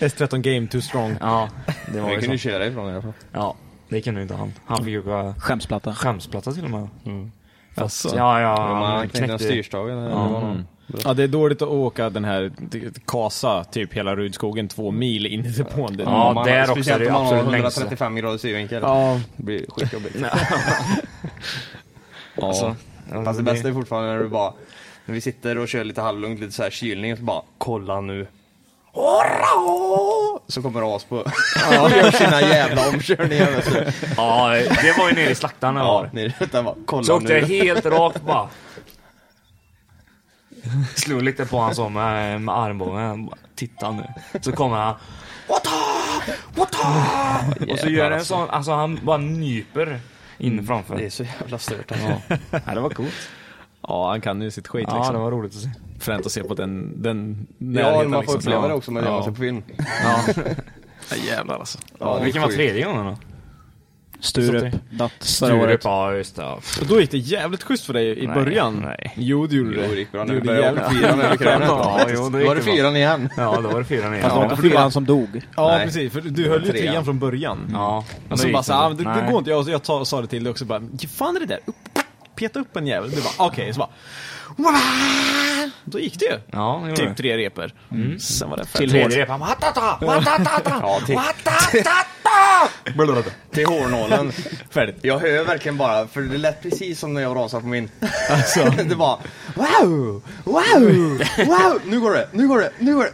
[SPEAKER 1] S13 Game Too Strong.
[SPEAKER 10] ja, det var
[SPEAKER 9] Vi
[SPEAKER 10] ju
[SPEAKER 9] kunde ju
[SPEAKER 10] så.
[SPEAKER 9] köra ifrån i alla fall.
[SPEAKER 10] Ja, det kunde inte han. Han fick ju gå
[SPEAKER 8] Skämsplatta.
[SPEAKER 10] skämsplatta till och med. Fast,
[SPEAKER 1] Asså.
[SPEAKER 10] ja, ja,
[SPEAKER 9] Ja,
[SPEAKER 10] han
[SPEAKER 9] man knäckte den
[SPEAKER 10] knäckte
[SPEAKER 9] styrstagen. eller
[SPEAKER 10] Ja. Mm.
[SPEAKER 9] det var någon-
[SPEAKER 1] Alltså. Mm. Ja, det är dåligt att åka den här Kasa, typ hela Rudskogen, två mil in i depån. Det-
[SPEAKER 10] Ja,
[SPEAKER 9] man-
[SPEAKER 10] där också
[SPEAKER 9] speciellt
[SPEAKER 10] är det
[SPEAKER 9] om man har
[SPEAKER 10] absolut längst.
[SPEAKER 9] 135 grader synvinkel.
[SPEAKER 1] Ja.
[SPEAKER 9] Det blir
[SPEAKER 10] [LAUGHS]
[SPEAKER 9] skitjobbigt. [LAUGHS]
[SPEAKER 10] alltså, ja,
[SPEAKER 9] Fast det bästa är fortfarande när du bara, när vi sitter och kör lite halvlugnt, lite så här kylning och så bara, kolla nu. Så kommer as på och gör sina jävla omkörningar. vet du.
[SPEAKER 10] Ja, det var ju nere i slaktaren jag var.
[SPEAKER 9] Ja, ni vet, jag bara,
[SPEAKER 10] Så
[SPEAKER 9] kolla
[SPEAKER 10] åkte jag
[SPEAKER 9] nu.
[SPEAKER 10] helt rakt bara. Slog lite på han så med, med armbågen. Han bara, Titta nu. Så kommer han. What the- What the-" Och så gör han en sån, alltså han bara nyper in framför.
[SPEAKER 9] Det är så jävla stört alltså.
[SPEAKER 10] Ja. ja, det var coolt.
[SPEAKER 1] Ja, han kan ju sitt skit
[SPEAKER 10] Ja,
[SPEAKER 1] liksom.
[SPEAKER 10] det var roligt att se.
[SPEAKER 1] Fränt att se på den, den
[SPEAKER 9] Ja,
[SPEAKER 1] närheten
[SPEAKER 9] man får
[SPEAKER 1] liksom.
[SPEAKER 9] uppleva det också med det man ser på film.
[SPEAKER 1] [LAUGHS] Ja, jävlar alltså.
[SPEAKER 9] Ja, det är
[SPEAKER 10] Vilken var
[SPEAKER 9] sjukt.
[SPEAKER 10] tredje gången då?
[SPEAKER 8] Sturup. Datt förra
[SPEAKER 10] Sturup,
[SPEAKER 8] året.
[SPEAKER 10] Typ. ja just det. ja.
[SPEAKER 1] Och då gick det jävligt schysst för dig i
[SPEAKER 10] Nej,
[SPEAKER 1] början.
[SPEAKER 10] nej.
[SPEAKER 1] Jo, det gjorde
[SPEAKER 9] Jo,
[SPEAKER 1] det.
[SPEAKER 9] det gick bra när
[SPEAKER 1] Du
[SPEAKER 9] vi
[SPEAKER 1] gjorde
[SPEAKER 9] började åka
[SPEAKER 1] jävligt-
[SPEAKER 9] fyran
[SPEAKER 1] [LAUGHS]
[SPEAKER 9] över krönet.
[SPEAKER 10] Ja, jo, det
[SPEAKER 9] Då var det
[SPEAKER 10] gick bra.
[SPEAKER 9] fyran igen.
[SPEAKER 10] Ja, då var det fyran igen.
[SPEAKER 8] Fast det var
[SPEAKER 10] Ja,
[SPEAKER 8] inte fyran som dog.
[SPEAKER 1] Ja,
[SPEAKER 9] Nej.
[SPEAKER 1] precis. För du höll ju
[SPEAKER 9] Trean.
[SPEAKER 1] trean från början.
[SPEAKER 10] ja.
[SPEAKER 1] Och så bara så, ah, men det, det
[SPEAKER 10] Nej.
[SPEAKER 1] går inte. Jag, jag ta, sa det till dig också bara, ge fan är det där? Upp, peta upp en jävel. Du bara, okej. Så bara, Wah! Då gick det ju.
[SPEAKER 10] Ja, det gjorde
[SPEAKER 1] Typ
[SPEAKER 10] det.
[SPEAKER 1] tre repor.
[SPEAKER 9] Mm.
[SPEAKER 1] Sen var det fem.
[SPEAKER 10] Till tredje repan.
[SPEAKER 9] Ja, till, [LAUGHS] till hårnålen.
[SPEAKER 1] Färdigt.
[SPEAKER 9] Jag hör verkligen bara, för det lät precis som när jag rasade på min.
[SPEAKER 8] Alltså.
[SPEAKER 9] [LAUGHS] det var wow, wow, wow, nu går det, nu går det, nu går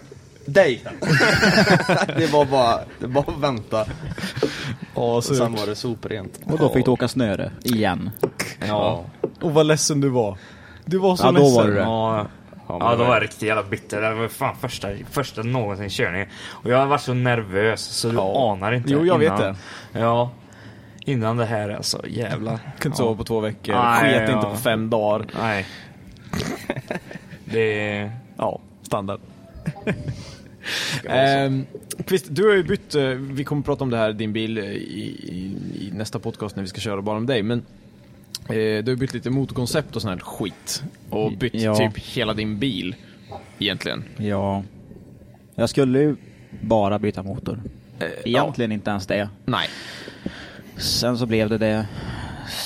[SPEAKER 9] det. dig! [LAUGHS] det var bara, det var bara att vänta.
[SPEAKER 1] Ja,
[SPEAKER 9] Och sen var det soprent.
[SPEAKER 8] Och då fick du åka snöre, igen.
[SPEAKER 9] Ja.
[SPEAKER 1] Och vad ledsen du var. Du var så
[SPEAKER 8] Ja, då
[SPEAKER 1] ledsen.
[SPEAKER 8] var du det.
[SPEAKER 10] Ja, ja då var jag riktigt jävla bitter. Det var fan första, första någonsin körning. Och jag har varit så nervös så du anar inte.
[SPEAKER 1] Jo, jag vet
[SPEAKER 10] innan. Ja. Innan det här alltså, jävlar.
[SPEAKER 1] Kunde inte sova på två veckor,
[SPEAKER 10] Nej,
[SPEAKER 1] sket
[SPEAKER 10] ja.
[SPEAKER 1] inte på fem dagar. [LAUGHS]
[SPEAKER 10] Nej. Det...
[SPEAKER 1] Ja, standard. [LAUGHS] Ehm, Kvist, du har ju bytt, eh, vi kommer prata om det här, din bil, eh, i, i, i nästa podcast när vi ska köra bara om dig. Men eh, du har ju bytt lite motorkoncept och sån här skit. Och bytt
[SPEAKER 8] Ja.
[SPEAKER 1] typ hela din bil, egentligen.
[SPEAKER 8] Ja. Jag skulle ju bara byta motor. Egentligen inte ens det.
[SPEAKER 1] Eh, Nej.
[SPEAKER 8] Sen så blev det det.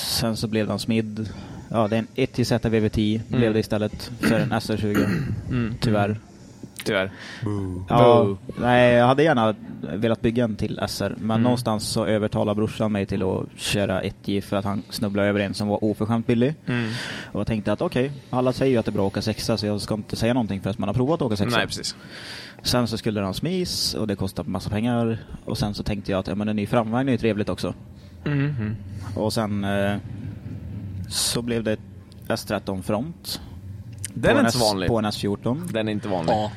[SPEAKER 8] Sen så blev det en smid. Ja, det är en 1 z VV10 blev det istället för en SR20.
[SPEAKER 1] Mm.
[SPEAKER 8] Tyvärr.
[SPEAKER 1] Tyvärr.
[SPEAKER 8] Ja,
[SPEAKER 1] Boo.
[SPEAKER 8] nej, jag hade gärna velat bygga en till SR, men
[SPEAKER 1] Mm.
[SPEAKER 8] någonstans så övertalade brorsan mig till att köra 1J för att han snubblade över en som var oförskämt billig.
[SPEAKER 1] Mm.
[SPEAKER 8] Och jag tänkte att okej, alla säger ju att det är bra att åka sexa så jag ska inte säga någonting förrän man har provat att åka sexa.
[SPEAKER 1] Nej, precis.
[SPEAKER 8] Sen så skulle den ha smis och det kostade massa pengar och sen så tänkte jag att ja, men en ny framvagn är ju trevligt också.
[SPEAKER 1] Mhm.
[SPEAKER 8] Och sen eh, så blev det S13 Front.
[SPEAKER 1] Den
[SPEAKER 8] På
[SPEAKER 1] är
[SPEAKER 8] en
[SPEAKER 1] inte så
[SPEAKER 8] S-
[SPEAKER 1] vanlig.
[SPEAKER 8] På en S14.
[SPEAKER 1] Den är inte vanlig.
[SPEAKER 8] Ja.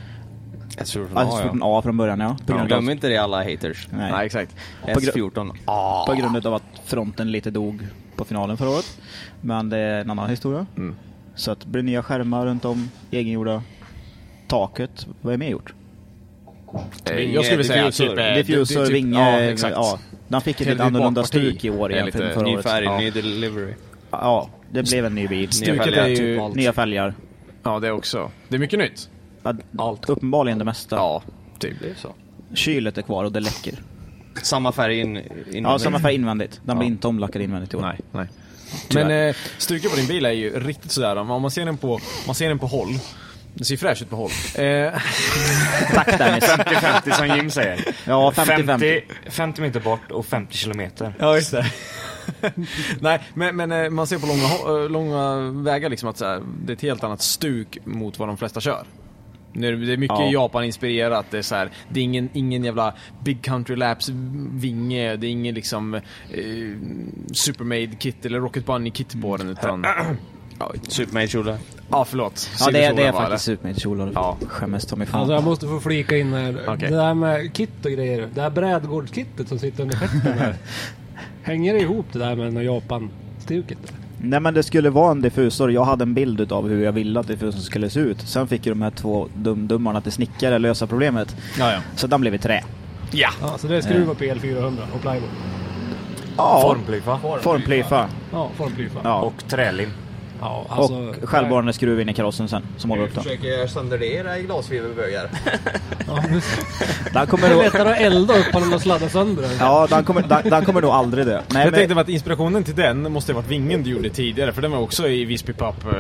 [SPEAKER 9] S14A,
[SPEAKER 8] S14A från början ja. På
[SPEAKER 9] Ja.
[SPEAKER 8] grund av-
[SPEAKER 9] Glöm inte det alla haters.
[SPEAKER 8] Nej.
[SPEAKER 1] exakt.
[SPEAKER 8] På gru-
[SPEAKER 9] S14A. Ah.
[SPEAKER 8] På grund av att fronten lite dog på finalen förra året. Men det är en annan historia.
[SPEAKER 1] Mm.
[SPEAKER 8] Så att det blir nya skärmar runt om, egengjorda. Taket, vad är mer gjort?
[SPEAKER 1] Eh, jag skulle säga
[SPEAKER 8] diffuser,
[SPEAKER 1] typ, eh,
[SPEAKER 8] diffuser,
[SPEAKER 1] det- det- typ-
[SPEAKER 8] vinge,
[SPEAKER 1] ja,
[SPEAKER 8] ja,
[SPEAKER 1] exakt.
[SPEAKER 8] Den fick ett
[SPEAKER 1] Helt
[SPEAKER 8] lite
[SPEAKER 1] nytt
[SPEAKER 8] annorlunda
[SPEAKER 1] bakparti.
[SPEAKER 8] stuk i år
[SPEAKER 1] Det är
[SPEAKER 8] jämfört med
[SPEAKER 1] lite
[SPEAKER 8] förra
[SPEAKER 9] Ny
[SPEAKER 8] året.
[SPEAKER 9] färg,
[SPEAKER 8] ja.
[SPEAKER 9] ny delivery.
[SPEAKER 8] ja, det blev en ny bil.
[SPEAKER 1] Stuket fälgar, är ju- typ allt.
[SPEAKER 8] nya fälgar.
[SPEAKER 1] Ja, det också. Det är mycket nytt.
[SPEAKER 8] Allt. Uppenbarligen det mesta.
[SPEAKER 1] Ja, typ.
[SPEAKER 9] Det är så.
[SPEAKER 8] Kylet är kvar och det läcker.
[SPEAKER 9] Samma färg in, invändigt.
[SPEAKER 8] Ja, samma färg invändigt. Den
[SPEAKER 9] Ja.
[SPEAKER 8] blir inte omlackad invändigt i år.
[SPEAKER 1] Nej, nej.
[SPEAKER 8] Tyvärr.
[SPEAKER 1] Men eh, styrkan på din bil är ju riktigt sådär, om om man ser den på, man ser den på håll. Den ser ju fräsch ut på håll. Eh,
[SPEAKER 8] Tack
[SPEAKER 10] [LAUGHS]
[SPEAKER 8] Dennis.
[SPEAKER 10] 50-50 som Jim säger.
[SPEAKER 8] Ja, 50-50.
[SPEAKER 10] 50, 50 meter bort och 50 kilometer.
[SPEAKER 1] Ja, just det. [LAUGHS] Nej, men, men eh, man ser på långa, hå- eh, långa vägar liksom att så här, det är ett helt annat stuk mot vad de flesta kör. Nu är det- det är mycket
[SPEAKER 8] Ja.
[SPEAKER 1] Japan-inspirerat. Det är, så här, det är ingen, ingen jävla Big Country Laps-vinge. Det är ingen liksom eh, Supermade-kit eller Rocket Bunny-kit på den.
[SPEAKER 8] [CLEARS THROAT]
[SPEAKER 1] Utan, ja,
[SPEAKER 9] Supermade-kjolar.
[SPEAKER 1] Ja, förlåt.
[SPEAKER 8] Ja, det är, det är
[SPEAKER 1] Silverkjolar var
[SPEAKER 8] faktiskt Supermade-kjolar. Skämmes Tommy fan.
[SPEAKER 7] Alltså jag måste få flika in här.
[SPEAKER 1] Okej.
[SPEAKER 7] Det där med kit och grejer. Det här brädgårdskittet som sitter under stjärten
[SPEAKER 1] [LAUGHS]
[SPEAKER 7] här. Hänger det ihop det där med något Japan-stuket?
[SPEAKER 8] Nej men det skulle vara en diffusor. Jag hade en bild utav hur jag ville att diffusorn skulle se ut. Sen fick ju de här två dumdummarna till snickare lösa problemet.
[SPEAKER 1] Ja, ja.
[SPEAKER 8] Så den blev i trä.
[SPEAKER 1] Ja. Eh.
[SPEAKER 7] ja så det är skruva på L400 och plywood.
[SPEAKER 8] Ja.
[SPEAKER 10] Formplyfa.
[SPEAKER 8] Formplyfa.
[SPEAKER 7] Ja, formplyfa.
[SPEAKER 8] Ja.
[SPEAKER 10] Och trälim.
[SPEAKER 7] Ja,
[SPEAKER 9] alltså-
[SPEAKER 8] och självborrande skruv in i karossen sen, som håller upp den.
[SPEAKER 9] försöker sönder det i era
[SPEAKER 10] [LAUGHS]
[SPEAKER 9] glasfiberbögar.
[SPEAKER 8] Den
[SPEAKER 7] Det
[SPEAKER 8] kommer
[SPEAKER 7] är
[SPEAKER 8] nog...
[SPEAKER 7] lättare att elda upp honom och sladda sönder den.
[SPEAKER 8] Ja, den kommer, den, den kommer nog aldrig dö. Nej,
[SPEAKER 1] jag
[SPEAKER 8] men-
[SPEAKER 1] tänkte att inspirationen till den måste ha varit vingen du gjorde tidigare, för den var också i Visby Papp eh,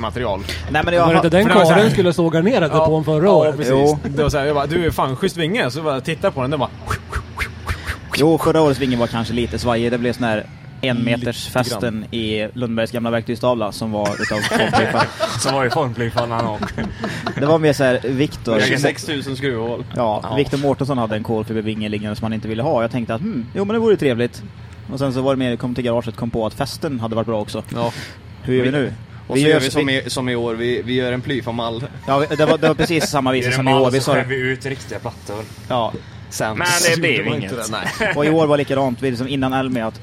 [SPEAKER 1] material.
[SPEAKER 8] Nej, men
[SPEAKER 7] Var det inte den karlen skulle såga ner det på honom förra
[SPEAKER 1] Ja,
[SPEAKER 7] året?
[SPEAKER 1] precis. Det var så här, jag bara, du är fan schysst vinge. Så bara titta på den, den bara...
[SPEAKER 8] Jo, förra årets vinge var kanske lite svajig. Det blev sån här enmetersfesten i Lundbergs gamla verktygstavla som var utav
[SPEAKER 7] [LAUGHS]
[SPEAKER 8] formplyfa.
[SPEAKER 10] Som var ju formplyfan han och...
[SPEAKER 8] Det var mer såhär Viktor...
[SPEAKER 9] 26 000 skruvhål.
[SPEAKER 8] Ja, Viktor Mårtensson hade en kolfibervinge liggande som han inte ville ha. Jag tänkte att hmm, jo men det vore trevligt. Och sen så var det mer, kom till garaget kom på att festen hade varit bra också. Hur gör vi nu?
[SPEAKER 9] Och så gör vi
[SPEAKER 8] så-
[SPEAKER 9] som i, som i år, vi, vi gör en plyfamall.
[SPEAKER 8] Ja, det var, det var precis samma visa som i år. Vi sa,
[SPEAKER 10] vi ut riktiga plattor.
[SPEAKER 8] ja.
[SPEAKER 10] Men det blev inget.
[SPEAKER 8] [LAUGHS] Och i år var likadant, vi som innan Elmi att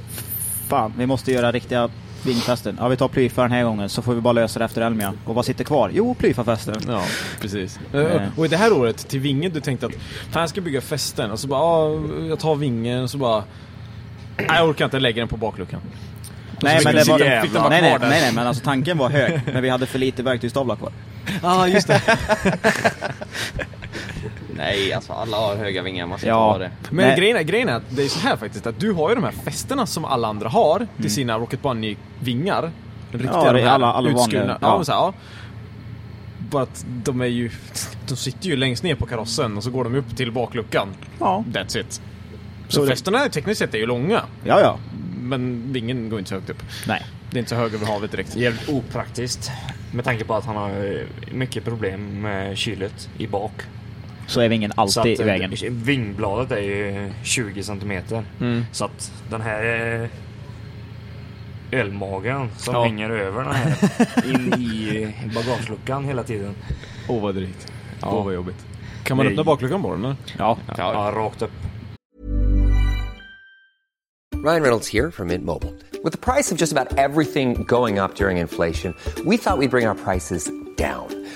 [SPEAKER 8] fan, vi måste göra riktiga vingfesten. Ja, vi tar plyfa den här gången så får vi bara lösa det efter Elmia. Och vad sitter kvar? Jo, plyfafesten.
[SPEAKER 1] Ja, precis.
[SPEAKER 8] Eh.
[SPEAKER 1] "Äh, Och i det här året till vinge, du tänkte att fan jag ska bygga fästen. Och så bara, ah, jag tar vingen och så bara... Nej, jag orkar inte lägga den på bakluckan.
[SPEAKER 8] Nej,
[SPEAKER 1] Och så
[SPEAKER 8] men det
[SPEAKER 1] fick
[SPEAKER 8] var,
[SPEAKER 1] den- fick den vara
[SPEAKER 8] nej, nej,
[SPEAKER 1] kvar där.
[SPEAKER 8] nej, nej, men alltså tanken var hög. Men vi hade för lite verktygstavla kvar.
[SPEAKER 1] Ja, just [LAUGHS]
[SPEAKER 8] [LAUGHS]
[SPEAKER 1] det.
[SPEAKER 9] Nej, alltså alla har höga vingar, man ska
[SPEAKER 8] Ja.
[SPEAKER 9] Alltså, inte ha det.
[SPEAKER 1] Men grejen är, grejen är att det är så här faktiskt att du har ju de här festerna som alla andra har till sina Rocket Bunny-vingar. De Riktiga,
[SPEAKER 8] Mm. Ja, det
[SPEAKER 1] de
[SPEAKER 8] är
[SPEAKER 1] här
[SPEAKER 8] alla- alla vanliga,
[SPEAKER 1] utskurna. Ja.
[SPEAKER 8] ja.
[SPEAKER 1] men så här, ja. Bara att de är ju... De sitter ju längst ner på karossen och så går de upp till bakluckan.
[SPEAKER 8] Ja.
[SPEAKER 1] That's it. Så,
[SPEAKER 8] Så det-
[SPEAKER 1] festerna tekniskt sett är ju
[SPEAKER 8] [LAUGHS]
[SPEAKER 1] långa.
[SPEAKER 8] Ja, ja.
[SPEAKER 1] Men vingen går inte så högt upp.
[SPEAKER 8] Nej.
[SPEAKER 1] Det är inte så hög över havet direkt.
[SPEAKER 10] Jävligt opraktiskt. Med tanke på att han har eh, mycket problem med kylet i bak.
[SPEAKER 8] så är vingen
[SPEAKER 10] Så att,
[SPEAKER 8] alltid i
[SPEAKER 10] eh,
[SPEAKER 8] vägen.
[SPEAKER 10] Vingbladet är ju 20 centimeter.
[SPEAKER 8] Mm.
[SPEAKER 10] Så att den här eh, ölmagen som
[SPEAKER 8] Ja.
[SPEAKER 10] hänger över den
[SPEAKER 8] [LAUGHS]
[SPEAKER 10] här in i eh, bagageluckan hela tiden.
[SPEAKER 5] Åh vad drygt.
[SPEAKER 10] Ja.
[SPEAKER 5] Åh vad jobbigt. Kan man
[SPEAKER 10] Nej.
[SPEAKER 5] öppna bakluckan på den eller?
[SPEAKER 10] Ja, ja rakt upp.
[SPEAKER 11] Ryan Reynolds here from Mint Mobile. With the price of just about everything going up during inflation, we thought we'd bring our prices down.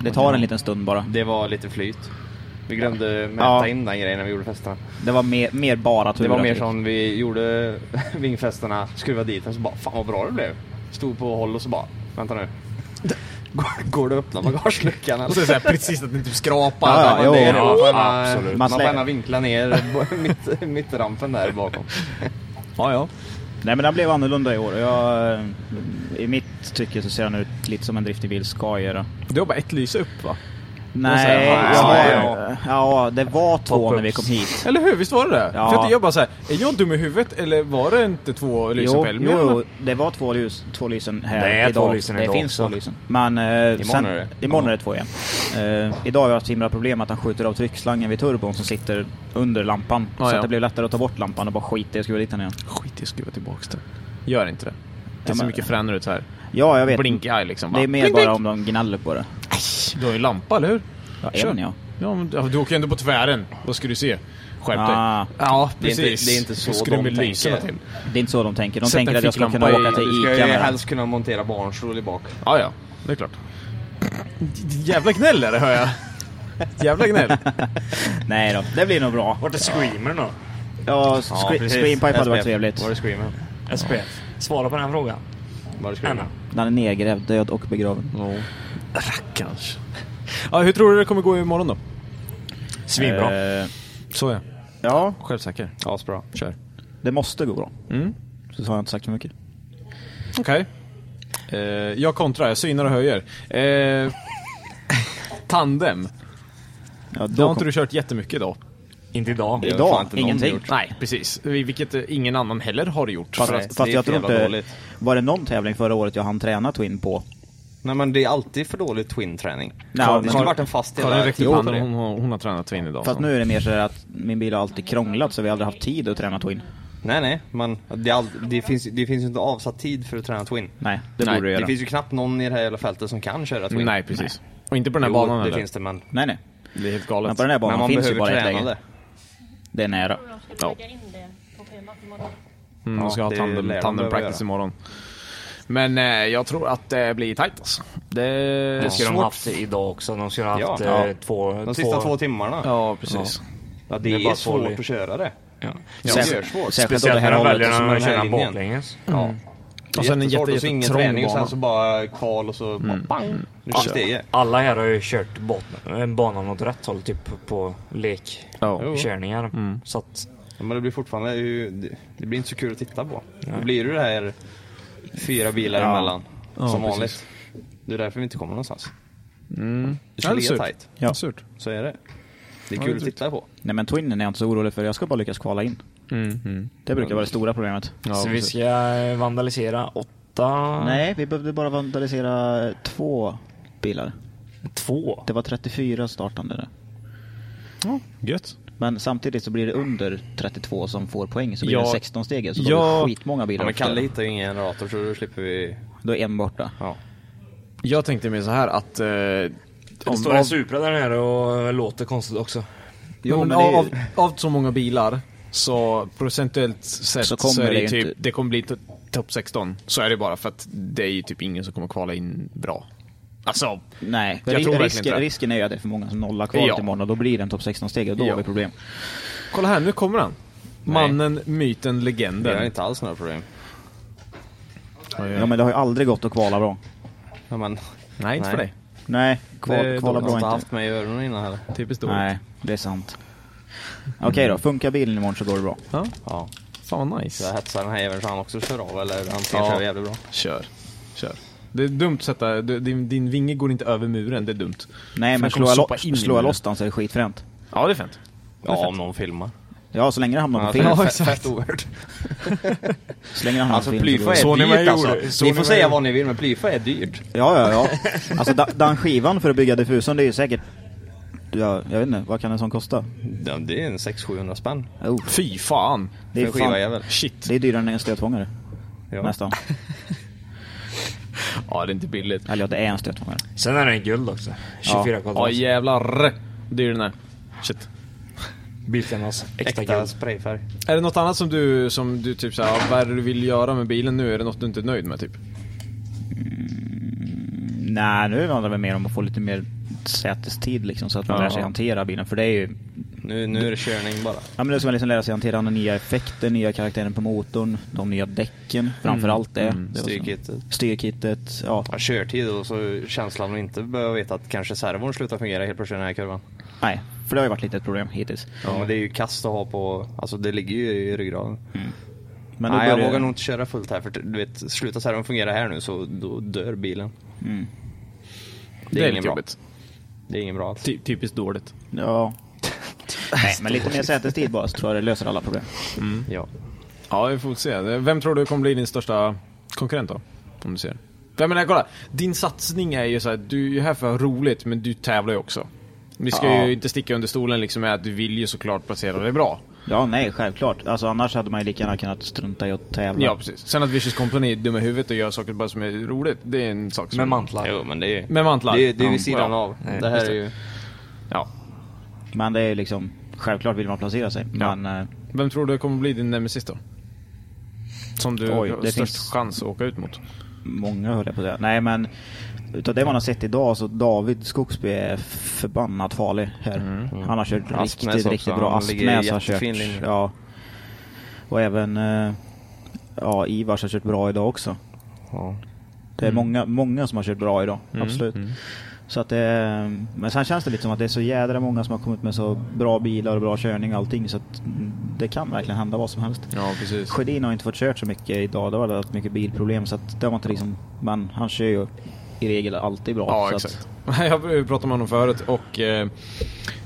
[SPEAKER 8] Det tar en liten stund bara.
[SPEAKER 9] Det var lite flyt. Vi glömde mäta
[SPEAKER 8] Ja.
[SPEAKER 9] in den grejen när vi gjorde festerna.
[SPEAKER 8] Det var
[SPEAKER 5] [LAUGHS]
[SPEAKER 8] mer, mer bara
[SPEAKER 9] Det
[SPEAKER 8] turer.
[SPEAKER 9] var mer sån, vi gjorde [LAUGHS] vingfesterna, skruvade dit den så bara, fan vad bra det blev. Stod på håll och så bara, vänta nu. [LAUGHS] Går- Går det att öppna [LAUGHS] bagageluckan?
[SPEAKER 1] Och så är det så här
[SPEAKER 8] alltså.
[SPEAKER 1] precis att den typ skrapar.
[SPEAKER 9] Ja,
[SPEAKER 1] Så här,
[SPEAKER 9] ja,
[SPEAKER 1] man-
[SPEAKER 9] det
[SPEAKER 1] det
[SPEAKER 9] är
[SPEAKER 1] är
[SPEAKER 9] det.
[SPEAKER 1] det.
[SPEAKER 9] Man får
[SPEAKER 1] Absolut.
[SPEAKER 9] gärna- Man
[SPEAKER 1] Man
[SPEAKER 9] får
[SPEAKER 1] slä-
[SPEAKER 9] gärna vinkla
[SPEAKER 8] [LAUGHS]
[SPEAKER 9] ner bo- mitt, mitt rampen där bakom.
[SPEAKER 8] Ja, ja. Nej men den blev annorlunda i år och jag, eh, i mitt tycke så ser den ut lite som en driftig bil ska göra.
[SPEAKER 5] Du har bara ett lyse upp va? Och så
[SPEAKER 8] Nej,
[SPEAKER 5] här,
[SPEAKER 8] jag
[SPEAKER 5] ja,
[SPEAKER 8] har, ja det var två när vi kom hit.
[SPEAKER 5] Eller hur? Visst var det det?
[SPEAKER 8] Ja.
[SPEAKER 5] För att jag bara såhär, är jag dum i huvudet eller var det inte två lys
[SPEAKER 8] Jo,
[SPEAKER 5] upp Elmia,
[SPEAKER 8] jo,
[SPEAKER 5] eller?
[SPEAKER 8] jo, det var två, ljus, två lysen här
[SPEAKER 5] Det är
[SPEAKER 8] idag.
[SPEAKER 5] två lysen
[SPEAKER 8] det
[SPEAKER 5] idag
[SPEAKER 8] finns
[SPEAKER 5] också.
[SPEAKER 8] två lysen. Men eh,
[SPEAKER 5] Imorgon
[SPEAKER 8] sen,
[SPEAKER 5] är det.
[SPEAKER 8] imorgon är det två igen. Eh, idag har jag haft himla problem att han skjuter av tryckslangen vid turbon som sitter under lampan.
[SPEAKER 5] Ja,
[SPEAKER 8] så
[SPEAKER 5] ja.
[SPEAKER 8] Att det blev lättare att ta bort lampan och bara skita i att skruva dit den igen.
[SPEAKER 5] Skit i att skruva tillbaks den. Gör inte det. Det
[SPEAKER 8] Ja,
[SPEAKER 5] ser
[SPEAKER 8] men-
[SPEAKER 5] mycket fränare ut så här.
[SPEAKER 8] Ja, jag vet.
[SPEAKER 5] Blink-eye liksom.
[SPEAKER 8] Det är
[SPEAKER 5] va?
[SPEAKER 8] mer
[SPEAKER 5] Blink,
[SPEAKER 8] bara
[SPEAKER 5] blink.
[SPEAKER 8] om de gnäller på det.
[SPEAKER 5] Du har ju lampa, eller hur?
[SPEAKER 8] Ja,
[SPEAKER 5] Kör.
[SPEAKER 8] en ja.
[SPEAKER 5] Ja, men ja, du åker ju ändå på tvären. Vad ska du se? Skärp
[SPEAKER 8] Ah.
[SPEAKER 5] dig. Ja,
[SPEAKER 8] Det är inte-
[SPEAKER 5] precis.
[SPEAKER 8] det är inte så
[SPEAKER 5] Hur ska du
[SPEAKER 8] de
[SPEAKER 5] med lyserna
[SPEAKER 8] tänker.
[SPEAKER 5] till?
[SPEAKER 8] Det är inte så de tänker. De
[SPEAKER 5] Sätt
[SPEAKER 8] tänker
[SPEAKER 5] en
[SPEAKER 8] att jag ska kunna
[SPEAKER 5] ficklampa
[SPEAKER 8] åka
[SPEAKER 5] i-
[SPEAKER 8] till
[SPEAKER 5] du ska
[SPEAKER 8] ICA
[SPEAKER 5] ju
[SPEAKER 8] med den.
[SPEAKER 9] Helst kunna montera barnstol i bak.
[SPEAKER 5] Ja, ja. Det är klart.
[SPEAKER 8] [LAUGHS]
[SPEAKER 5] Jävla gnäll är det, hör jag. Jävla gnäll.
[SPEAKER 8] [LAUGHS] Nej då, det blir nog bra.
[SPEAKER 10] Vart är screamern då?
[SPEAKER 8] Ja, scre- Screenpipe hade varit trevligt.
[SPEAKER 10] Var är screamern? SPF. Svara på den frågan.
[SPEAKER 9] Var är
[SPEAKER 8] Den är nedgrävd, död och begraven.
[SPEAKER 5] Rackarns. Ja, hur tror du det kommer gå imorgon då?
[SPEAKER 8] Svinbra.
[SPEAKER 5] Så ja.
[SPEAKER 8] Ja.
[SPEAKER 5] Självsäker.
[SPEAKER 9] Asbra.
[SPEAKER 5] Kör.
[SPEAKER 8] Det måste gå bra.
[SPEAKER 5] Mm.
[SPEAKER 8] Så har jag inte sagt så mycket.
[SPEAKER 5] Okej. Eh, jag kontrar, jag synar och höjer. Eh, tandem.
[SPEAKER 8] Ja,
[SPEAKER 5] det har inte
[SPEAKER 8] kom-
[SPEAKER 5] du kört jättemycket idag.
[SPEAKER 10] Inte idag.
[SPEAKER 8] Det har Idag? fan inte någon Ingenting? gjort.
[SPEAKER 5] Nej, precis. Vi- Vilket eh, ingen annan heller har gjort.
[SPEAKER 8] Fast,
[SPEAKER 5] För att
[SPEAKER 8] fast
[SPEAKER 5] det är
[SPEAKER 8] jag
[SPEAKER 5] för
[SPEAKER 8] tror
[SPEAKER 5] jävla
[SPEAKER 8] inte...
[SPEAKER 5] dåligt.
[SPEAKER 8] Var det någon tävling förra året jag hann träna Twin på?
[SPEAKER 9] Nej men det är alltid för dålig twin-träning.
[SPEAKER 8] Nej,
[SPEAKER 9] det
[SPEAKER 8] men-
[SPEAKER 9] skulle varit en fast
[SPEAKER 8] Karin räckte upp handen,
[SPEAKER 5] hon, hon har tränat Twin idag.
[SPEAKER 8] Fast nu är det mer så här att min bil har alltid krånglat så vi har aldrig haft tid att träna Twin.
[SPEAKER 9] Nej nej, men det, är all, det, finns, det finns ju inte avsatt tid för att träna Twin.
[SPEAKER 8] Nej, det borde det
[SPEAKER 9] det
[SPEAKER 8] göra.
[SPEAKER 9] finns ju knappt någon i det här jävla fältet som kan köra Twin.
[SPEAKER 5] Nej, precis. Och inte på den här
[SPEAKER 9] jo,
[SPEAKER 5] banan
[SPEAKER 9] det
[SPEAKER 5] heller.
[SPEAKER 9] finns det men...
[SPEAKER 8] Nej, nej.
[SPEAKER 5] Det är helt galet.
[SPEAKER 8] Men på den här banan
[SPEAKER 9] Men man
[SPEAKER 8] finns ju
[SPEAKER 9] behöver
[SPEAKER 8] bara ett
[SPEAKER 9] träna
[SPEAKER 8] läge.
[SPEAKER 9] det.
[SPEAKER 8] Det är nära.
[SPEAKER 5] Ja. Mm, de ska
[SPEAKER 8] Ja,
[SPEAKER 5] ha
[SPEAKER 8] det
[SPEAKER 5] tandem,
[SPEAKER 8] lär de
[SPEAKER 5] tandem
[SPEAKER 8] behöva
[SPEAKER 5] practice
[SPEAKER 8] göra.
[SPEAKER 5] imorgon. Men eh, jag tror att det blir tight alltså. Det är
[SPEAKER 10] Det skulle de
[SPEAKER 5] svårt.
[SPEAKER 10] haft idag också. De skulle ha
[SPEAKER 5] Ja.
[SPEAKER 10] haft eh,
[SPEAKER 5] Ja.
[SPEAKER 10] två...
[SPEAKER 5] De sista två timmarna. Ja, precis. Ja, det
[SPEAKER 10] Men
[SPEAKER 5] är
[SPEAKER 10] bara
[SPEAKER 5] svårt
[SPEAKER 10] två-
[SPEAKER 5] att köra det.
[SPEAKER 10] Ja.
[SPEAKER 5] Ja, det är
[SPEAKER 10] Speciellt
[SPEAKER 5] svårt. Särskilt åt det
[SPEAKER 10] när
[SPEAKER 5] här
[SPEAKER 10] de
[SPEAKER 5] hållet
[SPEAKER 10] väljer
[SPEAKER 5] som
[SPEAKER 10] när
[SPEAKER 5] är
[SPEAKER 10] de
[SPEAKER 5] den här
[SPEAKER 10] kör den
[SPEAKER 5] linjen.
[SPEAKER 10] baklänges.
[SPEAKER 5] Ja. Mm. Och sen en jätte,
[SPEAKER 9] och så ingen
[SPEAKER 5] jättetrång
[SPEAKER 9] träning och sen
[SPEAKER 5] bana. Mm.
[SPEAKER 9] så bara kval och så bara pang. Nu kör steget.
[SPEAKER 10] Alla här har ju kört bot- eh, banan åt rätt håll typ på lekkörningar.
[SPEAKER 5] Mm.
[SPEAKER 10] Så att...
[SPEAKER 9] Ja, men det blir fortfarande, ju- det- det blir inte så kul att titta på. Det blir ju det här fyra bilar
[SPEAKER 10] Ja.
[SPEAKER 9] emellan.
[SPEAKER 10] Ja,
[SPEAKER 9] som
[SPEAKER 10] precis.
[SPEAKER 9] vanligt. Det är därför vi inte kommer någonstans.
[SPEAKER 8] Mm.
[SPEAKER 9] Det ska ligga tajt.
[SPEAKER 8] Ja.
[SPEAKER 9] Så är det. Det är
[SPEAKER 8] Ja,
[SPEAKER 9] kul att
[SPEAKER 8] det är
[SPEAKER 9] titta på.
[SPEAKER 8] Nej men Twinnen är jag inte så orolig för. Jag ska bara lyckas kvala in.
[SPEAKER 5] Mm,
[SPEAKER 8] Det brukar vara det stora problemet.
[SPEAKER 10] så vi ska eh, vandalisera åtta...
[SPEAKER 8] Nej, vi behövde bara vandalisera två bilar.
[SPEAKER 10] Två?
[SPEAKER 8] Det var 34 startande. där.
[SPEAKER 10] Ja,
[SPEAKER 8] Gött. Men samtidigt så blir det under 32 som får poäng, så blir
[SPEAKER 9] Ja.
[SPEAKER 8] det 16 steget. Så då
[SPEAKER 9] Ja.
[SPEAKER 8] är det skitmånga bilar.
[SPEAKER 9] Ja, men
[SPEAKER 8] efter.
[SPEAKER 9] Kalle hittar ju ingen generator så då slipper vi...
[SPEAKER 8] Då är en borta.
[SPEAKER 9] Ja.
[SPEAKER 1] Jag tänkte mer så här att... Eh,
[SPEAKER 10] Det står en Supra där nere och låter konstigt också.
[SPEAKER 1] Jo, men av, av, av så många bilar så procentuellt sett
[SPEAKER 10] Så
[SPEAKER 1] så,
[SPEAKER 10] kommer
[SPEAKER 1] är det,
[SPEAKER 10] det
[SPEAKER 1] ju
[SPEAKER 10] ju
[SPEAKER 1] typ,
[SPEAKER 10] inte-
[SPEAKER 1] det kommer bli to- topp 16. Så är det bara för att det är ju typ ingen som kommer kvala in bra. Alltså,
[SPEAKER 8] Nej,
[SPEAKER 1] jag tror verkligen inte
[SPEAKER 8] risken,
[SPEAKER 1] det.
[SPEAKER 8] risken är ju att det är för många som nollar kvar
[SPEAKER 1] Ja.
[SPEAKER 8] till imorgon och då blir det en topp 16-steg och då
[SPEAKER 1] Ja.
[SPEAKER 8] har vi problem.
[SPEAKER 1] Kolla här, nu kommer han. Mannen, myten, legenden.
[SPEAKER 8] Vi har
[SPEAKER 9] inte alls några problem.
[SPEAKER 8] Ja, men det har ju aldrig gått att kvala bra.
[SPEAKER 9] Ja, men...
[SPEAKER 1] Nej, inte för dig.
[SPEAKER 8] Nej,
[SPEAKER 9] Det
[SPEAKER 8] kval,
[SPEAKER 9] är
[SPEAKER 8] kvala
[SPEAKER 9] dåligt att
[SPEAKER 8] bra
[SPEAKER 9] inte
[SPEAKER 8] inte.
[SPEAKER 9] haft mig i öronen innan heller.
[SPEAKER 1] Typiskt
[SPEAKER 8] Nej, det är sant. Okej då, funkar bilen imorgon så går det bra.
[SPEAKER 1] Ja.
[SPEAKER 9] ja.
[SPEAKER 1] Fan vad nice.
[SPEAKER 9] Jag hetsar den här jäveln så han också kör av eller han ska
[SPEAKER 1] Ja.
[SPEAKER 9] köra jävligt bra.
[SPEAKER 1] Kör. Kör. Det är dumt att sätta, du- din, din vinge går inte över muren, det är dumt.
[SPEAKER 8] Nej,
[SPEAKER 1] För
[SPEAKER 8] men
[SPEAKER 1] den kommer
[SPEAKER 8] slå jag,
[SPEAKER 1] soppa in
[SPEAKER 8] lo-
[SPEAKER 1] i
[SPEAKER 8] slå jag
[SPEAKER 1] muren.
[SPEAKER 8] loss den så är det skitfränt.
[SPEAKER 1] Ja, det är fränt.
[SPEAKER 8] Det är fränt.
[SPEAKER 9] någon filmar.
[SPEAKER 8] Ja, så länge det hamnar på film.
[SPEAKER 9] Ja, exakt.
[SPEAKER 8] [LAUGHS] Så länge det hamnar
[SPEAKER 9] Alltså
[SPEAKER 8] på film. så
[SPEAKER 9] plyfa
[SPEAKER 8] går det.
[SPEAKER 9] är dyrt alltså. Ni får säga vad ni vill men plyfa är dyrt.
[SPEAKER 8] Ja, ja, ja. Alltså da- den skivan för att bygga diffusen, det är ju säkert... Ja, jag vet inte, vad kan en sån kosta?
[SPEAKER 9] Ja, Det är en 600-700 spänn.
[SPEAKER 8] Oh.
[SPEAKER 1] Fy fan!
[SPEAKER 8] Det är,
[SPEAKER 9] För en skiva
[SPEAKER 8] fan,
[SPEAKER 9] jävel.
[SPEAKER 1] Shit.
[SPEAKER 8] det är dyrare än en stötfångare.
[SPEAKER 9] Ja.
[SPEAKER 8] Nästan.
[SPEAKER 1] Ja, det är inte billigt.
[SPEAKER 8] Eller ja, det är en stötfångare.
[SPEAKER 10] Sen är den guld också. 24
[SPEAKER 1] ja.
[SPEAKER 10] kvadrat.
[SPEAKER 1] Ja, jävlar. Det är ju den här. Shit.
[SPEAKER 10] Bilkanas alltså. äkta,
[SPEAKER 1] Äkta
[SPEAKER 10] guld.
[SPEAKER 9] sprayfärg.
[SPEAKER 1] Är det något annat som du, som du typ såhär, ja, vad är det du vill göra med bilen nu? Är det något du inte är nöjd med typ?
[SPEAKER 8] Mm, Nej, nu handlar det mer om att få lite mer sätestid liksom, så att man
[SPEAKER 9] Ja.
[SPEAKER 8] lär sig hantera bilen. För det är ju...
[SPEAKER 9] Nu, nu är det körning bara.
[SPEAKER 8] Ja, men det är som att liksom lära sig hantera den nya effekten, nya karaktären på motorn, de nya däcken, framförallt det.
[SPEAKER 9] Mm.
[SPEAKER 8] det var så-
[SPEAKER 9] Styrkittet.
[SPEAKER 8] Styrkittet, ja.
[SPEAKER 9] Ja, körtid och så känslan att inte behöva veta att kanske servon slutar fungera helt plötsligt i den här kurvan.
[SPEAKER 8] Nej, för det har ju varit lite ett problem hittills.
[SPEAKER 9] Ja, men det är ju kast att ha på, alltså det ligger ju i ryggraden.
[SPEAKER 8] Mm. Men då
[SPEAKER 9] Nej, jag
[SPEAKER 8] börjar-
[SPEAKER 9] vågar nog inte köra fullt här för du vet, slutar servon fungera här nu så då dör bilen.
[SPEAKER 8] Mm.
[SPEAKER 1] Det är
[SPEAKER 9] ingen
[SPEAKER 1] lite
[SPEAKER 9] bra.
[SPEAKER 1] jobbigt.
[SPEAKER 9] Det är ingen bra alls.
[SPEAKER 1] Ty- typiskt dåligt.
[SPEAKER 9] [LAUGHS]
[SPEAKER 8] Ja. Nej, men lite mer sätestid bara så tror jag det löser alla problem.
[SPEAKER 9] Ja.
[SPEAKER 1] Mm. Ja, vi får se. Vem tror du kommer bli din största konkurrent då? Om du ser. Jag menar, kolla. Din satsning är ju så här, du är ju här för att ha roligt, men du tävlar ju också. Vi ska
[SPEAKER 8] Ja.
[SPEAKER 1] ju inte sticka under stolen liksom med att du vill ju såklart placera dig bra.
[SPEAKER 8] Ja, nej, självklart. Alltså annars hade man ju lika gärna kunnat strunta i att tävla.
[SPEAKER 1] Ja, precis. Sen att Vicious Company är dumma i huvudet och gör saker bara som är roligt, det är en sak som...
[SPEAKER 8] Med mantlar.
[SPEAKER 9] Jo, men det är
[SPEAKER 1] Med mantlar.
[SPEAKER 9] Det är, det är
[SPEAKER 1] Ja.
[SPEAKER 9] vid sidan av.
[SPEAKER 1] Nej,
[SPEAKER 9] det här
[SPEAKER 1] just
[SPEAKER 9] är ju...
[SPEAKER 1] Ja.
[SPEAKER 8] Men det är ju liksom, självklart vill man placera sig. Men eh,
[SPEAKER 1] Vem tror du kommer bli din nemesis då? Som du
[SPEAKER 8] Oj,
[SPEAKER 1] har
[SPEAKER 8] det
[SPEAKER 1] störst
[SPEAKER 8] finns-
[SPEAKER 1] chans att åka ut mot?
[SPEAKER 8] många höll jag på att säga. Nej, men utav det man har sett idag så David Skogsby är förbannat farlig här.
[SPEAKER 1] Mm.
[SPEAKER 8] Han har kört
[SPEAKER 9] Aspnäs
[SPEAKER 8] riktigt,
[SPEAKER 9] också.
[SPEAKER 8] riktigt bra.
[SPEAKER 9] Han ligger
[SPEAKER 8] Aspnäs har kört.
[SPEAKER 9] jättefin linje.
[SPEAKER 8] Ja. Och även eh, ja, Ivars har kört bra idag också. Det är
[SPEAKER 9] Mm.
[SPEAKER 8] många, många som har kört bra idag,
[SPEAKER 9] Mm,
[SPEAKER 8] absolut. Så att det, är- men sen känns det lite som att det är så jädra många som har kommit med så bra bilar och bra körning och allting så att mm, det kan verkligen hända vad som helst.
[SPEAKER 1] Ja, precis.
[SPEAKER 8] Sjödin har inte fått kört så mycket idag, det har varit mycket bilproblem så att det har man inte liksom, men han kör ju i regel alltid bra.
[SPEAKER 1] Ja,
[SPEAKER 8] så
[SPEAKER 1] exakt. [LAUGHS]
[SPEAKER 8] Att,
[SPEAKER 1] Jag pratade med honom förut och eh,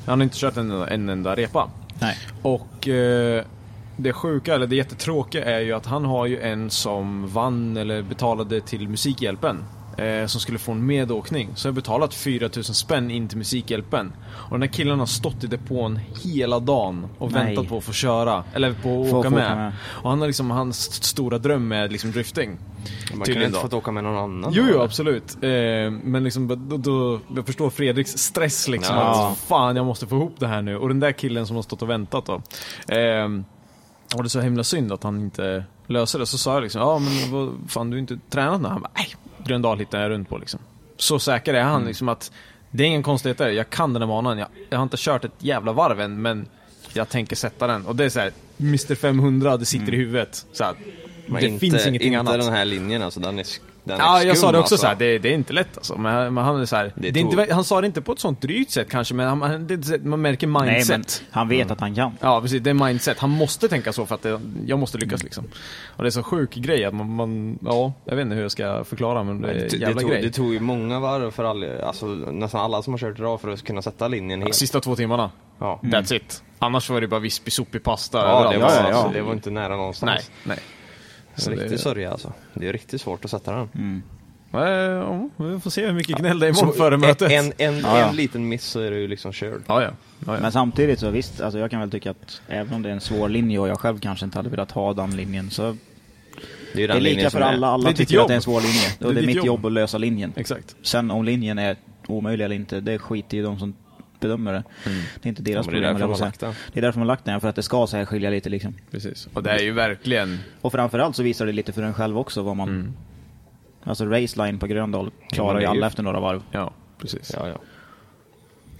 [SPEAKER 1] han har inte kört en, en enda repa.
[SPEAKER 8] Nej.
[SPEAKER 1] Och eh, det sjuka, eller det jättetråkiga är ju att han har ju en som vann eller betalade till Musikhjälpen. Eh, som skulle få en medåkning. Så jag har betalat 4000 spänn in till Musikhjälpen. Och den här killen har stått i depån hela dagen och
[SPEAKER 8] Nej.
[SPEAKER 1] väntat på att få köra. Eller på att
[SPEAKER 8] Få-
[SPEAKER 1] åka,
[SPEAKER 8] få
[SPEAKER 1] med.
[SPEAKER 8] åka med.
[SPEAKER 1] Och han har liksom, hans st- stora dröm är liksom drifting.
[SPEAKER 9] Man kunde
[SPEAKER 1] Tydligen
[SPEAKER 9] inte
[SPEAKER 1] då.
[SPEAKER 9] fått åka med någon annan.
[SPEAKER 1] Jo, jo absolut. Eh, men liksom, då, då, jag förstår Fredriks stress liksom.
[SPEAKER 9] Ja.
[SPEAKER 1] Att, fan, jag måste få ihop det här nu. Och den där killen som har stått och väntat då. Eh, och det är så himla synd att han inte löser det. Så sa jag liksom, ja men vad fan du har inte tränat nu? Han bara, nej, Gröndal hittar jag runt på liksom. Så säker är han
[SPEAKER 9] Mm.
[SPEAKER 1] liksom att det är ingen konstigheter. Jag kan den här banan. Jag, jag har inte kört ett jävla varv än, men jag tänker sätta den. Och det är så här, Mr 500, det sitter i huvudet. Så här,
[SPEAKER 9] Men
[SPEAKER 1] det
[SPEAKER 9] Mm. inte,
[SPEAKER 1] finns ingenting
[SPEAKER 9] inte
[SPEAKER 1] annat.
[SPEAKER 9] den här linjen alltså, den är, sk- den är
[SPEAKER 1] Ja, jag sa
[SPEAKER 9] skum,
[SPEAKER 1] det också
[SPEAKER 9] alltså.
[SPEAKER 1] så här. Det, det är inte lätt alltså. Men, men han är så här, det är
[SPEAKER 9] tog-
[SPEAKER 1] inte, vä- han sa det inte på ett sånt drygt sätt kanske, men han, han, det, är ett sätt- man märker mindset.
[SPEAKER 8] Nej, men han vet att han kan.
[SPEAKER 1] Ja, precis. Det är mindset. Han måste tänka så för att det, jag måste
[SPEAKER 8] Mm.
[SPEAKER 1] lyckas liksom. Och det är så sjuk grej att man, man ja, jag vet inte hur jag ska förklara men det är
[SPEAKER 9] Det,
[SPEAKER 1] en
[SPEAKER 9] det,
[SPEAKER 1] Eh, jävla
[SPEAKER 9] tog,
[SPEAKER 1] grej.
[SPEAKER 9] det tog ju många varv för all, alltså, nästan alla som har kört idag för att kunna sätta linjen helt.
[SPEAKER 1] Sista två timmarna. Ja.
[SPEAKER 8] Mm.
[SPEAKER 1] That's it. Annars var det bara vispig, sopig pasta
[SPEAKER 9] Ja, det
[SPEAKER 1] överallt.
[SPEAKER 9] var, alltså, det var inte nära någonstans.
[SPEAKER 1] Nej,
[SPEAKER 9] Så
[SPEAKER 1] nej.
[SPEAKER 9] Riktig sörja alltså. Det är riktigt svårt att sätta den.
[SPEAKER 1] Eh, ja, vi får se hur mycket gnäll det är imorgon
[SPEAKER 9] Så
[SPEAKER 1] före mötet.
[SPEAKER 9] En, en,
[SPEAKER 8] Ja, ja.
[SPEAKER 9] en liten miss så är du ju liksom körd.
[SPEAKER 1] Ja, ja.
[SPEAKER 8] Men samtidigt så visst, alltså jag kan väl tycka att även om det är en svår linje och jag själv kanske inte hade velat ha den linjen så
[SPEAKER 9] Det är ju den
[SPEAKER 8] det är
[SPEAKER 9] linjen
[SPEAKER 8] lika för
[SPEAKER 9] som är-
[SPEAKER 8] alla.
[SPEAKER 9] Det
[SPEAKER 8] Alla
[SPEAKER 9] är ditt
[SPEAKER 8] tycker att
[SPEAKER 9] jobb.
[SPEAKER 8] det är en svår linje.
[SPEAKER 9] Det
[SPEAKER 8] Och
[SPEAKER 9] är
[SPEAKER 8] det är
[SPEAKER 9] ditt
[SPEAKER 8] mitt
[SPEAKER 9] jobb.
[SPEAKER 8] jobb. att lösa linjen. Exakt. Sen om linjen är omöjlig eller inte, det skiter ju de som bedömer det.
[SPEAKER 9] Mm.
[SPEAKER 8] Det är inte deras
[SPEAKER 1] Ja, men det är därför
[SPEAKER 8] problem. eller vad
[SPEAKER 1] man har
[SPEAKER 8] jag säger.
[SPEAKER 1] lagt
[SPEAKER 8] det är därför man har lagt den, för att det ska så här skilja lite liksom.
[SPEAKER 1] Precis. Och det är ju verkligen...
[SPEAKER 8] Och framförallt så visar det lite för en själv också vad man... Alltså raceline på Gröndal klarar ju
[SPEAKER 1] Mm. det är ju-
[SPEAKER 8] alla efter några varv.
[SPEAKER 1] Ja, precis.
[SPEAKER 9] Oh,
[SPEAKER 1] Ja, ja.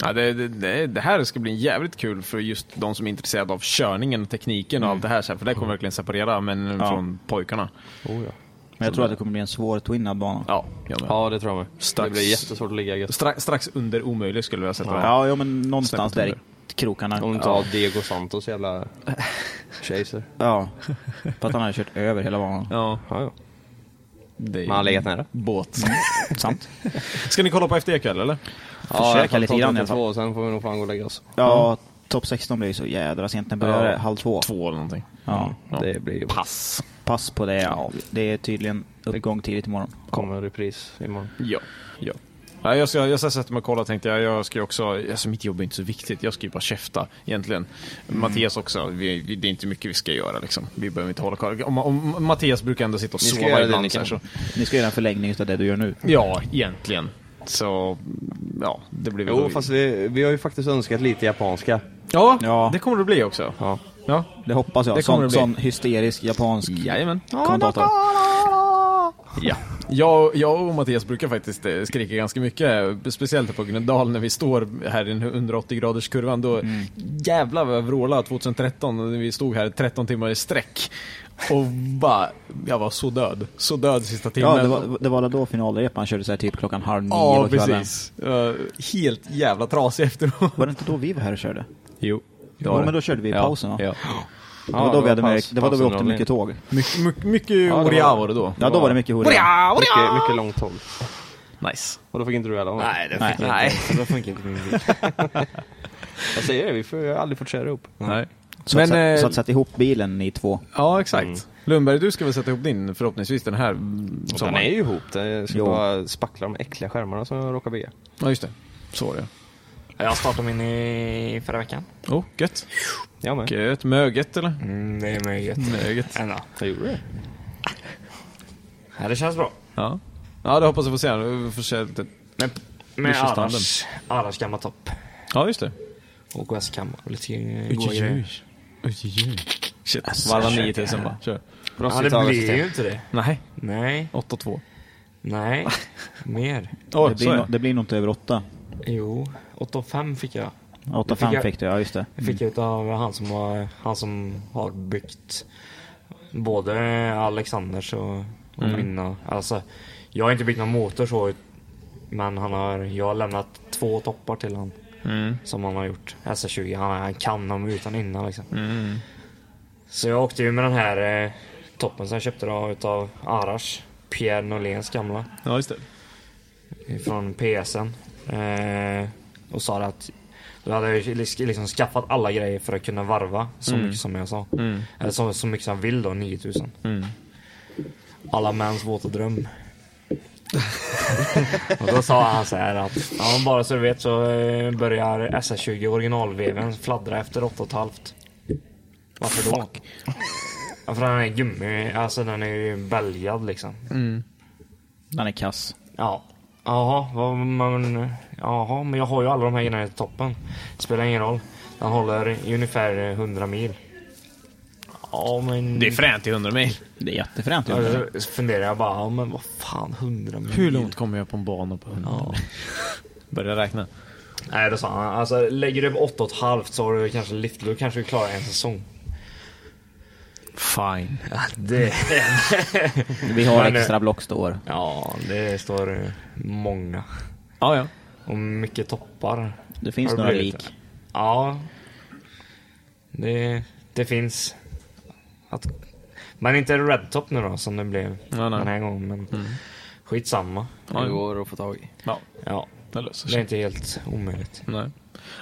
[SPEAKER 1] Ja, det, det- det, det här ska bli jävligt kul för just de som är intresserade av körningen, tekniken och
[SPEAKER 9] Mm.
[SPEAKER 1] allt det här. så här, För det kommer verkligen separera männen
[SPEAKER 8] Ja.
[SPEAKER 1] från pojkarna.
[SPEAKER 9] Oh, ja.
[SPEAKER 8] Men jag tror att det kommer bli en svår twinnad bana.
[SPEAKER 1] Ja,
[SPEAKER 9] ja, det tror jag med.
[SPEAKER 1] Strax-
[SPEAKER 9] Det blir jättesvårt att ligga gött.
[SPEAKER 1] Strax, strax under omöjligt skulle jag sätta det.
[SPEAKER 8] Ja, ja men någonstans
[SPEAKER 1] Snäppet
[SPEAKER 8] där i krokarna.
[SPEAKER 9] Om du
[SPEAKER 8] Ja.
[SPEAKER 9] tar Diego Santos jävla [LAUGHS] chaser.
[SPEAKER 1] [LAUGHS]
[SPEAKER 8] Ja, för att han hade kört över hela banan.
[SPEAKER 1] Ja.
[SPEAKER 9] ja,
[SPEAKER 1] Det är
[SPEAKER 9] Man har legat nära.
[SPEAKER 1] Båt. [LAUGHS]
[SPEAKER 8] Mm. Sant.
[SPEAKER 1] Ska ni kolla på FD ikväll eller?
[SPEAKER 8] Försöka lite grann i alla fall.
[SPEAKER 9] Och E sen får vi nog fan gå och lägga oss.
[SPEAKER 8] Ja, topp 16 blir ju så jädra sent. Den börjar
[SPEAKER 9] Ja.
[SPEAKER 8] halv två.
[SPEAKER 1] Två eller någonting. Mm.
[SPEAKER 8] Ja.
[SPEAKER 9] Det blir ju...
[SPEAKER 1] Pass.
[SPEAKER 8] Pass på det. Ja. Det är tydligen uppgång tidigt imorgon.
[SPEAKER 9] Kommer en repris imorgon.
[SPEAKER 1] Ja. ja. Nej, jag, ska, jag ska sätta mig och kolla tänkte jag. Jag ska ju också, alltså mitt jobb är inte så viktigt. Jag ska ju bara käfta egentligen.
[SPEAKER 9] Mm.
[SPEAKER 1] Mattias också, vi, vi- det är inte mycket vi ska göra liksom. Vi behöver inte hålla koll. Om, om, Mattias brukar ändå sitta och
[SPEAKER 8] Ni ska
[SPEAKER 1] sova
[SPEAKER 8] göra det ni
[SPEAKER 1] ibland. Så
[SPEAKER 8] kan.
[SPEAKER 1] här, så.
[SPEAKER 8] Ni ska göra en förlängning utav det du gör nu.
[SPEAKER 1] Ja, egentligen. Så, ja, det blir väl
[SPEAKER 9] Jo,
[SPEAKER 1] då-
[SPEAKER 9] fast vi, vi har ju faktiskt önskat lite japanska.
[SPEAKER 1] Ja, det kommer det bli också.
[SPEAKER 9] Ja.
[SPEAKER 1] ja.
[SPEAKER 8] Det hoppas jag.
[SPEAKER 1] Det kommer
[SPEAKER 8] Alltså, sån,
[SPEAKER 1] det bli. Mm,
[SPEAKER 8] sån hysterisk japansk
[SPEAKER 1] Jajamän.
[SPEAKER 8] kommentator.
[SPEAKER 1] Ja. Jag, jag och Mattias brukar faktiskt eh, skrika ganska mycket, eh, speciellt på Gnödal när vi står här i den 180 graders kurvan. Då
[SPEAKER 8] Mm.
[SPEAKER 1] jävlar vad jag vrålade 2013 när vi stod här 13 timmar i sträck. Och bara, jag var så död. Så död sista timmen.
[SPEAKER 8] Ja, det var, det var då finalrepan körde så här typ klockan halv nio
[SPEAKER 1] Ja,
[SPEAKER 8] på kvällen.
[SPEAKER 1] precis. Jag var Helt jävla trasig efteråt.
[SPEAKER 8] Var det inte då vi var här och körde?
[SPEAKER 1] Jo. det
[SPEAKER 8] Jo,
[SPEAKER 1] var det.
[SPEAKER 8] men då körde vi i
[SPEAKER 1] Ja,
[SPEAKER 8] pausen va?
[SPEAKER 1] ja.
[SPEAKER 8] Det
[SPEAKER 1] Ja,
[SPEAKER 8] var
[SPEAKER 1] det
[SPEAKER 8] då
[SPEAKER 1] var
[SPEAKER 8] vi hade
[SPEAKER 1] paus-
[SPEAKER 8] med, det var då vi åkte
[SPEAKER 1] pausen,
[SPEAKER 8] mycket tåg.
[SPEAKER 1] Mycket, mycket, mycket Oria var det då.
[SPEAKER 8] Ja, då var det mycket Horia.
[SPEAKER 9] Mycket, mycket långt håll.
[SPEAKER 1] Nice.
[SPEAKER 9] Och då fick inte du heller vara med.
[SPEAKER 1] Nej, det fick jag Nej. inte.
[SPEAKER 9] Då funkar inte min bil. [LAUGHS] Jag säger det, vi får, jag har aldrig fått köra ihop.
[SPEAKER 1] Nej.
[SPEAKER 8] Så,
[SPEAKER 1] Men,
[SPEAKER 8] att, sätta-
[SPEAKER 1] eh,
[SPEAKER 8] så att sätta ihop bilen ni två.
[SPEAKER 1] Ja, exakt. Lundberg, du ska väl sätta ihop din förhoppningsvis den här mm,
[SPEAKER 9] Den
[SPEAKER 1] sommaren?
[SPEAKER 9] är ju ihop. Jag ska
[SPEAKER 1] Jo.
[SPEAKER 9] bara spackla de äckliga skärmarna som jag råkar be.
[SPEAKER 1] Ja, just det. Så
[SPEAKER 9] [LAUGHS]
[SPEAKER 1] var det.
[SPEAKER 10] Jag startade min i förra veckan.
[SPEAKER 1] Oh, gött.
[SPEAKER 9] Jag med.
[SPEAKER 1] Gött. Möget, eller?
[SPEAKER 10] Mm, det är möget.
[SPEAKER 1] Möget.
[SPEAKER 10] Ändå.
[SPEAKER 9] Jag gjorde det.
[SPEAKER 10] Ja, det känns bra.
[SPEAKER 1] Ja. Ja, det hoppas jag får se. Vi får se lite... Men,
[SPEAKER 10] Med
[SPEAKER 1] Bysjöstanden.
[SPEAKER 10] Arash. Arash gamla topp.
[SPEAKER 1] Ja, just det.
[SPEAKER 10] Och OS-kammar och lite eh, goa
[SPEAKER 1] Ujjuj.
[SPEAKER 10] grejer.
[SPEAKER 1] Ujjuj. Mm. Shit.
[SPEAKER 10] Alltså,
[SPEAKER 1] Varva
[SPEAKER 10] kör
[SPEAKER 1] 9000
[SPEAKER 10] det
[SPEAKER 1] bara.
[SPEAKER 10] här.
[SPEAKER 1] Kör.
[SPEAKER 10] Ja, det blir ju inte det.
[SPEAKER 1] Nej.
[SPEAKER 10] Nej.
[SPEAKER 1] 8 2.
[SPEAKER 8] [LAUGHS]
[SPEAKER 10] Nej. Mer.
[SPEAKER 1] Oj,
[SPEAKER 8] det, blir
[SPEAKER 1] så är
[SPEAKER 8] no,
[SPEAKER 1] det.
[SPEAKER 8] det blir nog inte över åtta.
[SPEAKER 10] Jo, 8,5 fick jag.
[SPEAKER 8] 8,5 fick du, ja just det.
[SPEAKER 10] Det fick jag utav han som har, han som har byggt både Alexanders och, och
[SPEAKER 8] Mm.
[SPEAKER 10] mina. Alltså, jag har inte byggt någon motor så. Men han har, jag har lämnat två toppar till han.
[SPEAKER 1] Mm.
[SPEAKER 10] Som han har gjort. SS20. Han, han kan dem utan innan liksom.
[SPEAKER 1] Mm.
[SPEAKER 10] Så jag åkte ju med den här eh, toppen som jag köpte då utav Arash. Pierre Norléns gamla.
[SPEAKER 1] Ja, just det.
[SPEAKER 10] Från PSN. Eh, och sa att då hade jag ju lis- liksom skaffat alla grejer för att kunna varva så
[SPEAKER 1] Mm.
[SPEAKER 10] mycket som jag sa.
[SPEAKER 1] Mm.
[SPEAKER 10] Eller så, så mycket som jag vill då, 9000.
[SPEAKER 1] Mm.
[SPEAKER 10] Alla mäns
[SPEAKER 1] [LAUGHS]
[SPEAKER 10] våta dröm. och då sa han så här att ja, men bara så du vet så eh, börjar SS20 originalveven fladdra efter 8,5. Varför då? Ja, för den är gummi, alltså den är ju bälgad liksom.
[SPEAKER 8] Mm. Den är kass.
[SPEAKER 10] Ja. Jaha, vad, men, jaha, men jag har ju alla de här grejerna i toppen. Det spelar ingen roll. Den håller i ungefär 100 mil. Ja, men...
[SPEAKER 1] Det är fränt i 100 mil.
[SPEAKER 8] Det är jättefränt
[SPEAKER 10] Ja, då funderar jag bara, ja, men vad fan 100 mil?
[SPEAKER 1] Hur långt kommer jag på en bana på 100 mil? Börja räkna.
[SPEAKER 10] Nej, det sa han. Alltså, lägger du upp 8,5 så har du kanske lift, då kanske du klarar en säsong.
[SPEAKER 1] Fine.
[SPEAKER 10] det...
[SPEAKER 8] Vi har
[SPEAKER 10] Men, eh,
[SPEAKER 8] extra block står.
[SPEAKER 10] Ja, det står eh, många.
[SPEAKER 1] Ja, ja.
[SPEAKER 10] Och mycket toppar.
[SPEAKER 8] Det finns
[SPEAKER 10] Har
[SPEAKER 8] några
[SPEAKER 10] blivit.
[SPEAKER 8] lik.
[SPEAKER 10] Ja. Det, det finns. Att, men inte Red Top nu då som det blev
[SPEAKER 1] nej. Mm.
[SPEAKER 10] den här gången. Men skitsamma.
[SPEAKER 1] Ja, ja.
[SPEAKER 10] går att få tag i.
[SPEAKER 1] Ja.
[SPEAKER 10] Ja.
[SPEAKER 1] Det löser
[SPEAKER 10] Det är inte helt omöjligt.
[SPEAKER 1] Nej.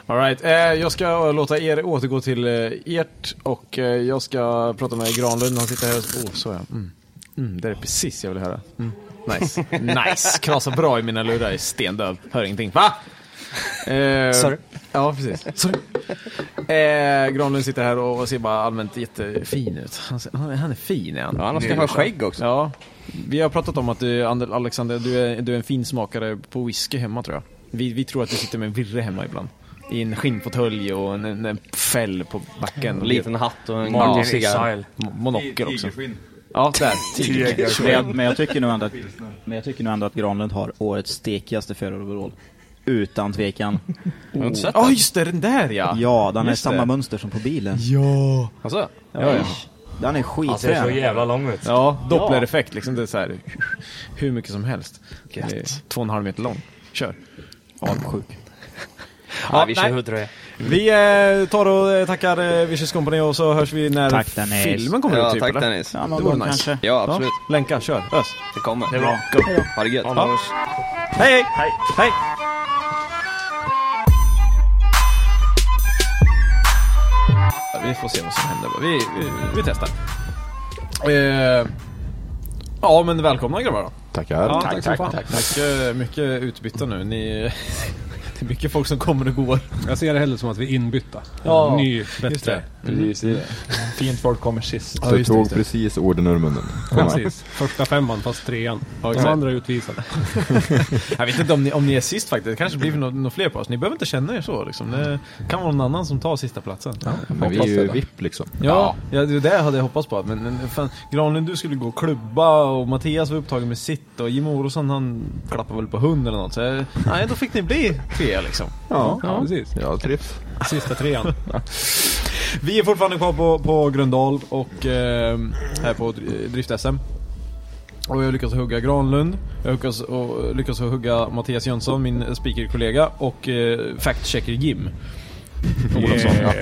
[SPEAKER 1] All right. eh, jag ska låta er återgå till eh, ert och eh, jag ska prata med Granlund. Han sitter här och... Oh, så ja. Mm. Mm, det är precis jag vill höra. Mm. Nice. Nice. Knasar bra i mina lurar. Jag är Stendöv. Hör ingenting. Va? Eh,
[SPEAKER 5] Sorry.
[SPEAKER 1] Ja, precis. Sorry. Eh, Granlund sitter här och ser bara allmänt jättefin ut. Han, ser- han, är- han är fin är han.
[SPEAKER 9] Ja, han har skaffat skägg också.
[SPEAKER 1] Ja. Vi har pratat om att du, Ander- Alexander, du är, du är en finsmakare på whisky hemma tror jag. Vi, vi tror att du sitter med en virre hemma ibland. I en skinnfåtölj och en, en, en fäll på backen.
[SPEAKER 9] En liten hatt och en
[SPEAKER 1] Ja,
[SPEAKER 9] gul cigarr.
[SPEAKER 1] Mo- Monokel också.
[SPEAKER 9] Tigerskinn.
[SPEAKER 1] Ja, där.
[SPEAKER 9] Tigerskinn.
[SPEAKER 1] Tiger.
[SPEAKER 8] Men jag tycker nog ändå att, men jag tycker nog ändå att Granlund har årets stekigaste föroverall. Utan tvekan. Oh.
[SPEAKER 1] har inte sett den. Ja, just det, den där ja!
[SPEAKER 8] Ja, den är
[SPEAKER 1] Just
[SPEAKER 8] samma
[SPEAKER 1] det.
[SPEAKER 8] mönster som på bilen.
[SPEAKER 1] Ja. Alltså?
[SPEAKER 8] Ja, ja. Den är skitfrän.
[SPEAKER 1] Ja, dopplereffekt liksom. Det är så här [LAUGHS] hur mycket som helst. Det är två och en halv meter lång. Kör. Avundsjuk.
[SPEAKER 10] Ja, vi kör hudröja.
[SPEAKER 1] Vi eh, tar och eh, tackar eh, Vicious Company och så hörs vi när
[SPEAKER 8] Tack, Dennis.
[SPEAKER 1] filmen kommer
[SPEAKER 9] Ja,
[SPEAKER 1] ut. Typ,
[SPEAKER 9] tack,
[SPEAKER 1] eller?
[SPEAKER 9] Dennis.
[SPEAKER 1] Ja,
[SPEAKER 9] Ja,
[SPEAKER 1] någon
[SPEAKER 9] någon
[SPEAKER 1] det vore
[SPEAKER 9] gång
[SPEAKER 1] nice.
[SPEAKER 9] kanske. Ja, absolut.
[SPEAKER 1] Ja, länka, kör. Ös.
[SPEAKER 9] Det kommer.
[SPEAKER 1] Det är bra.
[SPEAKER 9] Go. Ha det gött.
[SPEAKER 1] Ja. Hej, hej! Hej! Vi får se vad som händer. Vi, vi, vi testar. Eh, ja, men välkomna grabbar då.
[SPEAKER 4] Tackar.
[SPEAKER 1] Ja, tack, tack, tack, Mycket, mycket utbyte nu. Ni, det är mycket folk som kommer och går.
[SPEAKER 7] Jag ser det hellre som att vi är inbytta.
[SPEAKER 1] Ja,
[SPEAKER 7] Ny,
[SPEAKER 1] just
[SPEAKER 7] bättre.
[SPEAKER 1] det. Precis,
[SPEAKER 7] Mm.
[SPEAKER 12] Fint folk kommer sist.
[SPEAKER 1] Ja,
[SPEAKER 12] Du
[SPEAKER 1] just det,
[SPEAKER 12] tog
[SPEAKER 1] just det.
[SPEAKER 12] precis orden ur munnen.
[SPEAKER 7] Precis. [LAUGHS] Första femman fast trean.
[SPEAKER 1] Ja,
[SPEAKER 7] De
[SPEAKER 1] exakt.
[SPEAKER 7] andra är utvisade.
[SPEAKER 1] [LAUGHS] Jag vet inte om ni, om ni är sist faktiskt. Det kanske blir några nå fler på oss. Ni behöver inte känna er så. Liksom. Det kan vara någon annan som tar sista platsen. Ja,
[SPEAKER 12] Men vi är ju VIP liksom.
[SPEAKER 1] Ja, ja, det där hade jag hoppats på. Men, men fan, Granlund du skulle gå och klubba och Mattias var upptagen med sitt och Jim Olsson han klappade väl på hund eller något. Så, jag- nej, då fick ni bli tre liksom.
[SPEAKER 12] Ja, precis. Jag trivs.
[SPEAKER 1] Sista [LAUGHS] trean. Vi är fortfarande kvar på, på Gröndal och eh, här på dri- Drift-SM. Och jag lyckas hugga Granlund, jag lyckas, och, lyckas hugga Mattias Jönsson, min speakerkollega och eh, fact-checker Jim. Olofsson.
[SPEAKER 7] Yeah.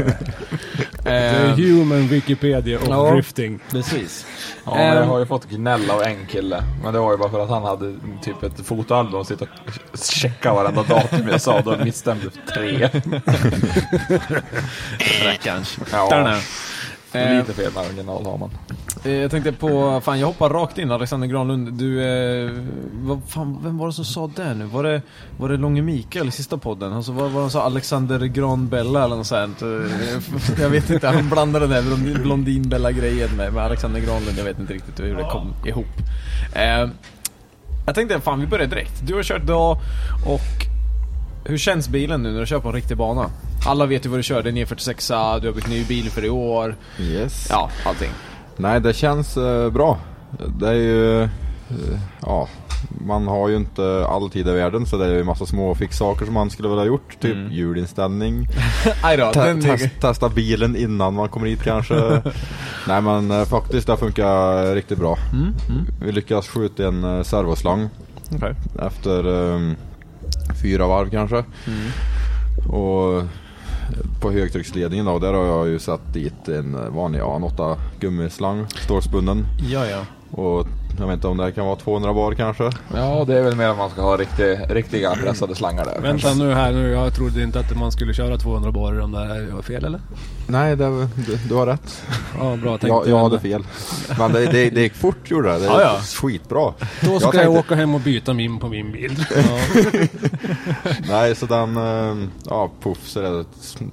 [SPEAKER 1] Eh,
[SPEAKER 7] The human Wikipedia och
[SPEAKER 1] ja,
[SPEAKER 7] drifting.
[SPEAKER 1] Precis.
[SPEAKER 7] Ehm.
[SPEAKER 12] Ja, men
[SPEAKER 7] jag
[SPEAKER 12] jag
[SPEAKER 7] har
[SPEAKER 12] har ju fått gnälla och en kille. Men det var ju bara för att han hade typ ett fotoalbum och sitta och checka varenda datum jag sa. Då misstämde
[SPEAKER 1] [LAUGHS]
[SPEAKER 12] tre.
[SPEAKER 1] Rackarns.
[SPEAKER 12] Ja.
[SPEAKER 1] Ehm.
[SPEAKER 12] Lite fel marginal har man.
[SPEAKER 1] Eh, Jag tänkte på, fan jag hoppar rakt in Alexander Granlund. Du, eh, vad fan, vem var det som sa det nu? Var det, var det Långe Mikael i sista podden? Alltså, vad var det han sa? Alexander Granbella eller något sånt. Eh, [LAUGHS] Jag vet inte, han blandade den där blondin- Blondinbella-grejen med, med Alexander Granlund. Jag vet inte riktigt hur det kom ihop. Eh, jag tänkte, fan vi börjar direkt. Du har kört idag och hur känns bilen nu när du kör på en riktig bana? Alla vet ju vad du kör, det är en E46, du har bytt ny bil för i år.
[SPEAKER 12] Yes.
[SPEAKER 1] Ja, allting.
[SPEAKER 12] Nej, det känns eh, bra. Det är ju... eh, ja, man har ju inte all tid i världen så det är ju massa små fixsaker som man skulle vilja ha gjort. Typ
[SPEAKER 1] Mm.
[SPEAKER 12] hjulinställning.
[SPEAKER 1] [LAUGHS] Aj då,
[SPEAKER 12] Te-
[SPEAKER 1] den-
[SPEAKER 12] test, testa bilen innan man kommer
[SPEAKER 1] [LAUGHS]
[SPEAKER 12] hit kanske. Nej men eh, faktiskt, det funkar riktigt bra.
[SPEAKER 1] Mm, mm.
[SPEAKER 12] Vi lyckas skjuta en eh, servoslang.
[SPEAKER 1] Okej.
[SPEAKER 12] Efter eh, fyra varv kanske. Mm. Och på högtrycksledningen då, där har jag ju satt dit en vanlig A8 gummislang, stålspunnen.
[SPEAKER 1] Ja, ja.
[SPEAKER 12] Och jag vet inte om det här kan vara 200 bar kanske?
[SPEAKER 7] Ja,
[SPEAKER 12] det är väl mer om man ska ha riktiga pressade slangar där.
[SPEAKER 7] Vänta nu här nu, jag trodde inte att man skulle köra 200 bar i de där. Är jag fel eller?
[SPEAKER 12] Nej, det, du, du har rätt.
[SPEAKER 7] Ja, bra tänkt.
[SPEAKER 12] Jag, jag hade fel. Men det, det, det gick fort gjorde det. Det
[SPEAKER 7] Ja, ja.
[SPEAKER 12] skitbra.
[SPEAKER 7] Då ska jag,
[SPEAKER 12] tänkte-
[SPEAKER 7] åka hem och byta min på min
[SPEAKER 12] [LAUGHS]
[SPEAKER 7] bil.
[SPEAKER 12] Nej, så den... eh, Ja, puff så det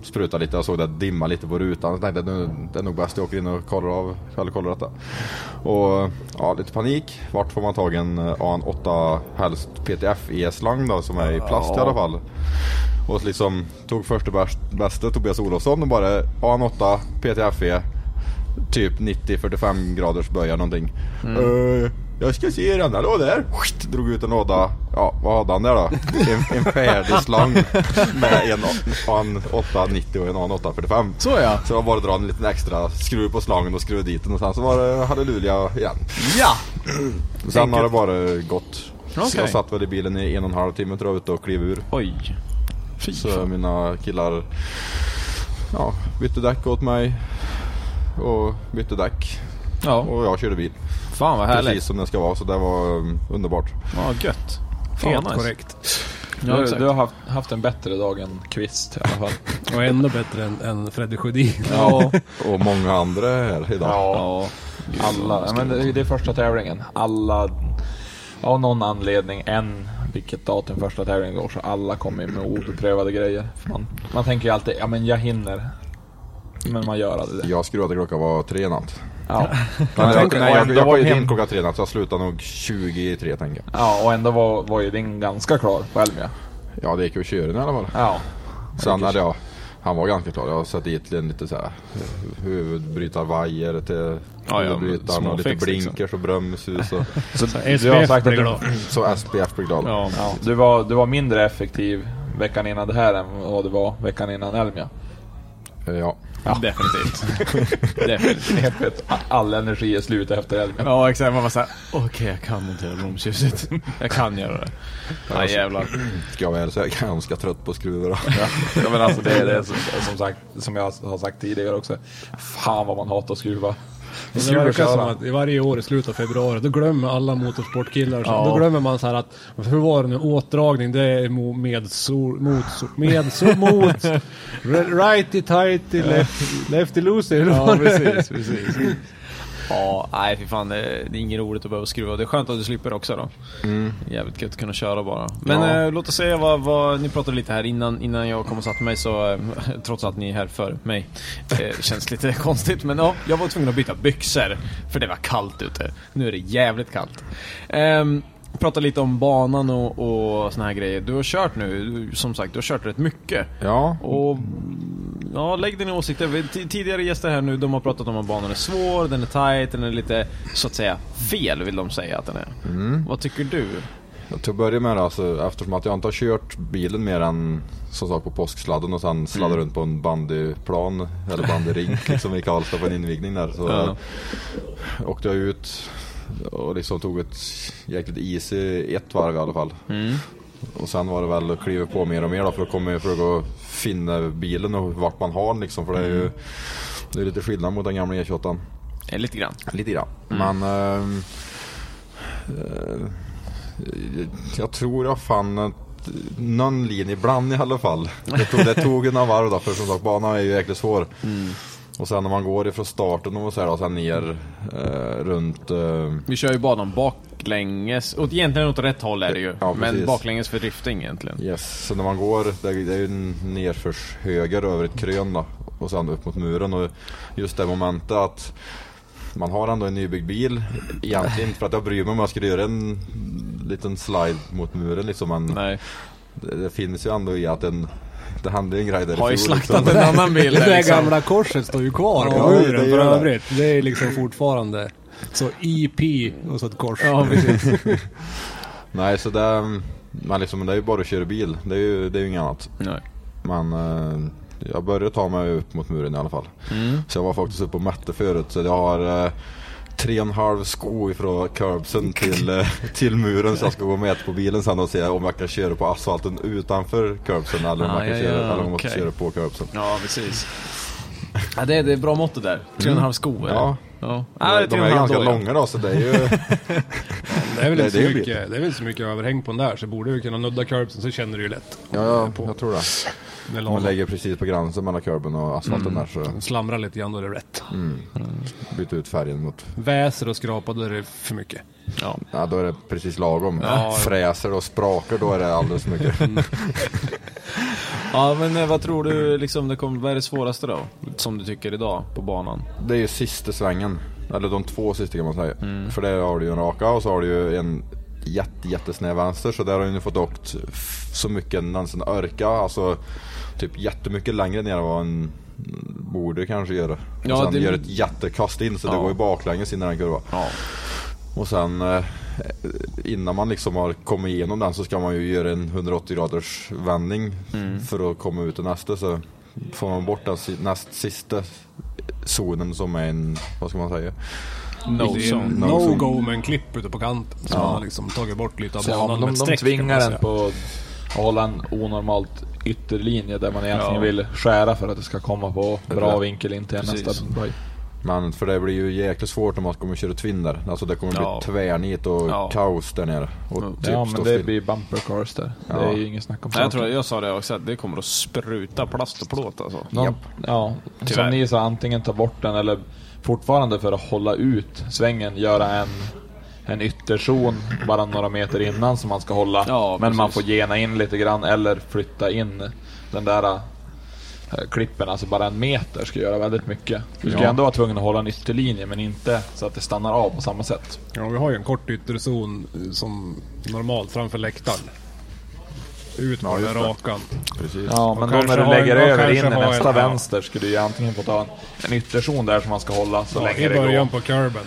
[SPEAKER 12] sprutade lite. Jag såg det dimma lite på rutan. Så tänkte jag nu, det är nog bäst jag åker in och kollar av. Eller kollar detta. Och ja, lite panik. Vart får man tag i en eh, AN8 helst PTF ES-slang E då som är i plast i
[SPEAKER 2] Ja.
[SPEAKER 12] alla fall. Och så liksom tog första bäst, bästa Tobias Olofsson och bara AN8 PTFE typ 90-45 graders böja någonting.
[SPEAKER 2] Mm.
[SPEAKER 12] Eh, jag ska se den, hallå där! Skit, drog ut en låda. Ja, vad hade han
[SPEAKER 1] [LAUGHS]
[SPEAKER 12] där då? En, en färdig slang med en AN890 och en AN845.
[SPEAKER 1] Så ja!
[SPEAKER 12] Så det var bara att dra en liten extra skruv på slangen och skruva dit den och sen så var det halleluja igen.
[SPEAKER 1] Ja!
[SPEAKER 12] Och Sen har det bara gått.
[SPEAKER 1] Okej.
[SPEAKER 12] Jag satt väl i bilen i en och en halv timme tror jag ute och klev ur.
[SPEAKER 1] Oj.
[SPEAKER 12] så mina killar ja, bytte däck åt mig och bytte däck.
[SPEAKER 1] Ja.
[SPEAKER 12] Och jag körde bil.
[SPEAKER 1] Fan vad härligt.
[SPEAKER 12] Precis som det ska vara så det var um, mm, underbart.
[SPEAKER 1] Ja, gött. Fan,
[SPEAKER 12] Helt
[SPEAKER 1] nice.
[SPEAKER 12] korrekt.
[SPEAKER 4] Du,
[SPEAKER 7] Ja,
[SPEAKER 4] har-
[SPEAKER 7] exakt.
[SPEAKER 4] du har haft, haft en bättre dag än Kvist i alla fall.
[SPEAKER 7] [LAUGHS] Och ännu bättre än, än Freddy Sjödin.
[SPEAKER 4] Ja.
[SPEAKER 12] [LAUGHS] Och många andra här idag.
[SPEAKER 4] Ja. Alla, ja, men det, det är första tävlingen. Alla, av någon anledning, en, vilket datum första tävlingen går, så alla kommer ju med obeprövade grejer. För Man, man tänker ju alltid, ja men jag hinner. Men man gör aldrig det.
[SPEAKER 12] Jag skruvade klockan var tre i natt.
[SPEAKER 4] Ja.
[SPEAKER 12] Men jag,
[SPEAKER 4] Tänk
[SPEAKER 12] jag,
[SPEAKER 4] när jag-
[SPEAKER 12] jag,
[SPEAKER 4] det var
[SPEAKER 12] kom
[SPEAKER 4] ju
[SPEAKER 12] hem
[SPEAKER 4] din-
[SPEAKER 12] klockan tre i natt så jag slutade nog 23 tänker jag.
[SPEAKER 4] Ja, och ändå var, var ju din ganska klar på Elmia.
[SPEAKER 12] Ja, det gick ju att köra den i alla fall.
[SPEAKER 4] Ja.
[SPEAKER 12] Sen hade jag, han var ganska klar. Jag har satt dit en lite så här huvudbrytarvajer till
[SPEAKER 4] ja,
[SPEAKER 12] huvudbrytaren och lite
[SPEAKER 4] småfix liksom.
[SPEAKER 12] blinkers och brömshus. Och,
[SPEAKER 4] Så du har sagt att du-
[SPEAKER 12] Så SPF blir glad.
[SPEAKER 4] Ja. du, var, du var mindre effektiv veckan innan det här än vad du var veckan innan Elmia.
[SPEAKER 12] Ja.
[SPEAKER 4] Definitivt. [LAUGHS] Definitivt. All energi är slut efter Elmia.
[SPEAKER 1] Ja, exakt. Man bara såhär, okej jag kan montera bromsljuset. Jag kan göra det. Nej [LAUGHS] jävlar.
[SPEAKER 12] Ska jag vara ärlig så är jag ganska trött på skruvar.
[SPEAKER 4] Ja, ja, men alltså det är det som, som, sagt, som jag har sagt tidigare också. Fan vad man hatar att skruva.
[SPEAKER 7] Det
[SPEAKER 4] Skruva och
[SPEAKER 7] verkar som
[SPEAKER 4] köra.
[SPEAKER 7] att i varje år i slutet av februari, då glömmer alla motorsportkillar, så,
[SPEAKER 4] Ja.
[SPEAKER 7] då glömmer man så här att, hur var det nu, åtdragning, det är mo- med sol, mot, sol, med sol, mot, righty tighty, left, lefty loosey. eller [LAUGHS]
[SPEAKER 1] Ja,
[SPEAKER 7] vad det är.
[SPEAKER 1] precis, precis. Ja, nej fy fan. Det är det är inget roligt att behöva skruva. Det är skönt att du slipper också då. Jävligt gött att kunna köra bara. Men
[SPEAKER 13] Ja.
[SPEAKER 1] eh, låt oss säga vad, vad, ni pratade lite här innan, innan jag kom och satte mig så, eh, [LAUGHS] trots att ni är här för mig, eh, känns lite konstigt. Men ja, jag var tvungen att byta byxor, för det var kallt ute. Nu är det jävligt kallt. Ehm, Prata lite om banan och, och såna här grejer. Du har kört nu, du- som sagt, du har kört rätt mycket.
[SPEAKER 12] Ja.
[SPEAKER 1] Och Ja, lägg dina åsikter. Vi- ti- Tidigare gäster här nu, de har pratat om att banan är svår, den är tight, den är lite, så att säga, fel vill de säga att den är.
[SPEAKER 12] Mm.
[SPEAKER 1] Vad tycker du?
[SPEAKER 12] Ja, Till att börja med alltså, eftersom att jag inte har kört bilen mer än som sagt på påsksladden och sen sladdat
[SPEAKER 1] Mm.
[SPEAKER 12] runt på en bandyplan
[SPEAKER 1] [LAUGHS]
[SPEAKER 12] eller bandyrink liksom i Karlstad på en invigning där. Så
[SPEAKER 1] Ja.
[SPEAKER 12] åkte jag ut och liksom tog ett jäkligt easy ett varv i alla fall.
[SPEAKER 1] Mm.
[SPEAKER 12] Och sen var det väl att kliva på mer och mer då för att komma för att finna bilen och vart man har den liksom. För det är
[SPEAKER 1] Mm.
[SPEAKER 12] ju det är lite skillnad mot den gamla E E28.
[SPEAKER 1] Eh, Lite grann.
[SPEAKER 12] Lite grann.
[SPEAKER 1] Mm.
[SPEAKER 12] Men ehm, eh, jag tror jag fann att någon linje ibland i alla fall. Det tog, det tog några varv då, för som sagt banan är ju jäkligt svår.
[SPEAKER 1] Mm.
[SPEAKER 12] Och sen när man går ifrån starten och så här då, sen ner eh, runt... Eh,
[SPEAKER 1] Vi kör ju banan baklänges, och egentligen åt rätt håll är det ju.
[SPEAKER 12] Ja,
[SPEAKER 1] men
[SPEAKER 12] precis.
[SPEAKER 1] baklänges för drifting egentligen.
[SPEAKER 12] Yes, så när man går, det är, det är ju nerförs höger över ett krön då, och sen upp mot muren. Och just det momentet att man har ändå en nybyggd bil, egentligen inte för att jag bryr mig om jag skulle göra en liten slide mot muren liksom, men Det, det finns ju ändå i att en, det hände ju en grej där i
[SPEAKER 7] Har ju
[SPEAKER 12] fjol,
[SPEAKER 7] slaktat en annan bil [LAUGHS]
[SPEAKER 12] Det
[SPEAKER 7] Det
[SPEAKER 12] där
[SPEAKER 7] där
[SPEAKER 12] liksom.
[SPEAKER 7] gamla korset står ju kvar
[SPEAKER 12] Ja,
[SPEAKER 7] på
[SPEAKER 12] det
[SPEAKER 7] muren för
[SPEAKER 12] gör det.
[SPEAKER 7] övrigt. Det är liksom fortfarande så IP och så ett kors.
[SPEAKER 12] [LAUGHS]
[SPEAKER 7] [LAUGHS]
[SPEAKER 12] Nej, så det, men liksom, det är ju bara att köra bil. Det är ju, det är ju inget annat.
[SPEAKER 1] Nej.
[SPEAKER 12] Men eh, jag började ta mig upp mot muren i alla fall.
[SPEAKER 1] Mm.
[SPEAKER 12] Så jag var faktiskt uppe och mätte förut. Så jag har eh, tre och en halv sko ifrån curbsen till, eh, till muren. Så jag ska gå och mäta på bilen sen och se om jag kan köra på asfalten utanför curbsen. Eller om
[SPEAKER 1] Ah,
[SPEAKER 12] jag kan
[SPEAKER 1] ja,
[SPEAKER 12] köra,
[SPEAKER 1] ja,
[SPEAKER 12] eller om jag måste
[SPEAKER 1] okej.
[SPEAKER 12] köra på curbsen.
[SPEAKER 1] Ja, precis. Ja, det, är, det är bra motto där. Tre och en halv sko eller?
[SPEAKER 12] Mm.
[SPEAKER 1] ja.
[SPEAKER 12] Ja. De är- de är ganska långa då, så
[SPEAKER 1] [LAUGHS]
[SPEAKER 12] det är ju...
[SPEAKER 7] [LAUGHS] Det är väl inte så
[SPEAKER 12] ju
[SPEAKER 7] mycket, det är väl inte så mycket överhäng på den där, så borde vi kunna nudda curbsen så känner du ju lätt.
[SPEAKER 12] Ja, ja jag tror det.
[SPEAKER 7] Med lama.
[SPEAKER 12] Man lägger precis på gränsen mellan kurben och asfalten
[SPEAKER 7] Mm.
[SPEAKER 12] där så...
[SPEAKER 7] Slamrar lite grann då är det rätt.
[SPEAKER 12] Mm. Byta ut färgen mot...
[SPEAKER 7] Väser och skrapar då är det för mycket.
[SPEAKER 1] Ja.
[SPEAKER 12] då är det precis lagom.
[SPEAKER 7] Ja.
[SPEAKER 12] Fräser och sprakar, då är det alldeles för mycket.
[SPEAKER 1] Mm. [LAUGHS] Ja, men eh, vad tror du liksom, det kommer, vad är det svåraste då? Som du tycker idag på banan?
[SPEAKER 12] Det är ju sista svängen. Eller de två sista kan man säga.
[SPEAKER 1] Mm.
[SPEAKER 12] För där har du ju en raka och så har du ju en jätte, jättesnäv vänster. Så där har du ju fått åkt f- så mycket någonsin orka. Alltså typ jättemycket längre ner än vad en borde kanske göra.
[SPEAKER 1] Ja,
[SPEAKER 12] och sen
[SPEAKER 1] det-
[SPEAKER 12] gör ett jättekast in så det
[SPEAKER 1] Ja.
[SPEAKER 12] går ju baklänges in i den kurvan. Och sen eh, innan man liksom har kommit igenom den så ska man ju göra en 180 graders vändning
[SPEAKER 1] Mm.
[SPEAKER 12] för att komma ut i nästa. Så får man bort den si- näst sista zonen som är en, vad ska man säga?
[SPEAKER 7] Det är en
[SPEAKER 12] No zone.
[SPEAKER 7] No-go med en klipp ute på kanten. Så
[SPEAKER 12] Ja.
[SPEAKER 7] man har liksom tagit bort lite av
[SPEAKER 12] Så
[SPEAKER 7] banan
[SPEAKER 12] ja, de-
[SPEAKER 7] med
[SPEAKER 12] de
[SPEAKER 7] ett streck, kan man
[SPEAKER 12] tvingar
[SPEAKER 7] säga.
[SPEAKER 12] en
[SPEAKER 4] på att hålla en onormalt ytterlinje där man egentligen
[SPEAKER 1] Ja.
[SPEAKER 4] vill skära för att det ska komma på bra
[SPEAKER 1] Rätt.
[SPEAKER 4] vinkel in till
[SPEAKER 1] Precis.
[SPEAKER 4] nästa böj.
[SPEAKER 12] Men för det blir ju jäkligt svårt om man kommer köra twin där. Alltså det kommer bli
[SPEAKER 4] Ja.
[SPEAKER 12] tvärnit och
[SPEAKER 4] Ja.
[SPEAKER 12] kaos där nere. Och typ
[SPEAKER 4] ja,
[SPEAKER 12] stå
[SPEAKER 4] men det
[SPEAKER 12] still.
[SPEAKER 4] blir bumper cars där.
[SPEAKER 12] Ja.
[SPEAKER 4] Det är ju inget snack om
[SPEAKER 1] Jag
[SPEAKER 4] saken.
[SPEAKER 1] tror jag sa det också, att det kommer att spruta plast och plåt alltså.
[SPEAKER 4] Någon, Ja,
[SPEAKER 1] Tyvärr.
[SPEAKER 4] som ni sa, antingen ta bort den eller fortfarande för att hålla ut svängen göra en, en ytterzon bara några meter innan som man ska hålla. men man får gena in lite grann eller flytta in den där eh, klippen, alltså bara en meter ska göra väldigt mycket. Du ska
[SPEAKER 7] Ja.
[SPEAKER 4] ändå vara tvungen att hålla en ytterlinje men inte så att det stannar av på samma sätt.
[SPEAKER 7] Ja, vi har ju en kort ytterzon eh, som normalt framför läktaren. Ut på den
[SPEAKER 4] just det.
[SPEAKER 7] rakan.
[SPEAKER 4] Precis. Ja, men
[SPEAKER 7] Och
[SPEAKER 4] då när
[SPEAKER 7] kanske
[SPEAKER 4] du
[SPEAKER 7] ha en-
[SPEAKER 4] lägger
[SPEAKER 7] och
[SPEAKER 4] över
[SPEAKER 7] kanske
[SPEAKER 4] in i
[SPEAKER 7] ha en-
[SPEAKER 4] nästa
[SPEAKER 7] ja.
[SPEAKER 4] vänster skulle du ju antingen få ta en, en ytterzon där som man ska hålla så
[SPEAKER 7] Ja,
[SPEAKER 4] länge
[SPEAKER 7] I
[SPEAKER 4] det går.
[SPEAKER 7] början på curben.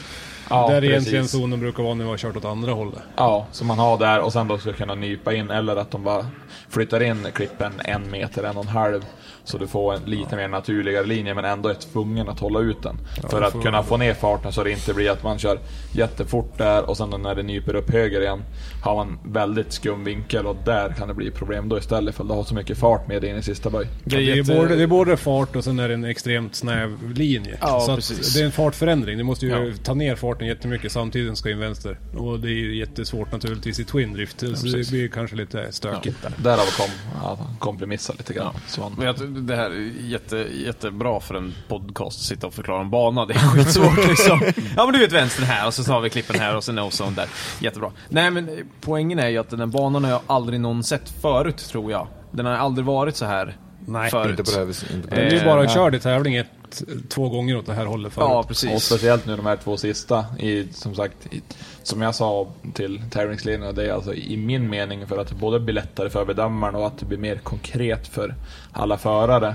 [SPEAKER 4] Ja,
[SPEAKER 7] Där är
[SPEAKER 4] precis.
[SPEAKER 7] egentligen zonen brukar vara när vi har kört åt andra hållet.
[SPEAKER 4] Ja, som man har där och sen då ska kunna nypa in eller att de bara flyttar in klippen en meter, en och en halv. Så du får en lite mer naturligare linje men ändå är tvungen att hålla ut den.
[SPEAKER 7] Ja,
[SPEAKER 4] för
[SPEAKER 7] det
[SPEAKER 4] att
[SPEAKER 7] får
[SPEAKER 4] kunna
[SPEAKER 7] man.
[SPEAKER 4] få ner farten så det inte blir att man kör jättefort där och sen när det nyper upp höger igen har man väldigt skum vinkel och där kan det bli problem då istället för att du har så mycket fart med dig in i sista böj.
[SPEAKER 7] Det är, ju både, det är både fart och sen är det en extremt snäv linje.
[SPEAKER 4] Ja,
[SPEAKER 7] så
[SPEAKER 4] precis.
[SPEAKER 7] att det är en fartförändring. Du måste ju
[SPEAKER 4] Ja.
[SPEAKER 7] ta ner farten jättemycket samtidigt som du ska in vänster. Och det är ju jättesvårt naturligtvis i twin drift. så det
[SPEAKER 4] precis.
[SPEAKER 7] blir kanske lite stökigt där.
[SPEAKER 4] Därav kom att han kompromissar lite grann. Så han
[SPEAKER 1] Men jag, tror det här är jätte, jättebra för en podcast, sitta och förklara en bana. Det är skitsvårt liksom. Ja men du vet vänstern här och så tar vi klippen här och sen ozone där. Jättebra. Nej men eh, poängen är ju att den här banan har jag aldrig någon sett förut tror jag. Den har aldrig varit så här
[SPEAKER 7] Nej,
[SPEAKER 1] förut. Eh,
[SPEAKER 7] inte på det här viset,
[SPEAKER 1] Inte
[SPEAKER 7] Det är ju bara körd i tävling ett, två gånger åt det här hållet förut.
[SPEAKER 4] Och speciellt nu de här två sista. I, som sagt, i, som jag sa till tävlingsledningen, det är alltså i min mening för att det både blir lättare för bedömaren och att det blir mer konkret för alla förare.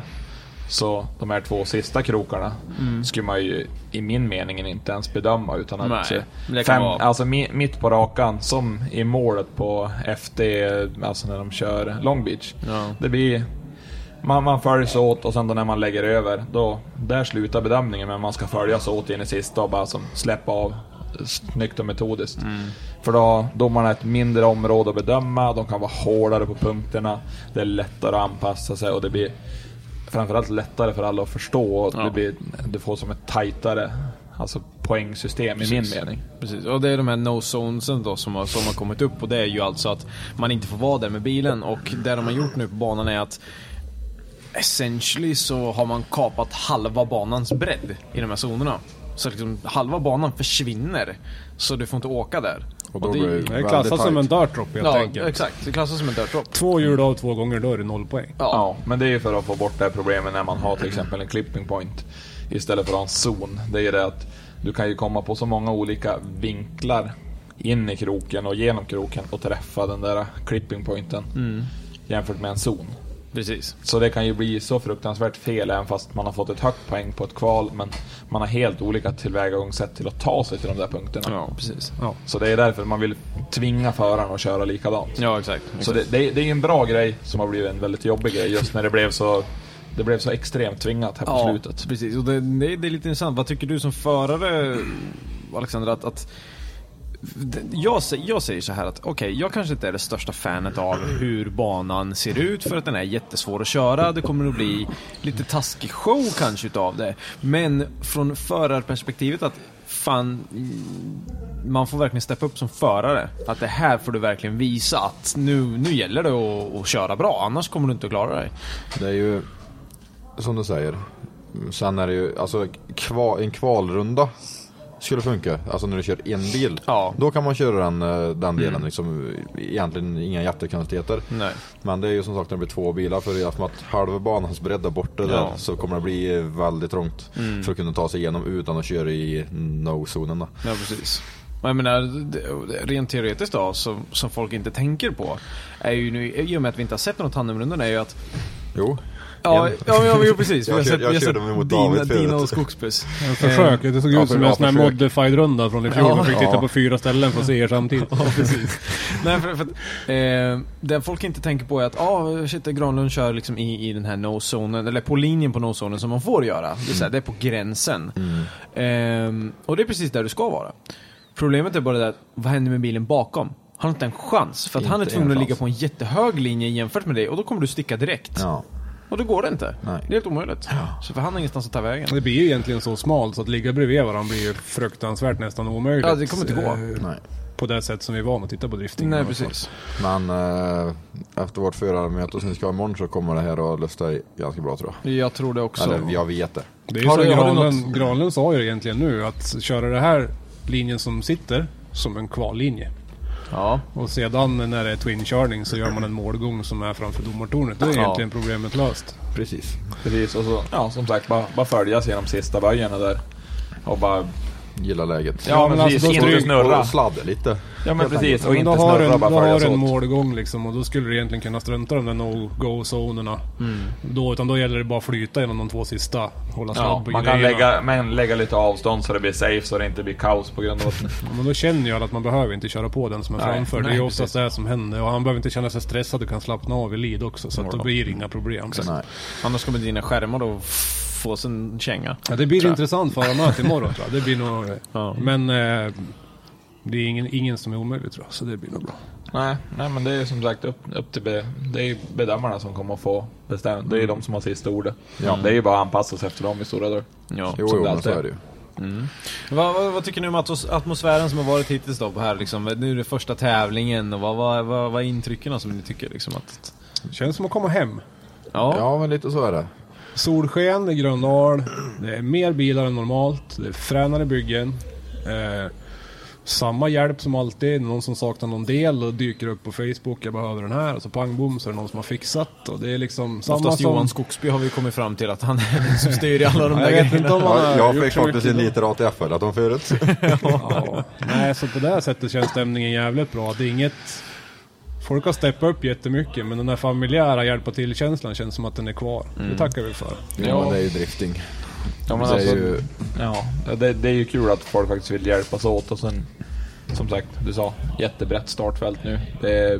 [SPEAKER 4] Så de här två sista krokarna
[SPEAKER 1] Mm.
[SPEAKER 4] skulle man ju i min mening inte ens bedöma utan att...
[SPEAKER 1] Nej, men det kan
[SPEAKER 4] fem,
[SPEAKER 1] vara-
[SPEAKER 4] Alltså mi, mitt på rakan, som i målet på FD, alltså när de kör Long Beach. Det blir man, man följs åt och sen då när man lägger över, då, där slutar bedömningen. Men man ska följas åt in i sista och bara som, släppa av snyggt och metodiskt.
[SPEAKER 1] Mm.
[SPEAKER 4] För då domarna ett mindre område att bedöma, de kan vara hårdare på punkterna. Det är lättare att anpassa sig och det blir framförallt lättare för alla att förstå. Och
[SPEAKER 1] Ja.
[SPEAKER 4] det, blir, det får som ett tajtare alltså, poängsystem i min
[SPEAKER 1] Precis.
[SPEAKER 4] mening.
[SPEAKER 1] Precis, och det är de här no-zonesen då som har, som har kommit upp och det är ju alltså att man inte får vara där med bilen och det de har gjort nu på banan är att essentially så har man kapat halva banans bredd i de här zonerna. Så liksom halva banan försvinner, så du får inte åka där.
[SPEAKER 7] Och då blir det Det är klassat väldigt som tajt. en dirt drop, helt
[SPEAKER 1] ja,
[SPEAKER 7] enkelt.
[SPEAKER 1] exakt. Det klassas som en dirt drop.
[SPEAKER 7] Två hjul av två gånger, då är det noll poäng.
[SPEAKER 4] Ja. men det är ju för att få bort det här problemet när man har till exempel en clipping point istället för att ha en zon. Det är ju det att du kan ju komma på så många olika vinklar in i kroken och genom kroken och träffa den där clipping pointen
[SPEAKER 1] Mm.
[SPEAKER 4] jämfört med en zon.
[SPEAKER 1] Precis.
[SPEAKER 4] Så det kan ju bli så fruktansvärt fel även fast man har fått ett högt poäng på ett kval men man har helt olika tillvägagångssätt till att ta sig till de där punkterna.
[SPEAKER 1] Ja, precis.
[SPEAKER 7] Ja.
[SPEAKER 4] Så det är därför man vill tvinga föraren att köra likadant.
[SPEAKER 1] Ja, exakt.
[SPEAKER 4] Så det, det, är- det är ju en bra grej som har blivit en väldigt jobbig grej just när det blev så, det blev så extremt tvingat här på
[SPEAKER 1] ja,
[SPEAKER 4] slutet.
[SPEAKER 1] precis. Och det, det, det är lite intressant. Vad tycker du som förare, Alexander? Att, att, jag, sä- jag säger så här att okej, jag kanske inte är det största fanet av hur banan ser ut för att den är jättesvår att köra. Det kommer att bli lite taskig show kanske utav det. Men från förarperspektivet att fan, man får verkligen steppa upp som förare. Att det här får du verkligen visa att nu, nu gäller det att, att köra bra, annars kommer du inte att klara dig.
[SPEAKER 12] Det är ju som du säger. Sen är det ju, alltså kva, en kvalrunda skulle funka. Alltså när du kör en bil. Då kan man köra den, eh, den delen.
[SPEAKER 1] Mm.
[SPEAKER 12] Liksom, egentligen inga jättekonstigheter.
[SPEAKER 1] Nej.
[SPEAKER 12] Men det är ju som sagt när det blir två bilar. För i och med att halva banans bredd är borta där
[SPEAKER 1] Ja.
[SPEAKER 12] så kommer det bli eh, väldigt trångt.
[SPEAKER 1] Mm.
[SPEAKER 12] För att kunna ta sig igenom utan att köra i no-zonen. då.
[SPEAKER 1] Ja, precis. Och Jag menar, det- rent teoretiskt då, som, som folk inte tänker på, är ju nu, i och med att vi inte har sett någon tandemrunda, är ju att...
[SPEAKER 12] Jo.
[SPEAKER 1] Ja,
[SPEAKER 12] En.
[SPEAKER 1] ja, ja jo,
[SPEAKER 12] [LAUGHS]
[SPEAKER 1] precis. Vi
[SPEAKER 12] Jag
[SPEAKER 1] har
[SPEAKER 12] kör-
[SPEAKER 1] sett, vi
[SPEAKER 12] jag
[SPEAKER 1] har
[SPEAKER 12] körde mig mot David
[SPEAKER 1] sett dina,
[SPEAKER 12] förut.
[SPEAKER 1] dina och Skogsbus.
[SPEAKER 7] Jag försökte, det såg ut som en sån här modified-runda från i fjol.
[SPEAKER 1] Ja.
[SPEAKER 7] Man fick titta
[SPEAKER 1] Ja.
[SPEAKER 7] på fyra ställen för att se er samtidigt.
[SPEAKER 1] Ja, precis. Nej, för, för att, eh, det folk inte tänker på är att ah, shit, Granlund kör liksom i, i den här no-zonen, eller på linjen på no-zonen som man får göra. Det är, så här, det är på gränsen.
[SPEAKER 12] Mm.
[SPEAKER 1] Ehm, och det är precis där du ska vara. Problemet är bara det att, vad händer med bilen bakom? Han har inte en chans, för att han är
[SPEAKER 12] Inte
[SPEAKER 1] tvungen
[SPEAKER 12] en
[SPEAKER 1] att
[SPEAKER 12] chans.
[SPEAKER 1] ligga på en jättehög linje jämfört med dig och då kommer du sticka direkt.
[SPEAKER 12] Ja.
[SPEAKER 1] Och då går det inte. Det är helt omöjligt. Så för han har ingenstans att ta vägen.
[SPEAKER 7] Det blir ju egentligen så smalt så att ligga bredvid varandra blir ju fruktansvärt nästan omöjligt.
[SPEAKER 1] Ja, det kommer inte gå.
[SPEAKER 7] Eh, På det sätt som vi är vana att titta på drifting.
[SPEAKER 1] Nej,
[SPEAKER 7] i alla
[SPEAKER 1] precis.
[SPEAKER 12] Men eh, efter vårt förarmöte som vi ska ha imorgon så kommer det här att lösta sig ganska bra tror jag.
[SPEAKER 1] Jag tror det också.
[SPEAKER 12] Eller jag vet det.
[SPEAKER 7] Det är ju som Granlund, Granlund sa ju egentligen nu att köra det här linjen som sitter som en kvallinje.
[SPEAKER 1] Ja.
[SPEAKER 7] Och sedan när det är twinkörning så gör man en målgång som är framför domartornet. Då är
[SPEAKER 4] Ja.
[SPEAKER 7] egentligen problemet löst.
[SPEAKER 4] Precis. Precis, och så, ja, som sagt, bara, bara följas genom sista böjarna där. Och bara...
[SPEAKER 12] Gilla läget.
[SPEAKER 4] Ja, men alltså, då
[SPEAKER 12] stryk-
[SPEAKER 4] inte snurra.
[SPEAKER 12] och sladda lite.
[SPEAKER 4] Ja, men
[SPEAKER 12] Helt
[SPEAKER 4] precis.
[SPEAKER 12] enkelt.
[SPEAKER 4] Och
[SPEAKER 7] Men
[SPEAKER 4] inte
[SPEAKER 7] då har du
[SPEAKER 4] snurra,
[SPEAKER 7] en, då
[SPEAKER 4] bara
[SPEAKER 7] har du
[SPEAKER 4] följas åt.
[SPEAKER 7] en målgång liksom och då skulle du egentligen kunna strunta i de där no-go-zonerna.
[SPEAKER 4] Mm.
[SPEAKER 7] Då, utan då gäller det bara att flyta genom de två sista. Hålla snabb
[SPEAKER 4] Ja,
[SPEAKER 7] på
[SPEAKER 4] man kan
[SPEAKER 7] grejerna.
[SPEAKER 4] lägga, men lägga lite avstånd så det blir safe så det inte blir kaos på grund av
[SPEAKER 7] [LAUGHS]
[SPEAKER 4] att...
[SPEAKER 7] Ja, Men då känner jag att man behöver inte köra på den som är
[SPEAKER 4] Nej,
[SPEAKER 7] framför.
[SPEAKER 4] nej,
[SPEAKER 7] det är ju oftast det som händer. Och han behöver inte känna sig stressad och kan slappna av i lid också. Så att då blir det inga problem.
[SPEAKER 1] Annars kommer dina skärmar då få sin känga.
[SPEAKER 7] Ja, det blir
[SPEAKER 1] Tror jag.
[SPEAKER 7] intressant förarmöte imorgon tror jag. Det blir nog... Men eh, det är ingen, ingen som är omöjlig tror jag. Så det blir nog bra.
[SPEAKER 4] Nej, nej, men det är ju som sagt upp, upp till be, det är ju bedömarna som kommer att få bestämma. Det är ju de som har sista ordet.
[SPEAKER 1] Ja.
[SPEAKER 4] Det är ju bara att anpassa sig efter dem i stora drag.
[SPEAKER 1] Ja.
[SPEAKER 4] Som alltid
[SPEAKER 1] [LAUGHS] Mm. Vad, vad, vad tycker ni om atos- atmosfären som har varit hittills då? på Här, liksom? Nu är det första tävlingen och vad, vad, vad, vad är intrycken som ni tycker? Liksom, att...
[SPEAKER 7] Känns som att komma hem.
[SPEAKER 1] Ja.
[SPEAKER 12] ja, men lite så är det.
[SPEAKER 7] Solsken, det är Gröndal. Det är mer bilar än normalt. Det är fränare byggen. Eh, samma hjälp som alltid. Någon som saknar någon del och dyker upp på Facebook. Jag behöver den här. Och så pang bom så är det någon som har fixat. Och det är liksom samma
[SPEAKER 1] Oftast
[SPEAKER 7] som...
[SPEAKER 1] Johan Skogsby har vi kommit fram till att han är den som styr i alla de där
[SPEAKER 7] Jag vet inte om han
[SPEAKER 12] Ja,
[SPEAKER 7] har
[SPEAKER 12] jag
[SPEAKER 7] gjort
[SPEAKER 12] fick
[SPEAKER 7] så mycket
[SPEAKER 12] faktiskt en
[SPEAKER 7] idag.
[SPEAKER 12] liter ATF-öl att de förut.
[SPEAKER 7] Ja. Nej, så på det här sättet känns stämningen jävligt bra. Det är inget... Folk har steppat upp jättemycket, men den här familjära hjälpa till-känslan känns som att den är kvar. Det
[SPEAKER 4] Mm.
[SPEAKER 7] tackar vi för.
[SPEAKER 12] Jo, men det är ju drifting.
[SPEAKER 4] Ja, men
[SPEAKER 12] det, är
[SPEAKER 4] alltså,
[SPEAKER 12] ju,
[SPEAKER 4] ja det, det är ju kul att folk faktiskt vill hjälpas åt och sen som sagt, du sa jättebrett startfält nu. Det är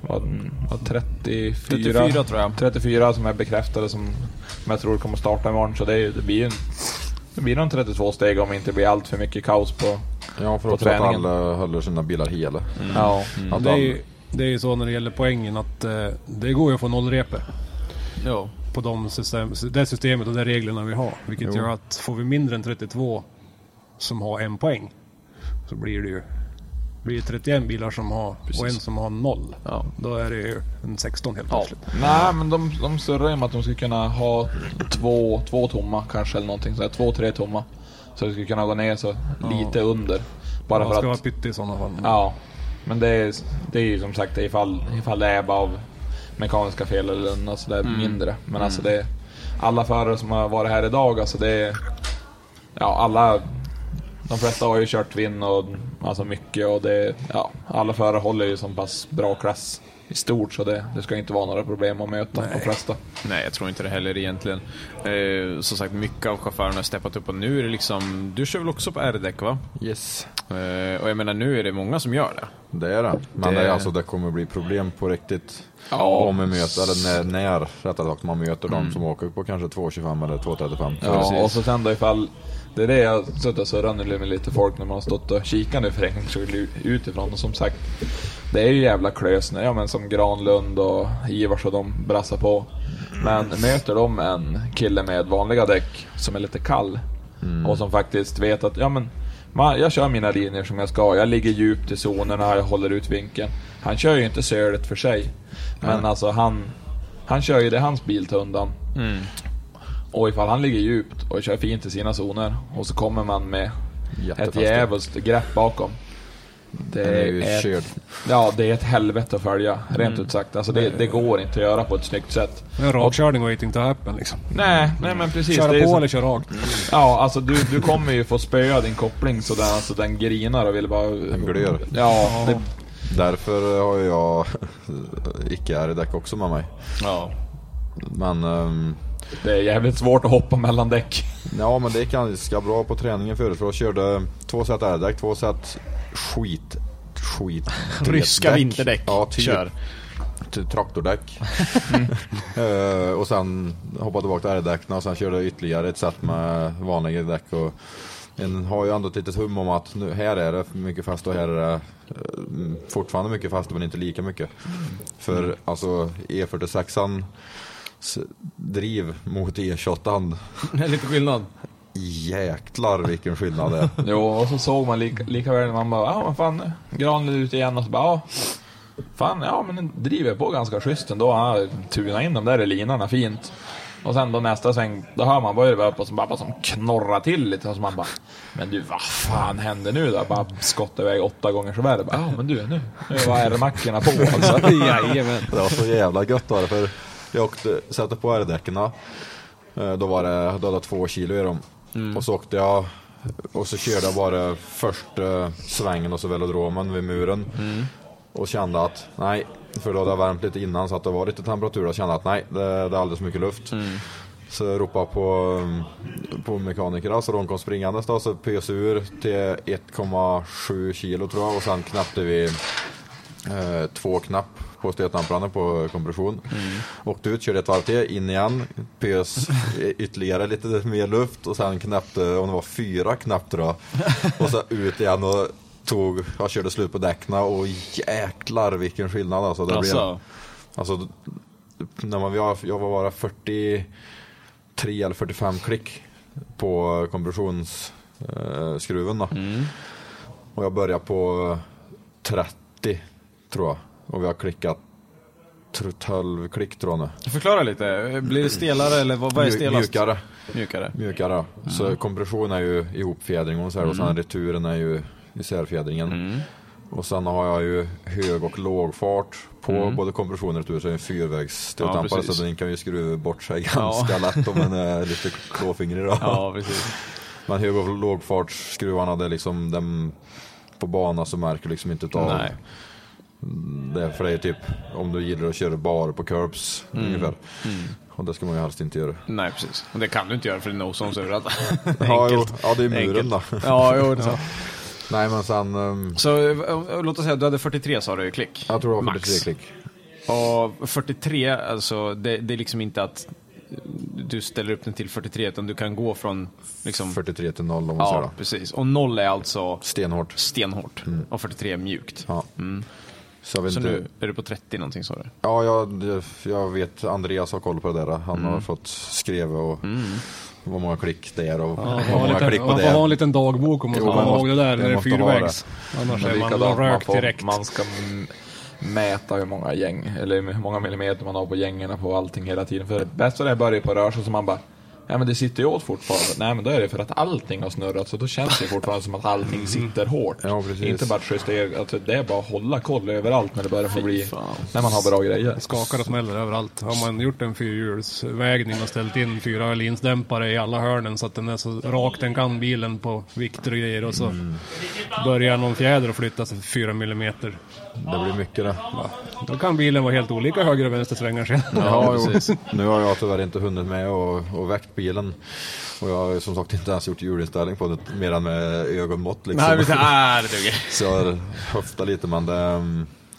[SPEAKER 4] vad, vad, 34,
[SPEAKER 1] 34 tror jag.
[SPEAKER 4] 34 som är bekräftade som, som jag tror kommer starta imorgon. Så det, är, ju- det blir ju en, det blir nog 32 steg om det inte blir allt för mycket kaos på,
[SPEAKER 12] ja, för
[SPEAKER 4] på
[SPEAKER 12] att att
[SPEAKER 4] träningen. Mm.
[SPEAKER 12] alla håller sina bilar hela.
[SPEAKER 4] Ja.
[SPEAKER 12] Att
[SPEAKER 7] Det, är
[SPEAKER 12] alla-
[SPEAKER 7] ju, det är ju så när det gäller poängen att eh, det går ju att få nollrepe.
[SPEAKER 1] Ja.
[SPEAKER 7] På de system, det systemet och de reglerna vi har. Vilket
[SPEAKER 12] Jo.
[SPEAKER 7] gör att får vi mindre än 32 som har en poäng så blir det ju blir det 31 bilar som har och en
[SPEAKER 4] Precis.
[SPEAKER 7] som har noll. Då är det ju en 16 helt
[SPEAKER 4] Ja.
[SPEAKER 7] plötsligt.
[SPEAKER 4] Nej, men de, de surrar ju om att de skulle kunna ha två, två tomma kanske eller någonting sådär. Två, tre tomma. Så det skulle kunna gå ner så lite under. Bara
[SPEAKER 7] Ja,
[SPEAKER 4] för
[SPEAKER 7] ska
[SPEAKER 4] att...
[SPEAKER 7] vara pytte i sådana fall.
[SPEAKER 4] Ja. Men det är, det är ju som sagt ifall, ifall det är bara av mekaniska fel eller något sådär
[SPEAKER 1] Mm.
[SPEAKER 4] mindre. Men
[SPEAKER 1] Mm.
[SPEAKER 4] alltså det är... Alla förare som har varit här idag, alltså det är... Ja, alla... De flesta har ju kört vinn och alltså mycket och det... Ja, alla förare håller ju som pass bra klass i stort så det, det ska inte vara några problem att möta de flesta.
[SPEAKER 1] Nej, jag tror inte det heller egentligen. Eh, som sagt, mycket av chaufförerna har steppat upp och nu är det liksom... Du kör väl också på R-däck va?
[SPEAKER 12] Yes.
[SPEAKER 1] Eh, och jag menar, nu är det många som gör det.
[SPEAKER 12] Det är det. Men det,
[SPEAKER 1] Det- [LAUGHS]
[SPEAKER 12] är alltså, det kommer bli problem på riktigt.
[SPEAKER 1] Ja.
[SPEAKER 12] Om vi möter, eller när, när rättare sagt, man möter
[SPEAKER 4] Mm.
[SPEAKER 12] de som åker på kanske 2,25 eller 2,35.
[SPEAKER 4] Ja, och så sen då ifall... Det är det jag har suttit och surrat nu med lite folk när man har stått och kikat nu för en gångs skull utifrån. Och som sagt, det är ju jävla klös nu. Ja men som Granlund och Ivars och de brassar på. Men möter de en kille med vanliga däck som är lite kall och som faktiskt vet att ja men man, jag kör mina linjer som jag ska. Jag ligger djupt i zonerna, jag håller ut vinkeln. Han kör ju inte sölet för sig. Men
[SPEAKER 1] Nej.
[SPEAKER 4] alltså han, han kör ju det hans bil tar undan.
[SPEAKER 1] Mm.
[SPEAKER 4] Och ifall han ligger djupt och kör fint i sina zoner och så kommer man med ett
[SPEAKER 12] Jättefast.
[SPEAKER 4] djävulskt grepp bakom. Det
[SPEAKER 12] Den är ju
[SPEAKER 4] ett,
[SPEAKER 12] körd.
[SPEAKER 4] Ja, det är ett helvete att följa, rent
[SPEAKER 7] Mm.
[SPEAKER 4] ut sagt. Alltså det, det går inte att göra på ett snyggt sätt.
[SPEAKER 7] En
[SPEAKER 4] Och-
[SPEAKER 7] rakkörning waiting to happen liksom.
[SPEAKER 4] Nej, nej men precis.
[SPEAKER 7] Köra
[SPEAKER 4] det är
[SPEAKER 7] på
[SPEAKER 4] som-
[SPEAKER 7] eller köra rakt?
[SPEAKER 4] Ja, alltså du, du kommer ju få spöa din koppling så den, alltså, den grinar och vill bara... Den
[SPEAKER 12] glör.
[SPEAKER 4] Ja, det,
[SPEAKER 12] Därför har jag [LAUGHS] icke är däck också med mig.
[SPEAKER 4] Ja.
[SPEAKER 12] Men... ehm,
[SPEAKER 4] det är jävligt svårt att hoppa mellan däck.
[SPEAKER 12] Ja men det är ganska bra på träningen förut för jag körde två set R-däck, två set skit... skit
[SPEAKER 1] [LAUGHS] Ryska
[SPEAKER 12] däck.
[SPEAKER 1] vinterdäck.
[SPEAKER 12] Ja, typ.
[SPEAKER 1] Kör.
[SPEAKER 12] T-
[SPEAKER 1] [LAUGHS]
[SPEAKER 12] Traktordäck. Eh, och sen hoppade tillbaka till R-däcken och sen körde ytterligare ett set med vanliga däck. Och en har ju ändå ett litet hum om att nu, här är det mycket fast och här är det eh, mm,
[SPEAKER 1] Mm.
[SPEAKER 12] E fortfarande mycket fast men inte lika mycket. För alltså E46an s- driv mot E E28.
[SPEAKER 5] Det är lite skillnad.
[SPEAKER 12] Jäklar vilken skillnad det är.
[SPEAKER 4] Jo, och så såg man lika, lika väl när man bara, ja men fan, granen är ute igen och så bara, ja. Fan, ja men den driver på ganska schysst ändå. Han har tunat in de där i linorna fint. Och sen då nästa sväng, då hör man Böjver upp och så bara, bara som knorrar till lite. Och så man bara, men du vad fan händer nu då? Bara skott iväg åtta gånger så värre. Bara, Ja men du, nu, nu var R-mackorna på [LAUGHS] alltså.
[SPEAKER 12] [LAUGHS] Det var så jävla gött var det för jag åkte, satte på R-däcken. eh, Då var det, då hade jag två kilo i dem. Och så åkte jag och så körde jag bara första svängen och så velodromen vid muren. Och kände att nej, för då hade jag värmt lite innan så att det var lite temperatur. Och kände att nej, det, det är alldeles för mycket luft. Så jag ropade på, mm, på mekanikerna så de kom springandes då, så pös ur till 1,7 kilo tror jag och sen knäppte vi eh, två knapp på stötdämparen på kompression. Åkte ut, körde ett varv till, in igen, pös ytterligare lite mer luft och sen knäppte, om det var fyra knapp tror jag, och så ut igen och tog, jag körde slut på däcken och jäklar vilken skillnad alltså. Det
[SPEAKER 5] Alltså.
[SPEAKER 12] Blev, alltså när man, jag, jag var bara 43 eller 45 klick på kompressionsskruven. Då. Och jag började på 30 tror jag. Och vi har klickat tr- 12 klick tror jag nu.
[SPEAKER 5] Förklara lite. Blir det stelare eller vad, vad är
[SPEAKER 12] Mju-
[SPEAKER 5] stelast?
[SPEAKER 12] Mjukare.
[SPEAKER 5] Mjukare.
[SPEAKER 12] Mjukare. Så kompression är ju ihopfjädring och, så här, och sen
[SPEAKER 5] Mm.
[SPEAKER 12] returen är ju isärfjädringen. Och sen har jag ju hög och låg fart på
[SPEAKER 5] Mm.
[SPEAKER 12] både kompression och retur så är det en
[SPEAKER 5] Ja,
[SPEAKER 12] fyrvägsstötdämpare
[SPEAKER 5] precis.
[SPEAKER 12] så den kan ju skruva bort sig
[SPEAKER 5] Ja. [LAUGHS]
[SPEAKER 12] ganska lätt om den är lite klåfingrig. Då.
[SPEAKER 5] Ja, precis.
[SPEAKER 12] Men hög och lågfartsskruvarna det är liksom dem på bana så märker du liksom inte utav
[SPEAKER 5] Nej.
[SPEAKER 12] det är för det är typ om du gillar att köra bara på curbs
[SPEAKER 5] Mm.
[SPEAKER 12] ungefär.
[SPEAKER 5] Mm.
[SPEAKER 12] Och det ska man ju helst inte göra.
[SPEAKER 5] Nej, precis. Och det kan du inte göra för det är no-zones överallt.
[SPEAKER 12] [LAUGHS] Ja,
[SPEAKER 5] [LAUGHS]
[SPEAKER 12] jo.
[SPEAKER 5] Enkelt.
[SPEAKER 12] ja, det är muren
[SPEAKER 5] Enkelt.
[SPEAKER 12] då.
[SPEAKER 5] [LAUGHS] Ja, jo, det är sant.
[SPEAKER 12] [LAUGHS] Nej, men sen... Um,
[SPEAKER 5] Så eh, låt oss säga att du hade 43 sa du i klick.
[SPEAKER 12] Jag tror det var
[SPEAKER 5] Max.
[SPEAKER 12] 43 klick.
[SPEAKER 5] Och 43, alltså det, det är liksom inte att du ställer upp den till 43 utan du kan gå från liksom...
[SPEAKER 12] 43 till 0 om man säger
[SPEAKER 5] Ja,
[SPEAKER 12] då.
[SPEAKER 5] precis. Och 0 är alltså...
[SPEAKER 12] Stenhårt. Mm.
[SPEAKER 5] Stenhårt. Och 43 är mjukt. Mm.
[SPEAKER 12] Ja. Så, jag vet
[SPEAKER 5] Så
[SPEAKER 12] inte-
[SPEAKER 5] nu är du på 30 någonting sa du?
[SPEAKER 12] Ja, jag, jag vet. Andreas har koll på det där. Han har
[SPEAKER 5] Mm.
[SPEAKER 12] fått skriva och vad många klick det är och
[SPEAKER 7] Ja, man
[SPEAKER 12] vad
[SPEAKER 7] får,
[SPEAKER 12] många
[SPEAKER 7] ha lite,
[SPEAKER 12] klick på
[SPEAKER 7] man
[SPEAKER 12] det
[SPEAKER 7] får ha en
[SPEAKER 12] är.
[SPEAKER 7] liten dagbok om man
[SPEAKER 12] Jo,
[SPEAKER 7] ska
[SPEAKER 12] man
[SPEAKER 7] komma ihåg det
[SPEAKER 12] måste-
[SPEAKER 7] där när det är
[SPEAKER 12] måste ha
[SPEAKER 7] fyrvägs.
[SPEAKER 12] det.
[SPEAKER 7] Annars
[SPEAKER 12] Men
[SPEAKER 7] är man
[SPEAKER 12] likadant,
[SPEAKER 7] rökt
[SPEAKER 4] man får-
[SPEAKER 7] direkt.
[SPEAKER 4] Man ska m- mäta hur många gäng, eller hur många millimeter man har på gängerna på allting hela tiden. För bäst var det börjar på rörelse så man bara Ja men det sitter ju åt fortfarande. Nej men då är det för att allting har snurrat så då känns det fortfarande som att
[SPEAKER 7] Mm.
[SPEAKER 4] allting sitter hårt. Inte bara att justera, alltså, det är bara att hålla koll överallt när det börjar få bli, när man har bra grejer.
[SPEAKER 7] Skakar och smäller överallt. Har man gjort en fyrhjulsvägning och ställt in fyra linsdämpare i alla hörnen så att den är så rak den kan bilen på vikter och grejer och så börjar någon fjäder att flytta sig fyra millimeter.
[SPEAKER 12] Det blir mycket det.
[SPEAKER 7] Då kan bilen vara helt olika höger och vänstersvängar sen.
[SPEAKER 12] Ja, precis. Nu har jag tyvärr inte hunnit med och, och väckt bilen. Och jag har ju som sagt inte ens gjort hjulinställning på det mer än med ögonmått. Liksom.
[SPEAKER 5] Nej,
[SPEAKER 12] [LAUGHS]
[SPEAKER 5] precis. Ah, det duger.
[SPEAKER 12] Så jag höftar lite men det,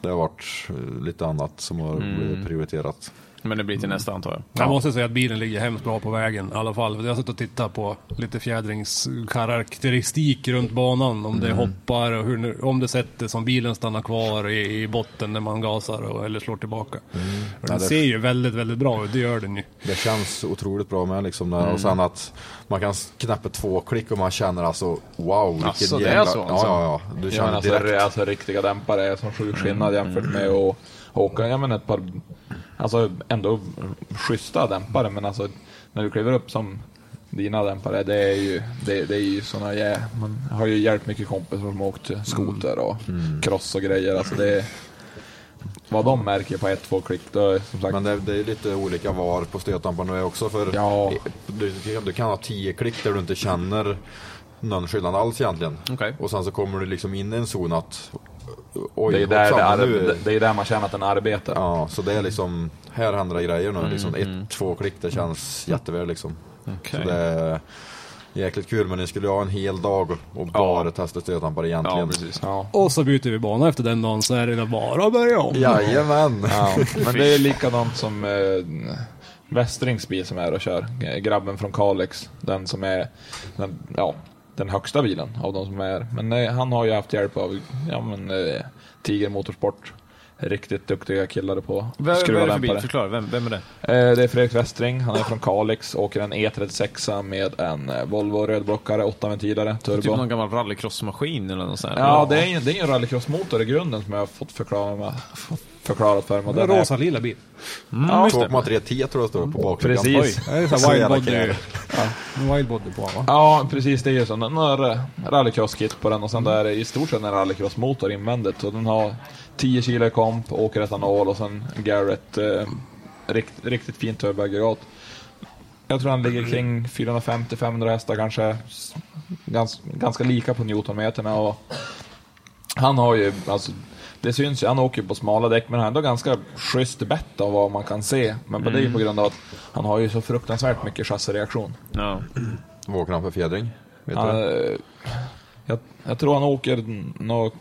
[SPEAKER 12] det har varit lite annat som har
[SPEAKER 7] Mm.
[SPEAKER 12] blivit prioriterat.
[SPEAKER 5] Men det blir till nästa antar jag.
[SPEAKER 7] Jag måste säga att bilen ligger hemskt bra på vägen i alla fall. Jag har suttit och tittat på lite fjädringskaraktäristik runt banan. Om det
[SPEAKER 12] Mm.
[SPEAKER 7] hoppar och hur, om det sätter som bilen stannar kvar i, i botten när man gasar och, eller slår tillbaka. Och
[SPEAKER 12] Mm. Ja,
[SPEAKER 7] Den
[SPEAKER 12] det-
[SPEAKER 7] ser ju väldigt, väldigt bra ut. Det gör den ju.
[SPEAKER 12] Det känns otroligt bra med liksom. när-
[SPEAKER 7] Mm.
[SPEAKER 12] Och sen att man kan knäppa två klick och man känner alltså wow vilken
[SPEAKER 4] Alltså, det är
[SPEAKER 12] jävla...
[SPEAKER 4] så, alltså?
[SPEAKER 12] Ja, ja, ja. Du
[SPEAKER 4] Ja,
[SPEAKER 12] känner
[SPEAKER 4] men alltså,
[SPEAKER 12] direkt. Mm.
[SPEAKER 4] det är alltså riktiga dämpare är som sjuk skillnad jämfört med att åka ja, men ett par alltså, ändå schyssta dämpare. Men alltså, när du kliver upp som dina dämpare, det är ju, det, det är ju såna jä... Man har ju hjälpt mycket kompisar som har åkt skoter och
[SPEAKER 12] Mm.
[SPEAKER 4] cross och grejer. Alltså, det är, vad de märker på ett, två klick, då är som sagt...
[SPEAKER 12] Men det, det är lite olika var på stötdämparna är också. För du, du kan ha tio klick där du inte känner någon skillnad alls egentligen. Och sen så kommer du liksom in i en zon att oj,
[SPEAKER 4] Det är där
[SPEAKER 12] hoppsan,
[SPEAKER 4] det är-
[SPEAKER 12] nu-
[SPEAKER 4] det är där man känner att den arbetar.
[SPEAKER 12] Ja, så det är liksom, här händer det grejer nu.
[SPEAKER 4] Mm,
[SPEAKER 12] liksom, ett,
[SPEAKER 4] mm.
[SPEAKER 12] två klick, det känns jätteväl liksom.
[SPEAKER 5] Okej.
[SPEAKER 12] Så det är jäkligt kul, men ni skulle ju ha en hel dag och bara testa stötdämpare egentligen. Ja,
[SPEAKER 5] precis.
[SPEAKER 7] Och så byter vi bana efter den dagen så är det bara att börja om.
[SPEAKER 12] Jajamän.
[SPEAKER 7] [LAUGHS]
[SPEAKER 4] Ja, men det är likadant som eh, Westrings bil som är och kör. Eh, Grabben från Kalix. Den som är den, ja, den högsta bilen av de som är. Men eh, han har ju haft hjälp av ja, men, eh, Tiger Motorsport. riktigt duktiga killar på
[SPEAKER 5] Vad vad är det för
[SPEAKER 4] skruvdämpare.
[SPEAKER 5] bil? Förklara, vem, vem är det?
[SPEAKER 4] Eh, Det är Fredrik Westring, han är från Kalix, åker en E36 med en eh, Volvo rödblockare, 8 ventilare, turbo.
[SPEAKER 5] Typ någon gammal rallycrossmaskin eller något sånt här.
[SPEAKER 4] Ja, det är ju det är ju en rallycrossmotor i grunden som jag har fått förklara mig, fått förklarat för mig.
[SPEAKER 5] Den rosa
[SPEAKER 4] lilla bil.
[SPEAKER 12] Ja, 2,3 T tror jag står på bakluckan.
[SPEAKER 4] Mm, Precis.
[SPEAKER 12] Oj. Så jävla kul.
[SPEAKER 4] Ja. Wildbody på va? Ja, precis. Det är ju så. Den har eh, rallycross-kit på den och sen där är det i stort sett en rallycross-motor invändigt. Så den har 10 kilo i komp, åker etanol och sen Garrett eh, rikt, riktigt fint turboaggregat. Jag tror han ligger kring 450-500 hästar kanske. Gans, ganska lika på newtonmeterna och han har ju, alltså, det syns ju, han åker ju på smala däck men han har ändå ganska schysst bett av vad man kan se. Men det är ju
[SPEAKER 12] Mm.
[SPEAKER 4] på grund av att han har ju så fruktansvärt mycket chassireaktion.
[SPEAKER 5] Ja.
[SPEAKER 12] Vad åker han för fjädring? Vet du
[SPEAKER 4] Han,
[SPEAKER 12] det?
[SPEAKER 4] eh, jag, jag tror han åker nå,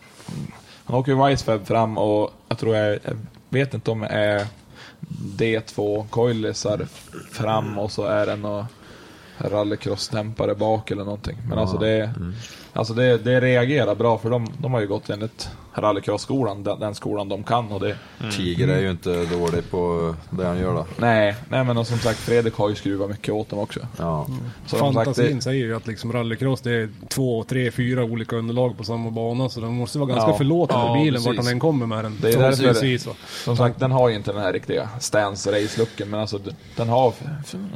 [SPEAKER 4] han åker ju Vicefab fram och jag tror jag, jag vet inte om det är D2 coilisar fram och så är det någon rallycross-dämpare bak eller någonting. Men alltså
[SPEAKER 12] Ja. Mm.
[SPEAKER 4] det, alltså det, det reagerar bra för de, de har ju gått enligt rallycross-skolan, den, den skolan de kan. Och det,
[SPEAKER 12] Tiger är ju inte dålig på det han gör då.
[SPEAKER 4] Nej, nej men och som sagt Fredrik har ju skruvat mycket åt dem också.
[SPEAKER 12] Ja.
[SPEAKER 4] Så som sagt,
[SPEAKER 7] Mm. Fantasin
[SPEAKER 4] det,
[SPEAKER 7] säger ju att liksom rallycross det är två, tre, fyra olika underlag på samma bana så den måste vara ganska
[SPEAKER 4] Ja.
[SPEAKER 7] förlåten för
[SPEAKER 4] Ja,
[SPEAKER 7] bilen
[SPEAKER 4] precis.
[SPEAKER 7] vart han än kommer med den.
[SPEAKER 4] Det är
[SPEAKER 7] Förhoppningsvis,
[SPEAKER 4] därför,
[SPEAKER 7] va.
[SPEAKER 4] som sagt, den har ju inte den här riktiga stance race-looken, men alltså d- den har,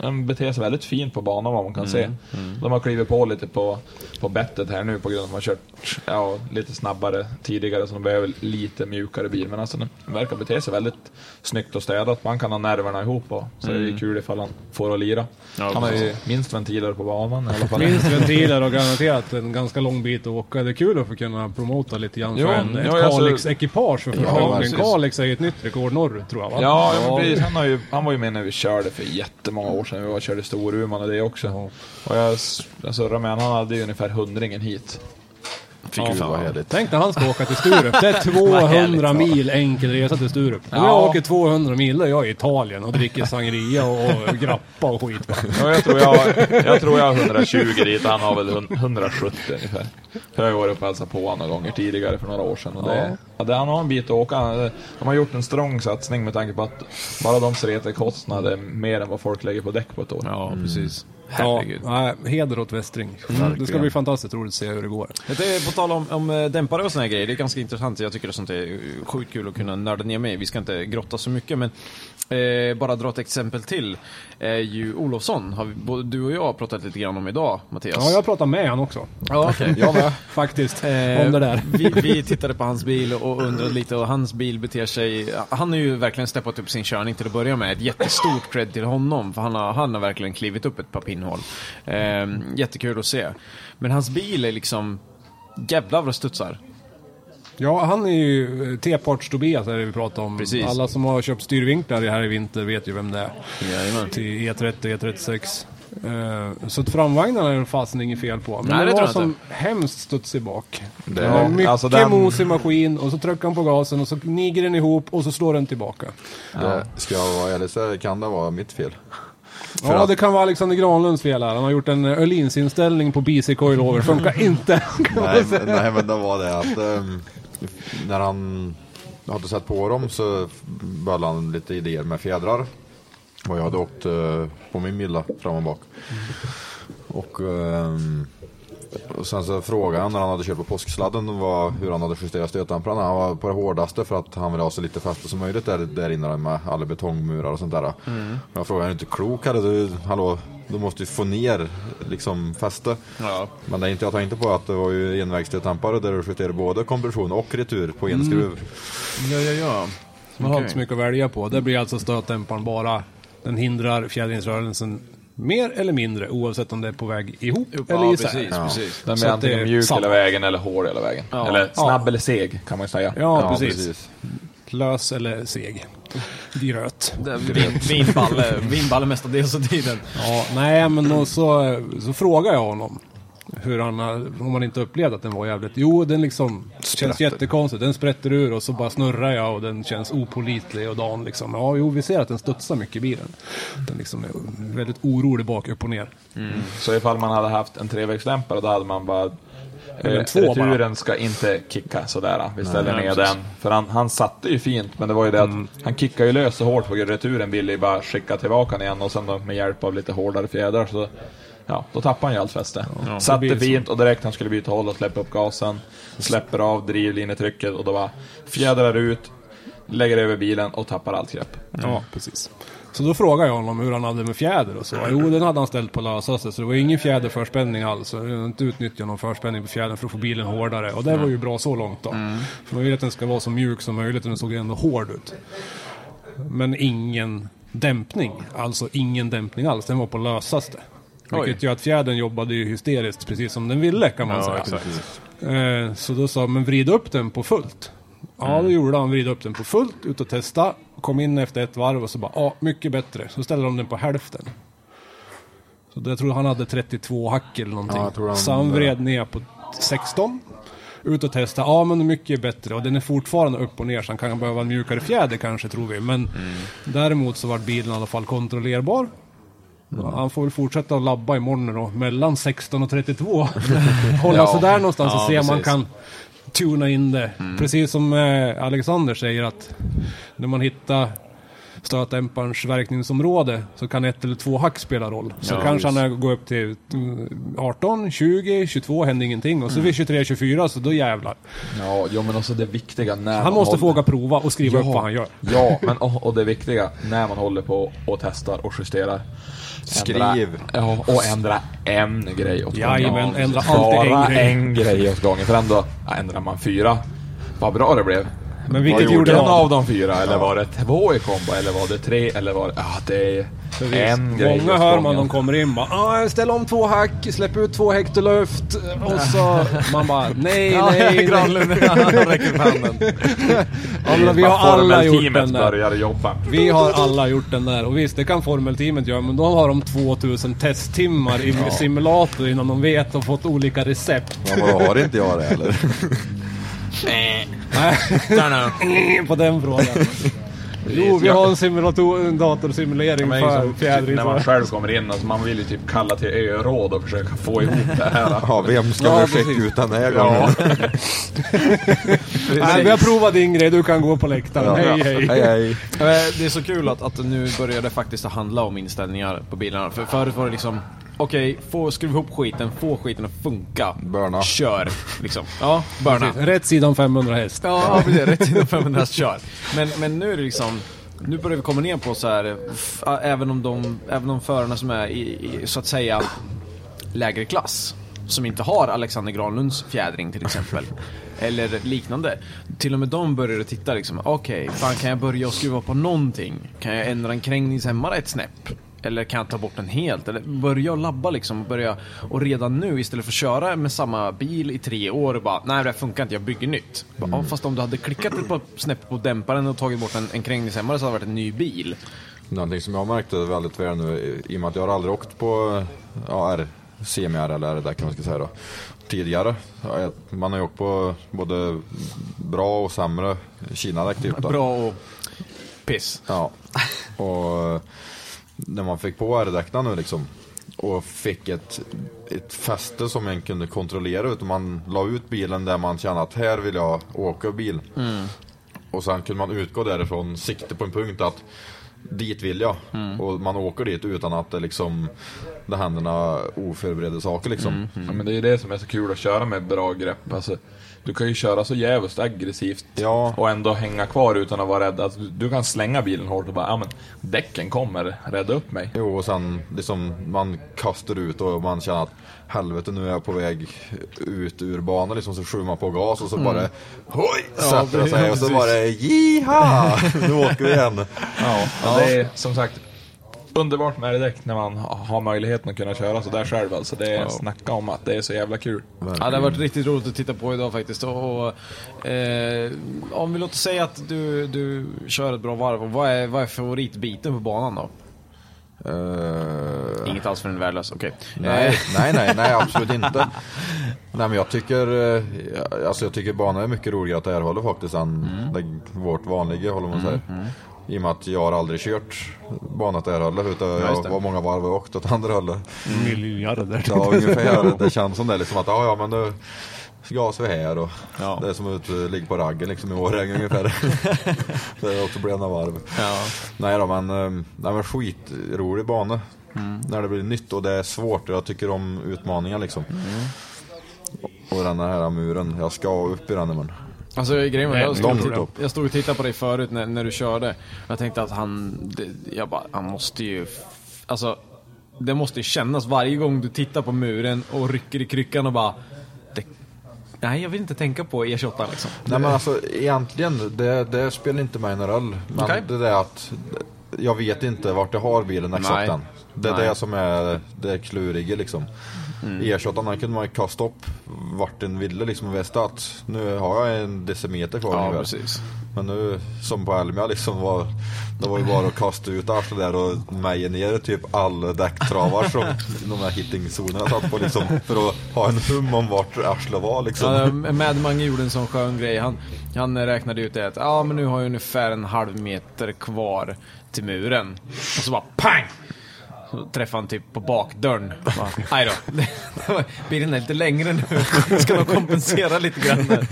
[SPEAKER 4] den beter sig väldigt fint på banan vad man kan
[SPEAKER 5] Mm,
[SPEAKER 4] se.
[SPEAKER 5] mm.
[SPEAKER 4] De har klivit på lite på, på bettet här nu på grund av att man kört ja, lite snabbare tidigare, så de behöver lite mjukare bil. Men alltså den verkar bete sig väldigt snyggt och städat. Man kan ha nerverna ihop och så är det ju
[SPEAKER 7] Mm.
[SPEAKER 4] kul ifall han får att lira.
[SPEAKER 7] Ja,
[SPEAKER 4] han har ju
[SPEAKER 7] precis.
[SPEAKER 4] minst ventiler på banan [LAUGHS] i alla fall.
[SPEAKER 7] Minst ventiler och garanterat en ganska lång bit att åka. Det är kul att få kunna promota lite grann
[SPEAKER 4] Jo,
[SPEAKER 7] för en, ett
[SPEAKER 4] ja, alltså-
[SPEAKER 7] Kalix-ekipage för första
[SPEAKER 4] Ja,
[SPEAKER 7] gången.
[SPEAKER 4] precis.
[SPEAKER 7] Kalix är ju ett nytt rekord norrut tror jag va?
[SPEAKER 4] Ja, ja men precis. Han, har ju, han var ju med när vi körde för jättemånga år sedan. Vi var och körde Storuman och det också. Och jag, s- alltså Romain han hade ju ungefär hundringen hit.
[SPEAKER 7] Fy gud, vad härligt. Tänk när han ska åka till Sturup. Det är
[SPEAKER 4] Vad härligt,
[SPEAKER 7] 200
[SPEAKER 4] ja.
[SPEAKER 7] mil enkel resa till Sturup. Om jag
[SPEAKER 4] Ja.
[SPEAKER 7] åker 200 mil då är jag i Italien och dricker sangria och, och grappa och skit. va.
[SPEAKER 4] Ja, jag, tror jag, jag tror jag har 120 dit, han har väl hun- 170 ungefär. Jag har ju varit uppe och hälsat på honom några gånger tidigare för några år sedan. Och det,
[SPEAKER 5] Ja.
[SPEAKER 4] ja. det, han har en bit att åka. Han- De har gjort en strong satsning med tanke på att bara de ser kostnader är mer än vad folk lägger på däck på ett år.
[SPEAKER 5] Ja, precis. Mm.
[SPEAKER 7] Ja, nej, heder åt Westring. Mm, Det ska
[SPEAKER 5] Verkligen.
[SPEAKER 7] bli fantastiskt roligt att se hur det går.
[SPEAKER 5] Det är på tal om, om eh, dämpare och såna här grejer, det är ganska intressant. Jag tycker det sånt är eh, sjukt kul att kunna nörda ner mig i. Vi ska inte grotta så mycket, men eh, bara dra ett exempel till. Är ju Olofsson, har vi, både du och jag har pratat lite grann om idag, Mattias.
[SPEAKER 7] Ja, jag pratar med han också.
[SPEAKER 5] Ja, [LAUGHS] okej.
[SPEAKER 7] Jag med,
[SPEAKER 1] Eh,
[SPEAKER 7] faktiskt. om det där.
[SPEAKER 5] Vi, vi tittade på hans bil och undrade lite och hans bil beter sig... Han har ju verkligen steppat upp sin körning till att börja med. Ett jättestort cred till honom för han har, han har verkligen klivit upp ett par pinnhål. Ehm, jättekul att se. Men hans bil är liksom... Jävlar vad det studsar.
[SPEAKER 7] Ja, han är ju eh, T-parts Tobias är det vi pratar om.
[SPEAKER 5] Precis.
[SPEAKER 7] Alla som har köpt styrvinklar här i vinter vet ju vem det är. Till E E30 E36. Eh, Så att framvagnarna är det fasen inget fel på. Men
[SPEAKER 5] Nej, det
[SPEAKER 7] det
[SPEAKER 5] tror
[SPEAKER 7] var
[SPEAKER 5] jag
[SPEAKER 7] som
[SPEAKER 5] inte.
[SPEAKER 7] hemskt studsig bak.
[SPEAKER 5] Det-
[SPEAKER 7] Det var mycket
[SPEAKER 5] alltså den-
[SPEAKER 7] mos i maskin och så trycker han på gasen och så niger den ihop och så slår den tillbaka.
[SPEAKER 12] Det, ska jag vara ärlig så kan det vara mitt fel. För
[SPEAKER 7] Ja,
[SPEAKER 12] att-
[SPEAKER 7] det kan vara Alexander Granlunds fel här. Han har gjort en eh, Öhlins-inställning på BC Coilover. Funkar inte, kan man
[SPEAKER 12] Mm. [LAUGHS] nej,
[SPEAKER 7] säga.
[SPEAKER 12] men- nej, men det var det att ehm, när han hade satt på dem så började han lite idéer med fjädrar. Vad jag hade åkt eh, på min milla fram och bak.
[SPEAKER 7] Mm.
[SPEAKER 12] Och, ehm, och sen så frågade han när han hade kört på påsksladden vad, hur han hade justerat stötdämparna. Han var på det hårdaste för att han ville ha så lite fäste som möjligt där, där inne med alla betongmurar och sånt där.
[SPEAKER 5] Mm.
[SPEAKER 12] Jag frågade, är du inte klok? Hade du, hallå, du måste ju få ner liksom fäste.
[SPEAKER 5] Ja.
[SPEAKER 12] Men det är inte jag tänkte på att det var ju envägsstötdämpare där du justerade både kompression och retur på en
[SPEAKER 7] Mm.
[SPEAKER 12] skruv.
[SPEAKER 7] [LAUGHS] Ja, ja, ja. Man har
[SPEAKER 12] Okej.
[SPEAKER 7] inte så mycket att välja på. Där blir alltså stötdämparen bara, den hindrar fjädringsrörelsen mer eller mindre oavsett om det är på väg ihop eller isär.
[SPEAKER 4] Den
[SPEAKER 7] Så
[SPEAKER 4] blir
[SPEAKER 7] att det
[SPEAKER 4] antingen
[SPEAKER 7] är
[SPEAKER 4] mjuk
[SPEAKER 7] samma.
[SPEAKER 4] hela vägen eller hård hela vägen.
[SPEAKER 7] Ja.
[SPEAKER 4] Eller snabb
[SPEAKER 7] Ja.
[SPEAKER 4] eller seg kan man ju säga.
[SPEAKER 7] Ja, precis. Lös eller seg. Gröt.
[SPEAKER 5] Vin, vinballe, vinballe mestadels av tiden.
[SPEAKER 7] Ja, nej, men då så, så frågar jag honom. hur han har, om man inte upplevde att den var jävligt... Jo, den liksom känns
[SPEAKER 2] Sprätter.
[SPEAKER 7] jättekonstig. Den sprätter ur och så bara snurrar jag och den känns opolitlig och dan liksom. Ja, jo, vi ser att den studsar mycket i bilen. Den liksom är väldigt orolig bak, upp och ner.
[SPEAKER 4] Mm. Så ifall man hade haft en trevägsdämpare då hade man bara
[SPEAKER 7] Eller
[SPEAKER 4] eh,
[SPEAKER 7] två bara.
[SPEAKER 4] returen ska inte kicka sådär. Vi
[SPEAKER 7] Nej,
[SPEAKER 4] ställer
[SPEAKER 7] nej,
[SPEAKER 4] ner
[SPEAKER 7] precis. Mm.
[SPEAKER 4] den. För han, han satte ju fint, men det var ju det att han kickade ju lös så hårt på returen ville ju bara skicka tillbaka den igen och sen då med hjälp av lite hårdare fjädrar så Ja, då tappade han ju allt fäste.
[SPEAKER 2] Ja. Det blir
[SPEAKER 4] Satte
[SPEAKER 2] så.
[SPEAKER 7] liksom-
[SPEAKER 4] fint och direkt han skulle byta håll och släppa upp gasen. Släpper av drivlinetrycket och då bara fjädrar ut, lägger över bilen och tappar allt grepp.
[SPEAKER 7] Ja, precis. Så då frågade jag honom hur han hade med fjäder och så. Jo, den hade han ställt på lösaste, så det var ingen fjäderförspänning alls. Så jag inte utnyttjat någon förspänning på fjädern för att få bilen hårdare. Och det var ju bra så långt då. För man vill att den ska vara så mjuk som möjligt och den såg ju ändå hård ut. Men ingen dämpning. Alltså ingen dämpning alls. Den var på lösaste. Vilket gör att fjädern jobbade ju hysteriskt precis som den ville kan man
[SPEAKER 1] Ja,
[SPEAKER 7] säga.
[SPEAKER 1] exakt.
[SPEAKER 7] Eh, Så då sa jag, men vrid upp den på fullt. Ja, då gjorde han. Vrid upp den på fullt, ut och testa. Kom in efter ett varv och så bara, ja, mycket bättre. Så ställde de den på hälften. Så jag tror han hade 32 hack eller någonting.
[SPEAKER 12] Ja, jag tror han-
[SPEAKER 7] så han vred ner på 16. Ut och testa. Ja, men mycket bättre. Och den är fortfarande upp och ner så han kan behöva en mjukare fjäder kanske, tror vi. Men däremot så var bilen i alla fall kontrollerbar.
[SPEAKER 4] Mm.
[SPEAKER 7] Ja, Han får väl fortsätta att labba imorgon då, mellan 16
[SPEAKER 4] [LAUGHS]
[SPEAKER 7] och 32. Hålla
[SPEAKER 4] Ja.
[SPEAKER 7] sig där någonstans och
[SPEAKER 4] Ja,
[SPEAKER 7] se om man
[SPEAKER 4] precis. Mm.
[SPEAKER 7] kan tuna in det. Precis som eh, Alexander säger att när man hittar stötdämparens verkningsområde så kan ett eller två hack spela roll. Så
[SPEAKER 4] Ja,
[SPEAKER 7] kanske
[SPEAKER 4] visst.
[SPEAKER 7] han går upp till mm, 18, 20, 22 händer ingenting och så
[SPEAKER 4] Mm.
[SPEAKER 7] vid 23, 24 E så då jävlar.
[SPEAKER 4] Ja, jo, men alltså det viktiga när
[SPEAKER 7] Han
[SPEAKER 4] man
[SPEAKER 7] måste
[SPEAKER 4] håller-
[SPEAKER 7] våga prova och skriva upp vad han gör. [LAUGHS]
[SPEAKER 4] Ja, [LAUGHS] men och, och det viktiga när man håller på och testar och justerar.
[SPEAKER 7] Skriv.
[SPEAKER 4] Ja, och ändra en grej åt
[SPEAKER 7] Jajamän, ändra alltid en
[SPEAKER 4] Bara
[SPEAKER 7] grej.
[SPEAKER 4] en grej åt gången. För ändå ja, ändrar man fyra. Vad bra det blev.
[SPEAKER 7] Men vilket
[SPEAKER 4] Vad
[SPEAKER 7] gjorde
[SPEAKER 4] en
[SPEAKER 7] vad?
[SPEAKER 4] av de fyra? Eller
[SPEAKER 7] Ja.
[SPEAKER 4] var det två i kombo? Eller var det tre? Eller var det... Ja, det är en grej
[SPEAKER 7] Många
[SPEAKER 4] åt
[SPEAKER 7] hör man
[SPEAKER 4] gången.
[SPEAKER 7] de kommer in bara "Ah, ställ om två hack, släpp ut två hektar luft eh,
[SPEAKER 4] [LAUGHS]
[SPEAKER 7] och så man bara nej,
[SPEAKER 4] Ja, [LAUGHS]
[SPEAKER 7] nej,
[SPEAKER 4] Granlund,
[SPEAKER 7] nej.
[SPEAKER 4] han räcker upp handen.
[SPEAKER 7] ja, men vi har alla gjort den där.
[SPEAKER 4] började jobba.
[SPEAKER 7] Vi har alla gjort den där och visst det kan formelteamet göra men då har de 2000 testtimmar i
[SPEAKER 12] Ja.
[SPEAKER 7] simulator innan de vet och fått olika recept.
[SPEAKER 12] Ja, vadå, har inte jag det eller?
[SPEAKER 7] [LAUGHS]
[SPEAKER 10] Eh.
[SPEAKER 7] Nej. På den frågan. Jo, vi har en, simulator, en datorsimulering
[SPEAKER 4] Men
[SPEAKER 7] för
[SPEAKER 4] liksom,
[SPEAKER 7] fjädring.
[SPEAKER 4] när man själv kommer in, alltså, man vill ju typ kalla till öråd och försöka få ihop det
[SPEAKER 7] [LAUGHS]
[SPEAKER 4] här.
[SPEAKER 12] Ja, vem ska vi checka ut den här gången?
[SPEAKER 7] Nej, vi har provat din grej, du kan gå på läktaren.
[SPEAKER 12] Ja.
[SPEAKER 7] Hej, hej.
[SPEAKER 1] Eh, Det är så kul att, att nu börjar det faktiskt att handla om inställningar på bilarna. För förut var det liksom, okej, få skruva ihop skiten, få skiten att funka. Börna. Kör, liksom. Ja, börna.
[SPEAKER 7] Precis. Rätt sida om 500 häst.
[SPEAKER 1] Ja, precis. Rätt inom 500 häst kör. Men, men nu är det liksom, nu börjar vi komma ner på så här, f- ä- även om de, även de förarna som är i, i så att säga, lägre klass. Som inte har Alexander Granlunds fjädring till exempel. Eller liknande. Till och med de börjar att titta liksom, okej, fan kan jag börja och skruva på någonting? Kan jag ändra en krängningshämmare ett snäpp? Eller kan jag ta bort den helt? Eller börja och labba liksom. Och, börja, och redan nu istället för att köra med samma bil i tre år och bara, nej det här funkar inte, jag bygger nytt. Bara, "Ja, Fast om du hade klickat ett par snäpp på dämparen och tagit bort en, en krängningshämmare så hade det varit en ny bil.
[SPEAKER 12] Någonting som jag märkte väldigt väl nu, i- i och med att jag har aldrig åkt på ja, R, semi-R eller RDAC kan man ska säga då, tidigare. Ja, jag- Man har ju åkt på både bra och sämre Kina-däck typ. Då.
[SPEAKER 1] Bra och piss.
[SPEAKER 12] Ja, och när man fick på R-däckna nu liksom och fick ett, ett fäste som man kunde kontrollera utan man la ut bilen där man kände att här vill jag åka bil.
[SPEAKER 2] Mm.
[SPEAKER 12] Och sen kunde man utgå därifrån, sikte på en punkt att dit vill jag. Och man åker dit utan att det liksom det händer några oförberedda saker liksom.
[SPEAKER 4] Ja, men det är ju det som är så kul att köra med bra grepp. Alltså, du kan ju köra så jävligt aggressivt och ändå hänga kvar utan att vara rädd. Alltså, du- du kan slänga bilen hårt och bara, ja men däcken kommer, rädda upp mig.
[SPEAKER 12] Jo, och sen liksom, man kastar ut och man känner att helvete nu är jag på väg ut ur banan liksom, så skjuter man på gas och så
[SPEAKER 2] Mm.
[SPEAKER 12] bara hoj
[SPEAKER 2] Ja,
[SPEAKER 12] sätter det sig och så
[SPEAKER 2] precis.
[SPEAKER 4] [LAUGHS]
[SPEAKER 12] bara [LAUGHS] jiha, nu åker vi igen.
[SPEAKER 4] Ja, men det är som sagt underbart med R-däck när man har möjligheten att kunna köra så där själv. Alltså, det är,
[SPEAKER 1] Ja.
[SPEAKER 4] Snacka om att det är så jävla kul.
[SPEAKER 1] Ja, det har varit riktigt roligt att titta på idag faktiskt. Och, och, eh, om vi låter säga att du, du kör ett bra varv, och vad är, vad är favoritbiten på banan då? Eh, Inget alls för en värdelös, okej. Eh,
[SPEAKER 12] Nej, nej, nej, nej, absolut inte. Nej, men jag tycker, eh, alltså jag tycker banan är mycket roligare att erhålla faktiskt än det, vårt vanliga, håller man
[SPEAKER 1] Mm,
[SPEAKER 12] säger.
[SPEAKER 1] mm.
[SPEAKER 12] I och med att jag har aldrig kört banan att erhålla, utan
[SPEAKER 1] Ja, just
[SPEAKER 12] jag,
[SPEAKER 1] det. Mm.
[SPEAKER 12] var många varv har jag åkt åt andra hållet.
[SPEAKER 5] Miljarder.
[SPEAKER 12] Ja, ungefär. Det känns som det, liksom att ja, ja, men nu gasar vi här och det är som att eh, ligga på raggen liksom i Årängen ungefär. det är också brända varv. Nej då, men, eh, nej, men skitrolig bana när det blir nytt och det är svårt. Jag tycker om utmaningar liksom. Och den här muren, jag ska upp i den men
[SPEAKER 1] [LAUGHS] Alltså grejen var, jag
[SPEAKER 12] Långt
[SPEAKER 1] stod,
[SPEAKER 12] upp.
[SPEAKER 1] jag stod och tittade på dig förut när, när du körde. Jag tänkte att han, det- jag bara, han måste ju, f- alltså det måste ju kännas varje gång du tittar på muren och rycker i kryckan och bara, det, nej jag vill inte tänka på E28 liksom.
[SPEAKER 12] Nej men alltså egentligen, det, det spelar inte mig någon roll. Men
[SPEAKER 1] Okej.
[SPEAKER 12] det där att jag vet inte vart jag har bilen exakt
[SPEAKER 1] Nej.
[SPEAKER 12] än. Det är
[SPEAKER 1] Nej. Mm.
[SPEAKER 12] det som är det kluriga liksom. E28 den kunde man ju kasta upp vart den ville liksom och visste att nu har jag en decimeter kvar
[SPEAKER 1] Ja,
[SPEAKER 12] ungefär.
[SPEAKER 1] precis.
[SPEAKER 12] Men nu som på Elmia liksom var det var ju bara att kasta ut arslet där och meja ner typ alla
[SPEAKER 1] [LAUGHS]
[SPEAKER 12] däcktravar som de här hittingzonerna satt på liksom för att ha en hum om vart arslet var liksom.
[SPEAKER 1] Ja, Mad Mange gjorde en sån skön grej. Han, han räknade ut det att ja, men nu har jag ungefär en halv meter kvar till muren. Och så bara pang! Så träffade han typ på bakdörren. Bara, Aj då. [LAUGHS] Bilen är lite längre nu. [LAUGHS] Ska nog kompensera lite grann [LAUGHS] där.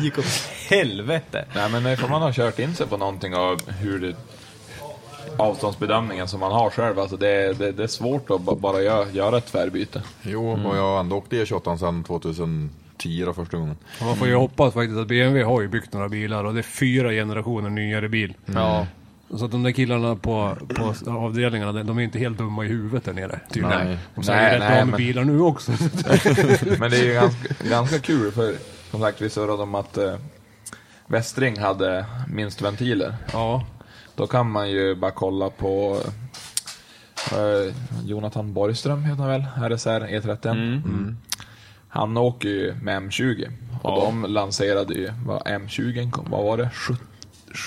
[SPEAKER 1] gick åt helvete.
[SPEAKER 4] Nej, men det är för man har kört in sig på någonting av hur det avståndsbedömningen som man har själv. Alltså det, är- det, det är svårt att ba- bara göra, göra ett tvärbyte.
[SPEAKER 12] Jo, och jag har ändå åkt E28 sedan 2010 då, första gången.
[SPEAKER 7] Och Man får
[SPEAKER 4] Mm.
[SPEAKER 7] ju hoppas faktiskt att BMW har ju byggt några bilar och det är fyra generationer nyare bil.
[SPEAKER 12] Mm. Ja.
[SPEAKER 7] Så att de där killarna på, på avdelningarna, de de är inte helt dumma i huvudet där nere. Tydligen.
[SPEAKER 4] Nej.
[SPEAKER 7] De säljer rätt bra med
[SPEAKER 4] men-
[SPEAKER 7] bilar nu också.
[SPEAKER 4] [LAUGHS] men det är ju ganska, ganska kul för som sagt vi surrade om att eh, Västring hade minst ventiler.
[SPEAKER 7] Ja.
[SPEAKER 4] Då kan man ju bara kolla på eh, Jonathan Borgström heter han väl, RSR E31. E
[SPEAKER 7] Mm.
[SPEAKER 4] Han åker ju med M20 och de lanserade ju, vad M20 kom, vad var det? 70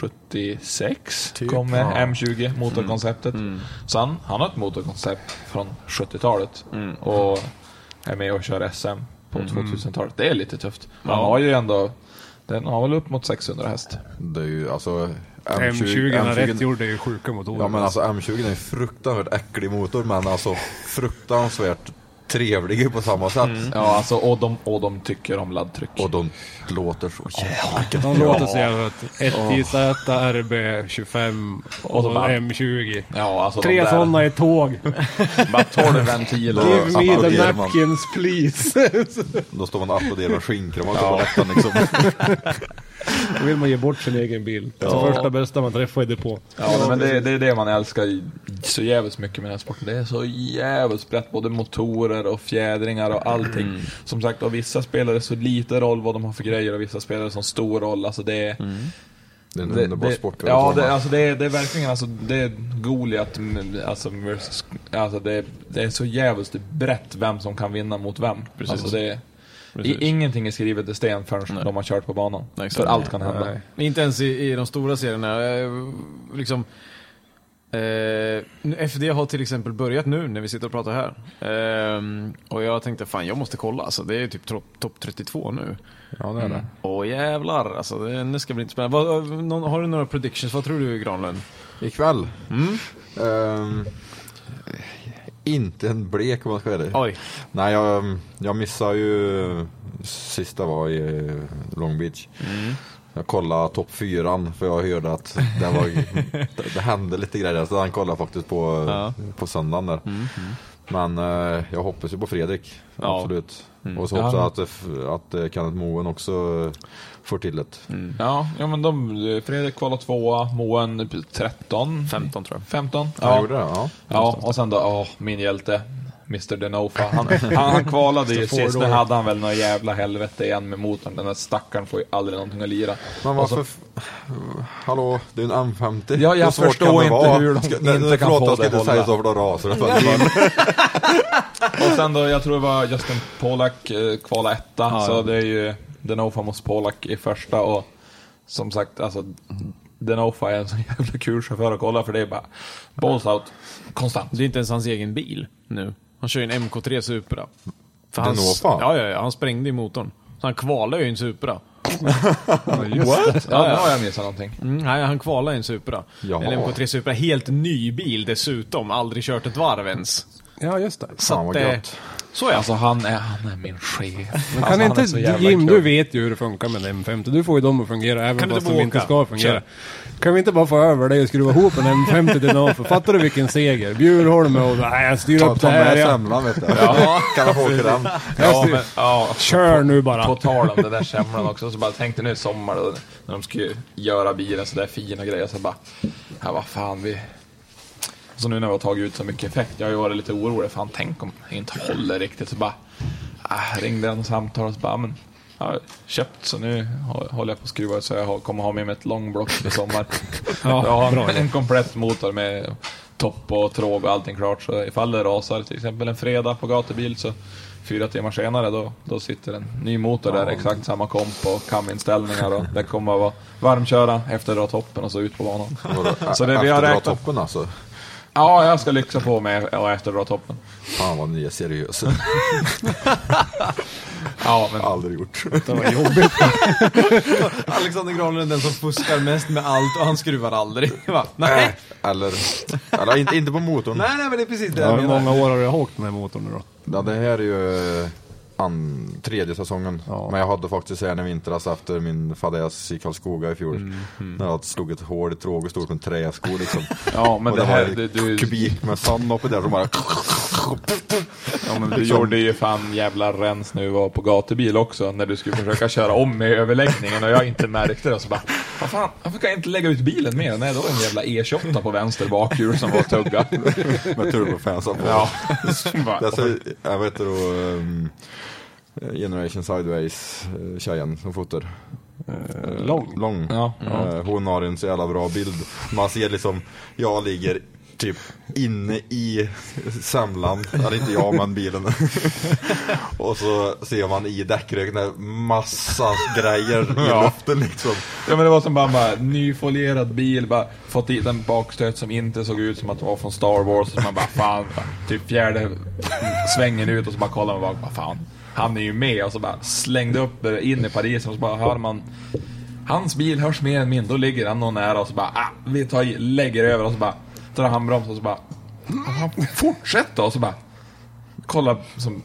[SPEAKER 4] 76
[SPEAKER 7] Typ.
[SPEAKER 4] kom med
[SPEAKER 3] Ja.
[SPEAKER 4] M20, motorkonceptet.
[SPEAKER 3] Mm.
[SPEAKER 4] Så han, han har ett motorkoncept från 70-talet och är med och kör SM på
[SPEAKER 3] Mm.
[SPEAKER 4] 2000-talet. Det är lite tufft.
[SPEAKER 3] Ja.
[SPEAKER 4] Han har ju ändå, den har väl upp mot 600 häst.
[SPEAKER 12] Det är ju alltså...
[SPEAKER 7] M20 när rätt gjord är ju sjuka motorer.
[SPEAKER 12] Ja men alltså M20 är en fruktansvärt äcklig motor men alltså fruktansvärt trevlig på samma sätt.
[SPEAKER 4] Mm. Ja, alltså, och, de, och de tycker om laddtryck.
[SPEAKER 12] Och de låter så jävla
[SPEAKER 7] De
[SPEAKER 12] bra.
[SPEAKER 7] låter så jävla gött. Ett JZ, RB25 och,
[SPEAKER 12] Och de
[SPEAKER 7] så
[SPEAKER 12] bara-
[SPEAKER 7] M20.
[SPEAKER 4] Ja, alltså de
[SPEAKER 7] Tre
[SPEAKER 4] där-
[SPEAKER 7] sådana i tåg.
[SPEAKER 4] Bara 12 ventiler.
[SPEAKER 7] Give
[SPEAKER 12] Då
[SPEAKER 7] me the
[SPEAKER 12] applåderar man.
[SPEAKER 7] napkins please.
[SPEAKER 12] Då står man och applåderar med skinnkramar
[SPEAKER 7] Ja.
[SPEAKER 12] på läktaren liksom.
[SPEAKER 7] Då vill man ge bort sin egen bil.
[SPEAKER 4] Ja.
[SPEAKER 7] Så första bästa man träffar i depå.
[SPEAKER 4] Ja, men det, det är det man älskar i- så jävligt mycket med den här sporten. Det är så jävligt brett, både motorer och fjädringar och allting. Som sagt, och vissa spelare så lite roll vad de har för grejer och vissa spelare så stor roll. Alltså det är...
[SPEAKER 12] Det är en underbar sport att
[SPEAKER 4] Ja,
[SPEAKER 12] utforma.
[SPEAKER 4] det, alltså det, är, det är verkligen alltså, det är Goliat, mm, alltså, versus, alltså det, är- det är så jävligt brett vem som kan vinna mot vem.
[SPEAKER 3] Precis.
[SPEAKER 4] Alltså det är,
[SPEAKER 3] Precis.
[SPEAKER 4] i, ingenting är skrivet i sten förrän de har kört på banan. för allt kan hända.
[SPEAKER 1] Nej. Inte ens i, i de stora serierna. Eh, Liksom, eh, FD har till exempel börjat nu när vi sitter och pratar här. Eh, och jag tänkte fan jag måste kolla. Alltså, det är typ tro- topp 32 nu. Mm.
[SPEAKER 4] Ja, det är det.
[SPEAKER 1] Åh jävlar, alltså, det, nu ska det bli inte spännande. Vad, någon, har du några predictions? Vad tror du Granlund?
[SPEAKER 12] Ikväll? Mm. Ehm, inte en blek om man ska vara ärlig.
[SPEAKER 1] Oj.
[SPEAKER 12] Nej, jag, jag missade ju sista var i eh, Long Beach.
[SPEAKER 1] Mm.
[SPEAKER 12] Jag kollade topp fyran för jag hörde att det, var,
[SPEAKER 1] [LAUGHS]
[SPEAKER 12] det, det hände lite grejer där, så han kollade faktiskt på, eh,
[SPEAKER 1] Ja. Mm,
[SPEAKER 12] på söndagen där. Men eh, jag hoppas ju på Fredrik,
[SPEAKER 1] Ja.
[SPEAKER 12] absolut.
[SPEAKER 1] Mm.
[SPEAKER 12] Och så hoppas jag
[SPEAKER 4] Ja.
[SPEAKER 12] att, eh, att eh, Kenneth Moen också eh, får till det.
[SPEAKER 1] Mm.
[SPEAKER 4] Ja, ja men de, Fredrik kvalade tvåa, Moen 13. 15
[SPEAKER 1] tror jag.
[SPEAKER 4] 15?
[SPEAKER 12] Ja, gjorde det, ja.
[SPEAKER 4] ja och sen då, åh, min hjälte. Mr Denofa.
[SPEAKER 1] [LAUGHS]
[SPEAKER 4] Han, han, han kvalade ju
[SPEAKER 12] Mr. Ford
[SPEAKER 4] sist, nu
[SPEAKER 12] Roy.
[SPEAKER 4] hade han väl något jävla helvete igen med motorn. Den där stackaren får ju aldrig någonting att lira.
[SPEAKER 12] Men
[SPEAKER 4] Och så-
[SPEAKER 12] varför... Hallå, det är en M50.
[SPEAKER 4] Alltså- Ja, jag
[SPEAKER 12] Hur svårt
[SPEAKER 4] förstår
[SPEAKER 12] kan det
[SPEAKER 4] inte
[SPEAKER 12] vara?
[SPEAKER 4] hur de
[SPEAKER 12] Ska-
[SPEAKER 4] inte
[SPEAKER 12] nej,
[SPEAKER 4] kan
[SPEAKER 12] förlåt,
[SPEAKER 4] få
[SPEAKER 12] jag ska
[SPEAKER 4] det
[SPEAKER 12] inte säga
[SPEAKER 4] hålla.
[SPEAKER 12] så för då rasar det. Fan, [LAUGHS]
[SPEAKER 4] [LAUGHS] Och sen då, jag tror det var Justin Polak eh, kvala etta.
[SPEAKER 3] Ja,
[SPEAKER 4] så
[SPEAKER 3] ja.
[SPEAKER 4] det är ju Denofa mot Polak i första och som sagt, alltså den offa är en så [LAUGHS] jävla kul chaufför att kolla för det är bara balls out konstant.
[SPEAKER 5] Det är inte ens hans egen bil nu. Han kör ju en MK3 Supra.
[SPEAKER 4] Den
[SPEAKER 5] han,
[SPEAKER 4] Nova?
[SPEAKER 5] Ja, ja, ja, han sprängde i motorn. Så han kvalade ju i
[SPEAKER 7] [LAUGHS]
[SPEAKER 5] en Supra.
[SPEAKER 4] What? Ja, nu har jag missat någonting.
[SPEAKER 5] Mm, nej, han kvalade i en Supra.
[SPEAKER 4] Jaha.
[SPEAKER 5] En MK3 Supra. Helt ny bil dessutom. Aldrig kört ett varv ens.
[SPEAKER 7] Ja, just det.
[SPEAKER 5] Så att, eh, Så ja.
[SPEAKER 4] Alltså han är, han är min chef.
[SPEAKER 7] Men
[SPEAKER 4] alltså,
[SPEAKER 7] kan
[SPEAKER 4] han är så
[SPEAKER 7] inte,
[SPEAKER 4] jävla
[SPEAKER 7] Jim,
[SPEAKER 4] kul.
[SPEAKER 7] du vet ju hur det funkar med en M50. Du får ju dem att fungera även
[SPEAKER 4] Kan du
[SPEAKER 7] fast
[SPEAKER 4] inte
[SPEAKER 7] de
[SPEAKER 4] bara
[SPEAKER 7] inte
[SPEAKER 4] åka?
[SPEAKER 7] ska fungera.
[SPEAKER 4] Kör.
[SPEAKER 7] Kan vi inte bara få över dig och skruva ihop en M50 till en AFA? Fattar du vilken seger? Bjurholm och... Nej, jag styr
[SPEAKER 12] Ta-
[SPEAKER 7] upp
[SPEAKER 12] ta
[SPEAKER 7] det här.
[SPEAKER 12] med
[SPEAKER 7] ja.
[SPEAKER 12] semlan, vet du.
[SPEAKER 7] Ja.
[SPEAKER 12] Kan man få åka den?
[SPEAKER 7] Jag
[SPEAKER 4] Ja,
[SPEAKER 7] styr-
[SPEAKER 4] men, ja,
[SPEAKER 7] Kör nu bara.
[SPEAKER 4] På tal om den där semlan också, så bara tänkte nu i sommar då, när de skulle göra bilen så där fina grejer så bara, ja vad fan vi... Så nu när vi har tagit ut så mycket effekt, jag har ju varit lite orolig, fan tänk om det inte håller riktigt så bara, ah, ringde jag något samtal och så bara, men jag har köpt så nu hå- håller jag på att skruva så jag har- kommer ha med mig ett långblock i sommar.
[SPEAKER 7] Ja,
[SPEAKER 4] jag har
[SPEAKER 7] bra.
[SPEAKER 4] en, en komplett motor med topp och tråg och allting klart så ifall det rasar till exempel en fredag på gatubil så fyra timmar senare då, då sitter en ny motor där, exakt samma komp och kaminställningar och det kommer att vara varmköra, efterdra toppen och så ut på banan. [LAUGHS] Så det vi har
[SPEAKER 12] Efterdra
[SPEAKER 4] räknat...
[SPEAKER 12] toppen alltså.
[SPEAKER 4] Ja, jag ska lyxa på med att efterdra toppen.
[SPEAKER 12] Fan vad ni är seriösa.
[SPEAKER 4] [LAUGHS] ja, men...
[SPEAKER 12] Aldrig gjort. [LAUGHS]
[SPEAKER 5] Alexander Granlund är den som fuskar mest med allt och han skruvar aldrig. Va? Nej.
[SPEAKER 12] Äh, Eller, eller inte, inte på motorn.
[SPEAKER 5] Nej, nej, men det är precis det
[SPEAKER 7] Ja,
[SPEAKER 5] jag
[SPEAKER 7] hur
[SPEAKER 5] menar.
[SPEAKER 7] många år har du åkt den här motorn nu då?
[SPEAKER 12] Ja, det här är ju eh, an, tredje säsongen. Men jag hade faktiskt här i vintras efter min fadäs i Karlskoga i fjol.
[SPEAKER 4] Mhm.
[SPEAKER 12] När jag slog ett hål i tråg och stod på en träsko liksom.
[SPEAKER 4] Ja, men
[SPEAKER 12] och
[SPEAKER 4] det
[SPEAKER 12] det, här
[SPEAKER 4] här-
[SPEAKER 12] var
[SPEAKER 4] det- du-
[SPEAKER 12] kubik med sand uppe där som bara...
[SPEAKER 4] Ja, men
[SPEAKER 12] Liksom.
[SPEAKER 4] du gjorde ju fan jävla rens när vi var på gatubil också, när du skulle försöka köra om i överläggningen och jag inte märkte det. Så bara, vad fan, varför kan jag inte lägga ut bilen mer? Nej, då var det en jävla E28 på vänster bakhjul som var tuggad.
[SPEAKER 12] [LAUGHS] Med turbofansen på.
[SPEAKER 4] Ja.
[SPEAKER 12] det är så, [LAUGHS] jag vet då, ehm, Generation Sideways eh, tjejen som fotar. Eh,
[SPEAKER 7] Lång.
[SPEAKER 12] Lång.
[SPEAKER 4] Ja.
[SPEAKER 12] Eh, Hon har en så jävla bra bild. Man ser liksom, jag ligger typ inne i semlan, eller inte jag men bilen. [LAUGHS] Och så ser man i däckröken där massa grejer i
[SPEAKER 4] Ja.
[SPEAKER 12] luften liksom.
[SPEAKER 4] Ja men det var som bara, bara nyfolierad bil, bara fått dit en bakstöt som inte såg ut som att det var från Star Wars. Och så man bara fan, typ fjärde svängen ut och så bara kollar man bara, vad fan. Han är ju med och så bara slängde upp eh, in i Paris och så bara hör man Hans bil hörs mer än min, då ligger han någon nära och så bara ah, vi tar, i- lägger över och så bara drar han bromsen och så bara "Ah, fortsätt då och så bara kolla som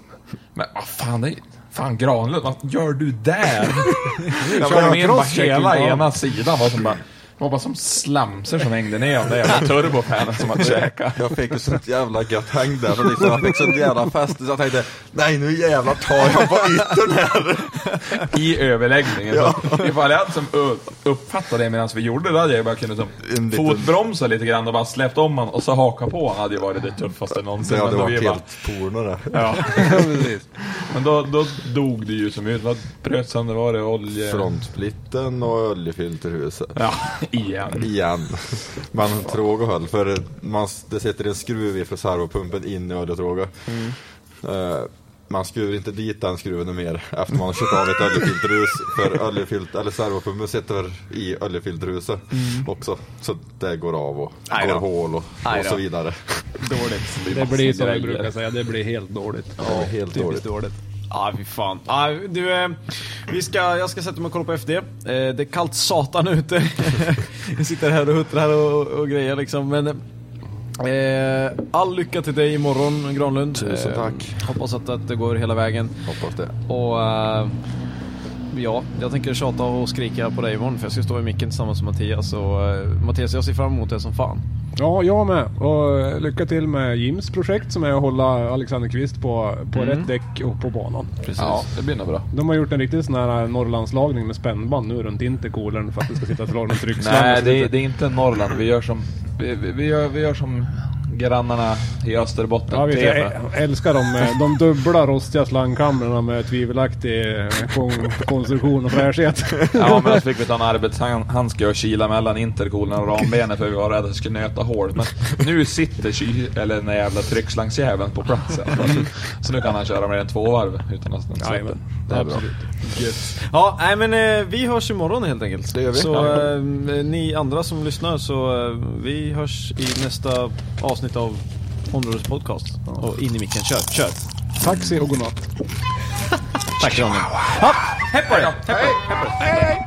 [SPEAKER 4] men vad fan det är Fan Granlund, vad gör du
[SPEAKER 12] [LAUGHS]
[SPEAKER 4] där?
[SPEAKER 12] Ja,
[SPEAKER 4] Körde
[SPEAKER 12] men
[SPEAKER 4] med in
[SPEAKER 12] cross
[SPEAKER 4] bara
[SPEAKER 12] checking
[SPEAKER 4] hela
[SPEAKER 12] på honom.
[SPEAKER 4] ena sidan var som bara det var bara som slamser som hängde ner den där
[SPEAKER 12] [LAUGHS]
[SPEAKER 4] jävla turbofanen som hade käkat.
[SPEAKER 12] Jag fick ju sånt jävla gött häng där och liksom, jag fick sånt jävla fäste så jag tänkte nej nu jävlar tar jag på yttern här.
[SPEAKER 4] I överläggningen. Så ifall jag hade som upp- uppfattat det medan vi gjorde det hade jag bara kunnat som
[SPEAKER 12] liten-
[SPEAKER 4] fotbromsa lite grann och bara släppt om han och så haka på han hade ju varit det tuffaste någonsin.
[SPEAKER 12] Det hade
[SPEAKER 4] Men då
[SPEAKER 12] varit
[SPEAKER 4] vi bara-
[SPEAKER 12] helt porno det.
[SPEAKER 4] Ja, precis. Men då, då dog det ju som ut. Vad [LAUGHS] bröt sönder var det? Olje...
[SPEAKER 12] Frontsplitten och oljefilterhuset.
[SPEAKER 4] Ja, igen.
[SPEAKER 12] igen. Man tråg och höll, för man, det sitter en skruv i för servopumpen in i oljetråget.
[SPEAKER 2] Mm.
[SPEAKER 12] Eh, man skruvar inte dit den skruven mer efter man har kört av ett oljefilterhus. För oljefilt, eller servopumpen sitter i oljefilterhuset
[SPEAKER 7] Mm.
[SPEAKER 12] också. Så det går av och
[SPEAKER 7] Aj då.
[SPEAKER 12] går hål och,
[SPEAKER 7] Aj
[SPEAKER 12] och
[SPEAKER 7] då.
[SPEAKER 12] så vidare.
[SPEAKER 7] Dåligt. Det
[SPEAKER 12] Det blir
[SPEAKER 7] blir
[SPEAKER 12] massa
[SPEAKER 7] som vi
[SPEAKER 12] grejer.
[SPEAKER 7] brukar säga, det blir helt dåligt.
[SPEAKER 12] Ja, helt
[SPEAKER 7] Typiskt
[SPEAKER 12] dåligt.
[SPEAKER 5] Ja, fy fan. Ja, du, eh, vi ska, jag ska sätta mig och kolla på FD. Eh, det är kallt satan ute. [LAUGHS] Vi sitter här och huttrar och, och grejer liksom. Men, eh, all lycka till dig imorgon Granlund.
[SPEAKER 12] Tusen tack.
[SPEAKER 5] Eh, hoppas att, att det går hela vägen.
[SPEAKER 12] Hoppas det.
[SPEAKER 5] Och eh, ja, jag tänker tjata och skrika på dig imorgon för jag ska stå i micken tillsammans med Mattias. Och, eh, Mattias, jag ser fram emot det som fan.
[SPEAKER 7] Ja, jag med. Och eh, lycka till med Jims projekt som är att hålla Alexander Kvist på, på
[SPEAKER 5] Mm.
[SPEAKER 7] rätt däck och på banan.
[SPEAKER 4] Ja, det blir nog bra.
[SPEAKER 7] De har gjort en riktig sån här eh, Norrlandslagning med spännband nu runt intercoolern för att det ska sitta ett
[SPEAKER 4] [LAUGHS]
[SPEAKER 7] förhållande tryckslam.
[SPEAKER 4] Nej, det är, det är inte Norrland. Vi gör som, vi, vi, vi gör, vi gör som grannarna i Österbotten.
[SPEAKER 7] Ja, vet, jag
[SPEAKER 4] TV.
[SPEAKER 7] ä- älskar de, eh, de dubbla rostiga slangkamrarna med tvivelaktig eh, kon- konstruktion och fräschhet.
[SPEAKER 4] Ja
[SPEAKER 7] [LAUGHS]
[SPEAKER 4] men så fick vi ta en arbetshandske och kila mellan intercoolen och rambenet för vi var rädda att det skulle nöta hål. Men nu sitter ky- eller den där jävla tryckslangsjäveln på plats. i alla fall. Så nu kan han köra mer än två varv utan att den släpper. Det är bra.
[SPEAKER 5] Absolut. Ja, nej men eh, vi hörs imorgon helt enkelt.
[SPEAKER 4] Det gör vi.
[SPEAKER 5] Så
[SPEAKER 4] Ja.
[SPEAKER 5] eh, ni andra som lyssnar så eh, vi hörs i nästa avsnitt av Områdets podcast. Och in i micken, kör, kör.
[SPEAKER 7] Taxi och godnatt.
[SPEAKER 5] [LAUGHS] Tack Ronny. Ja, Hej på dig! Hej!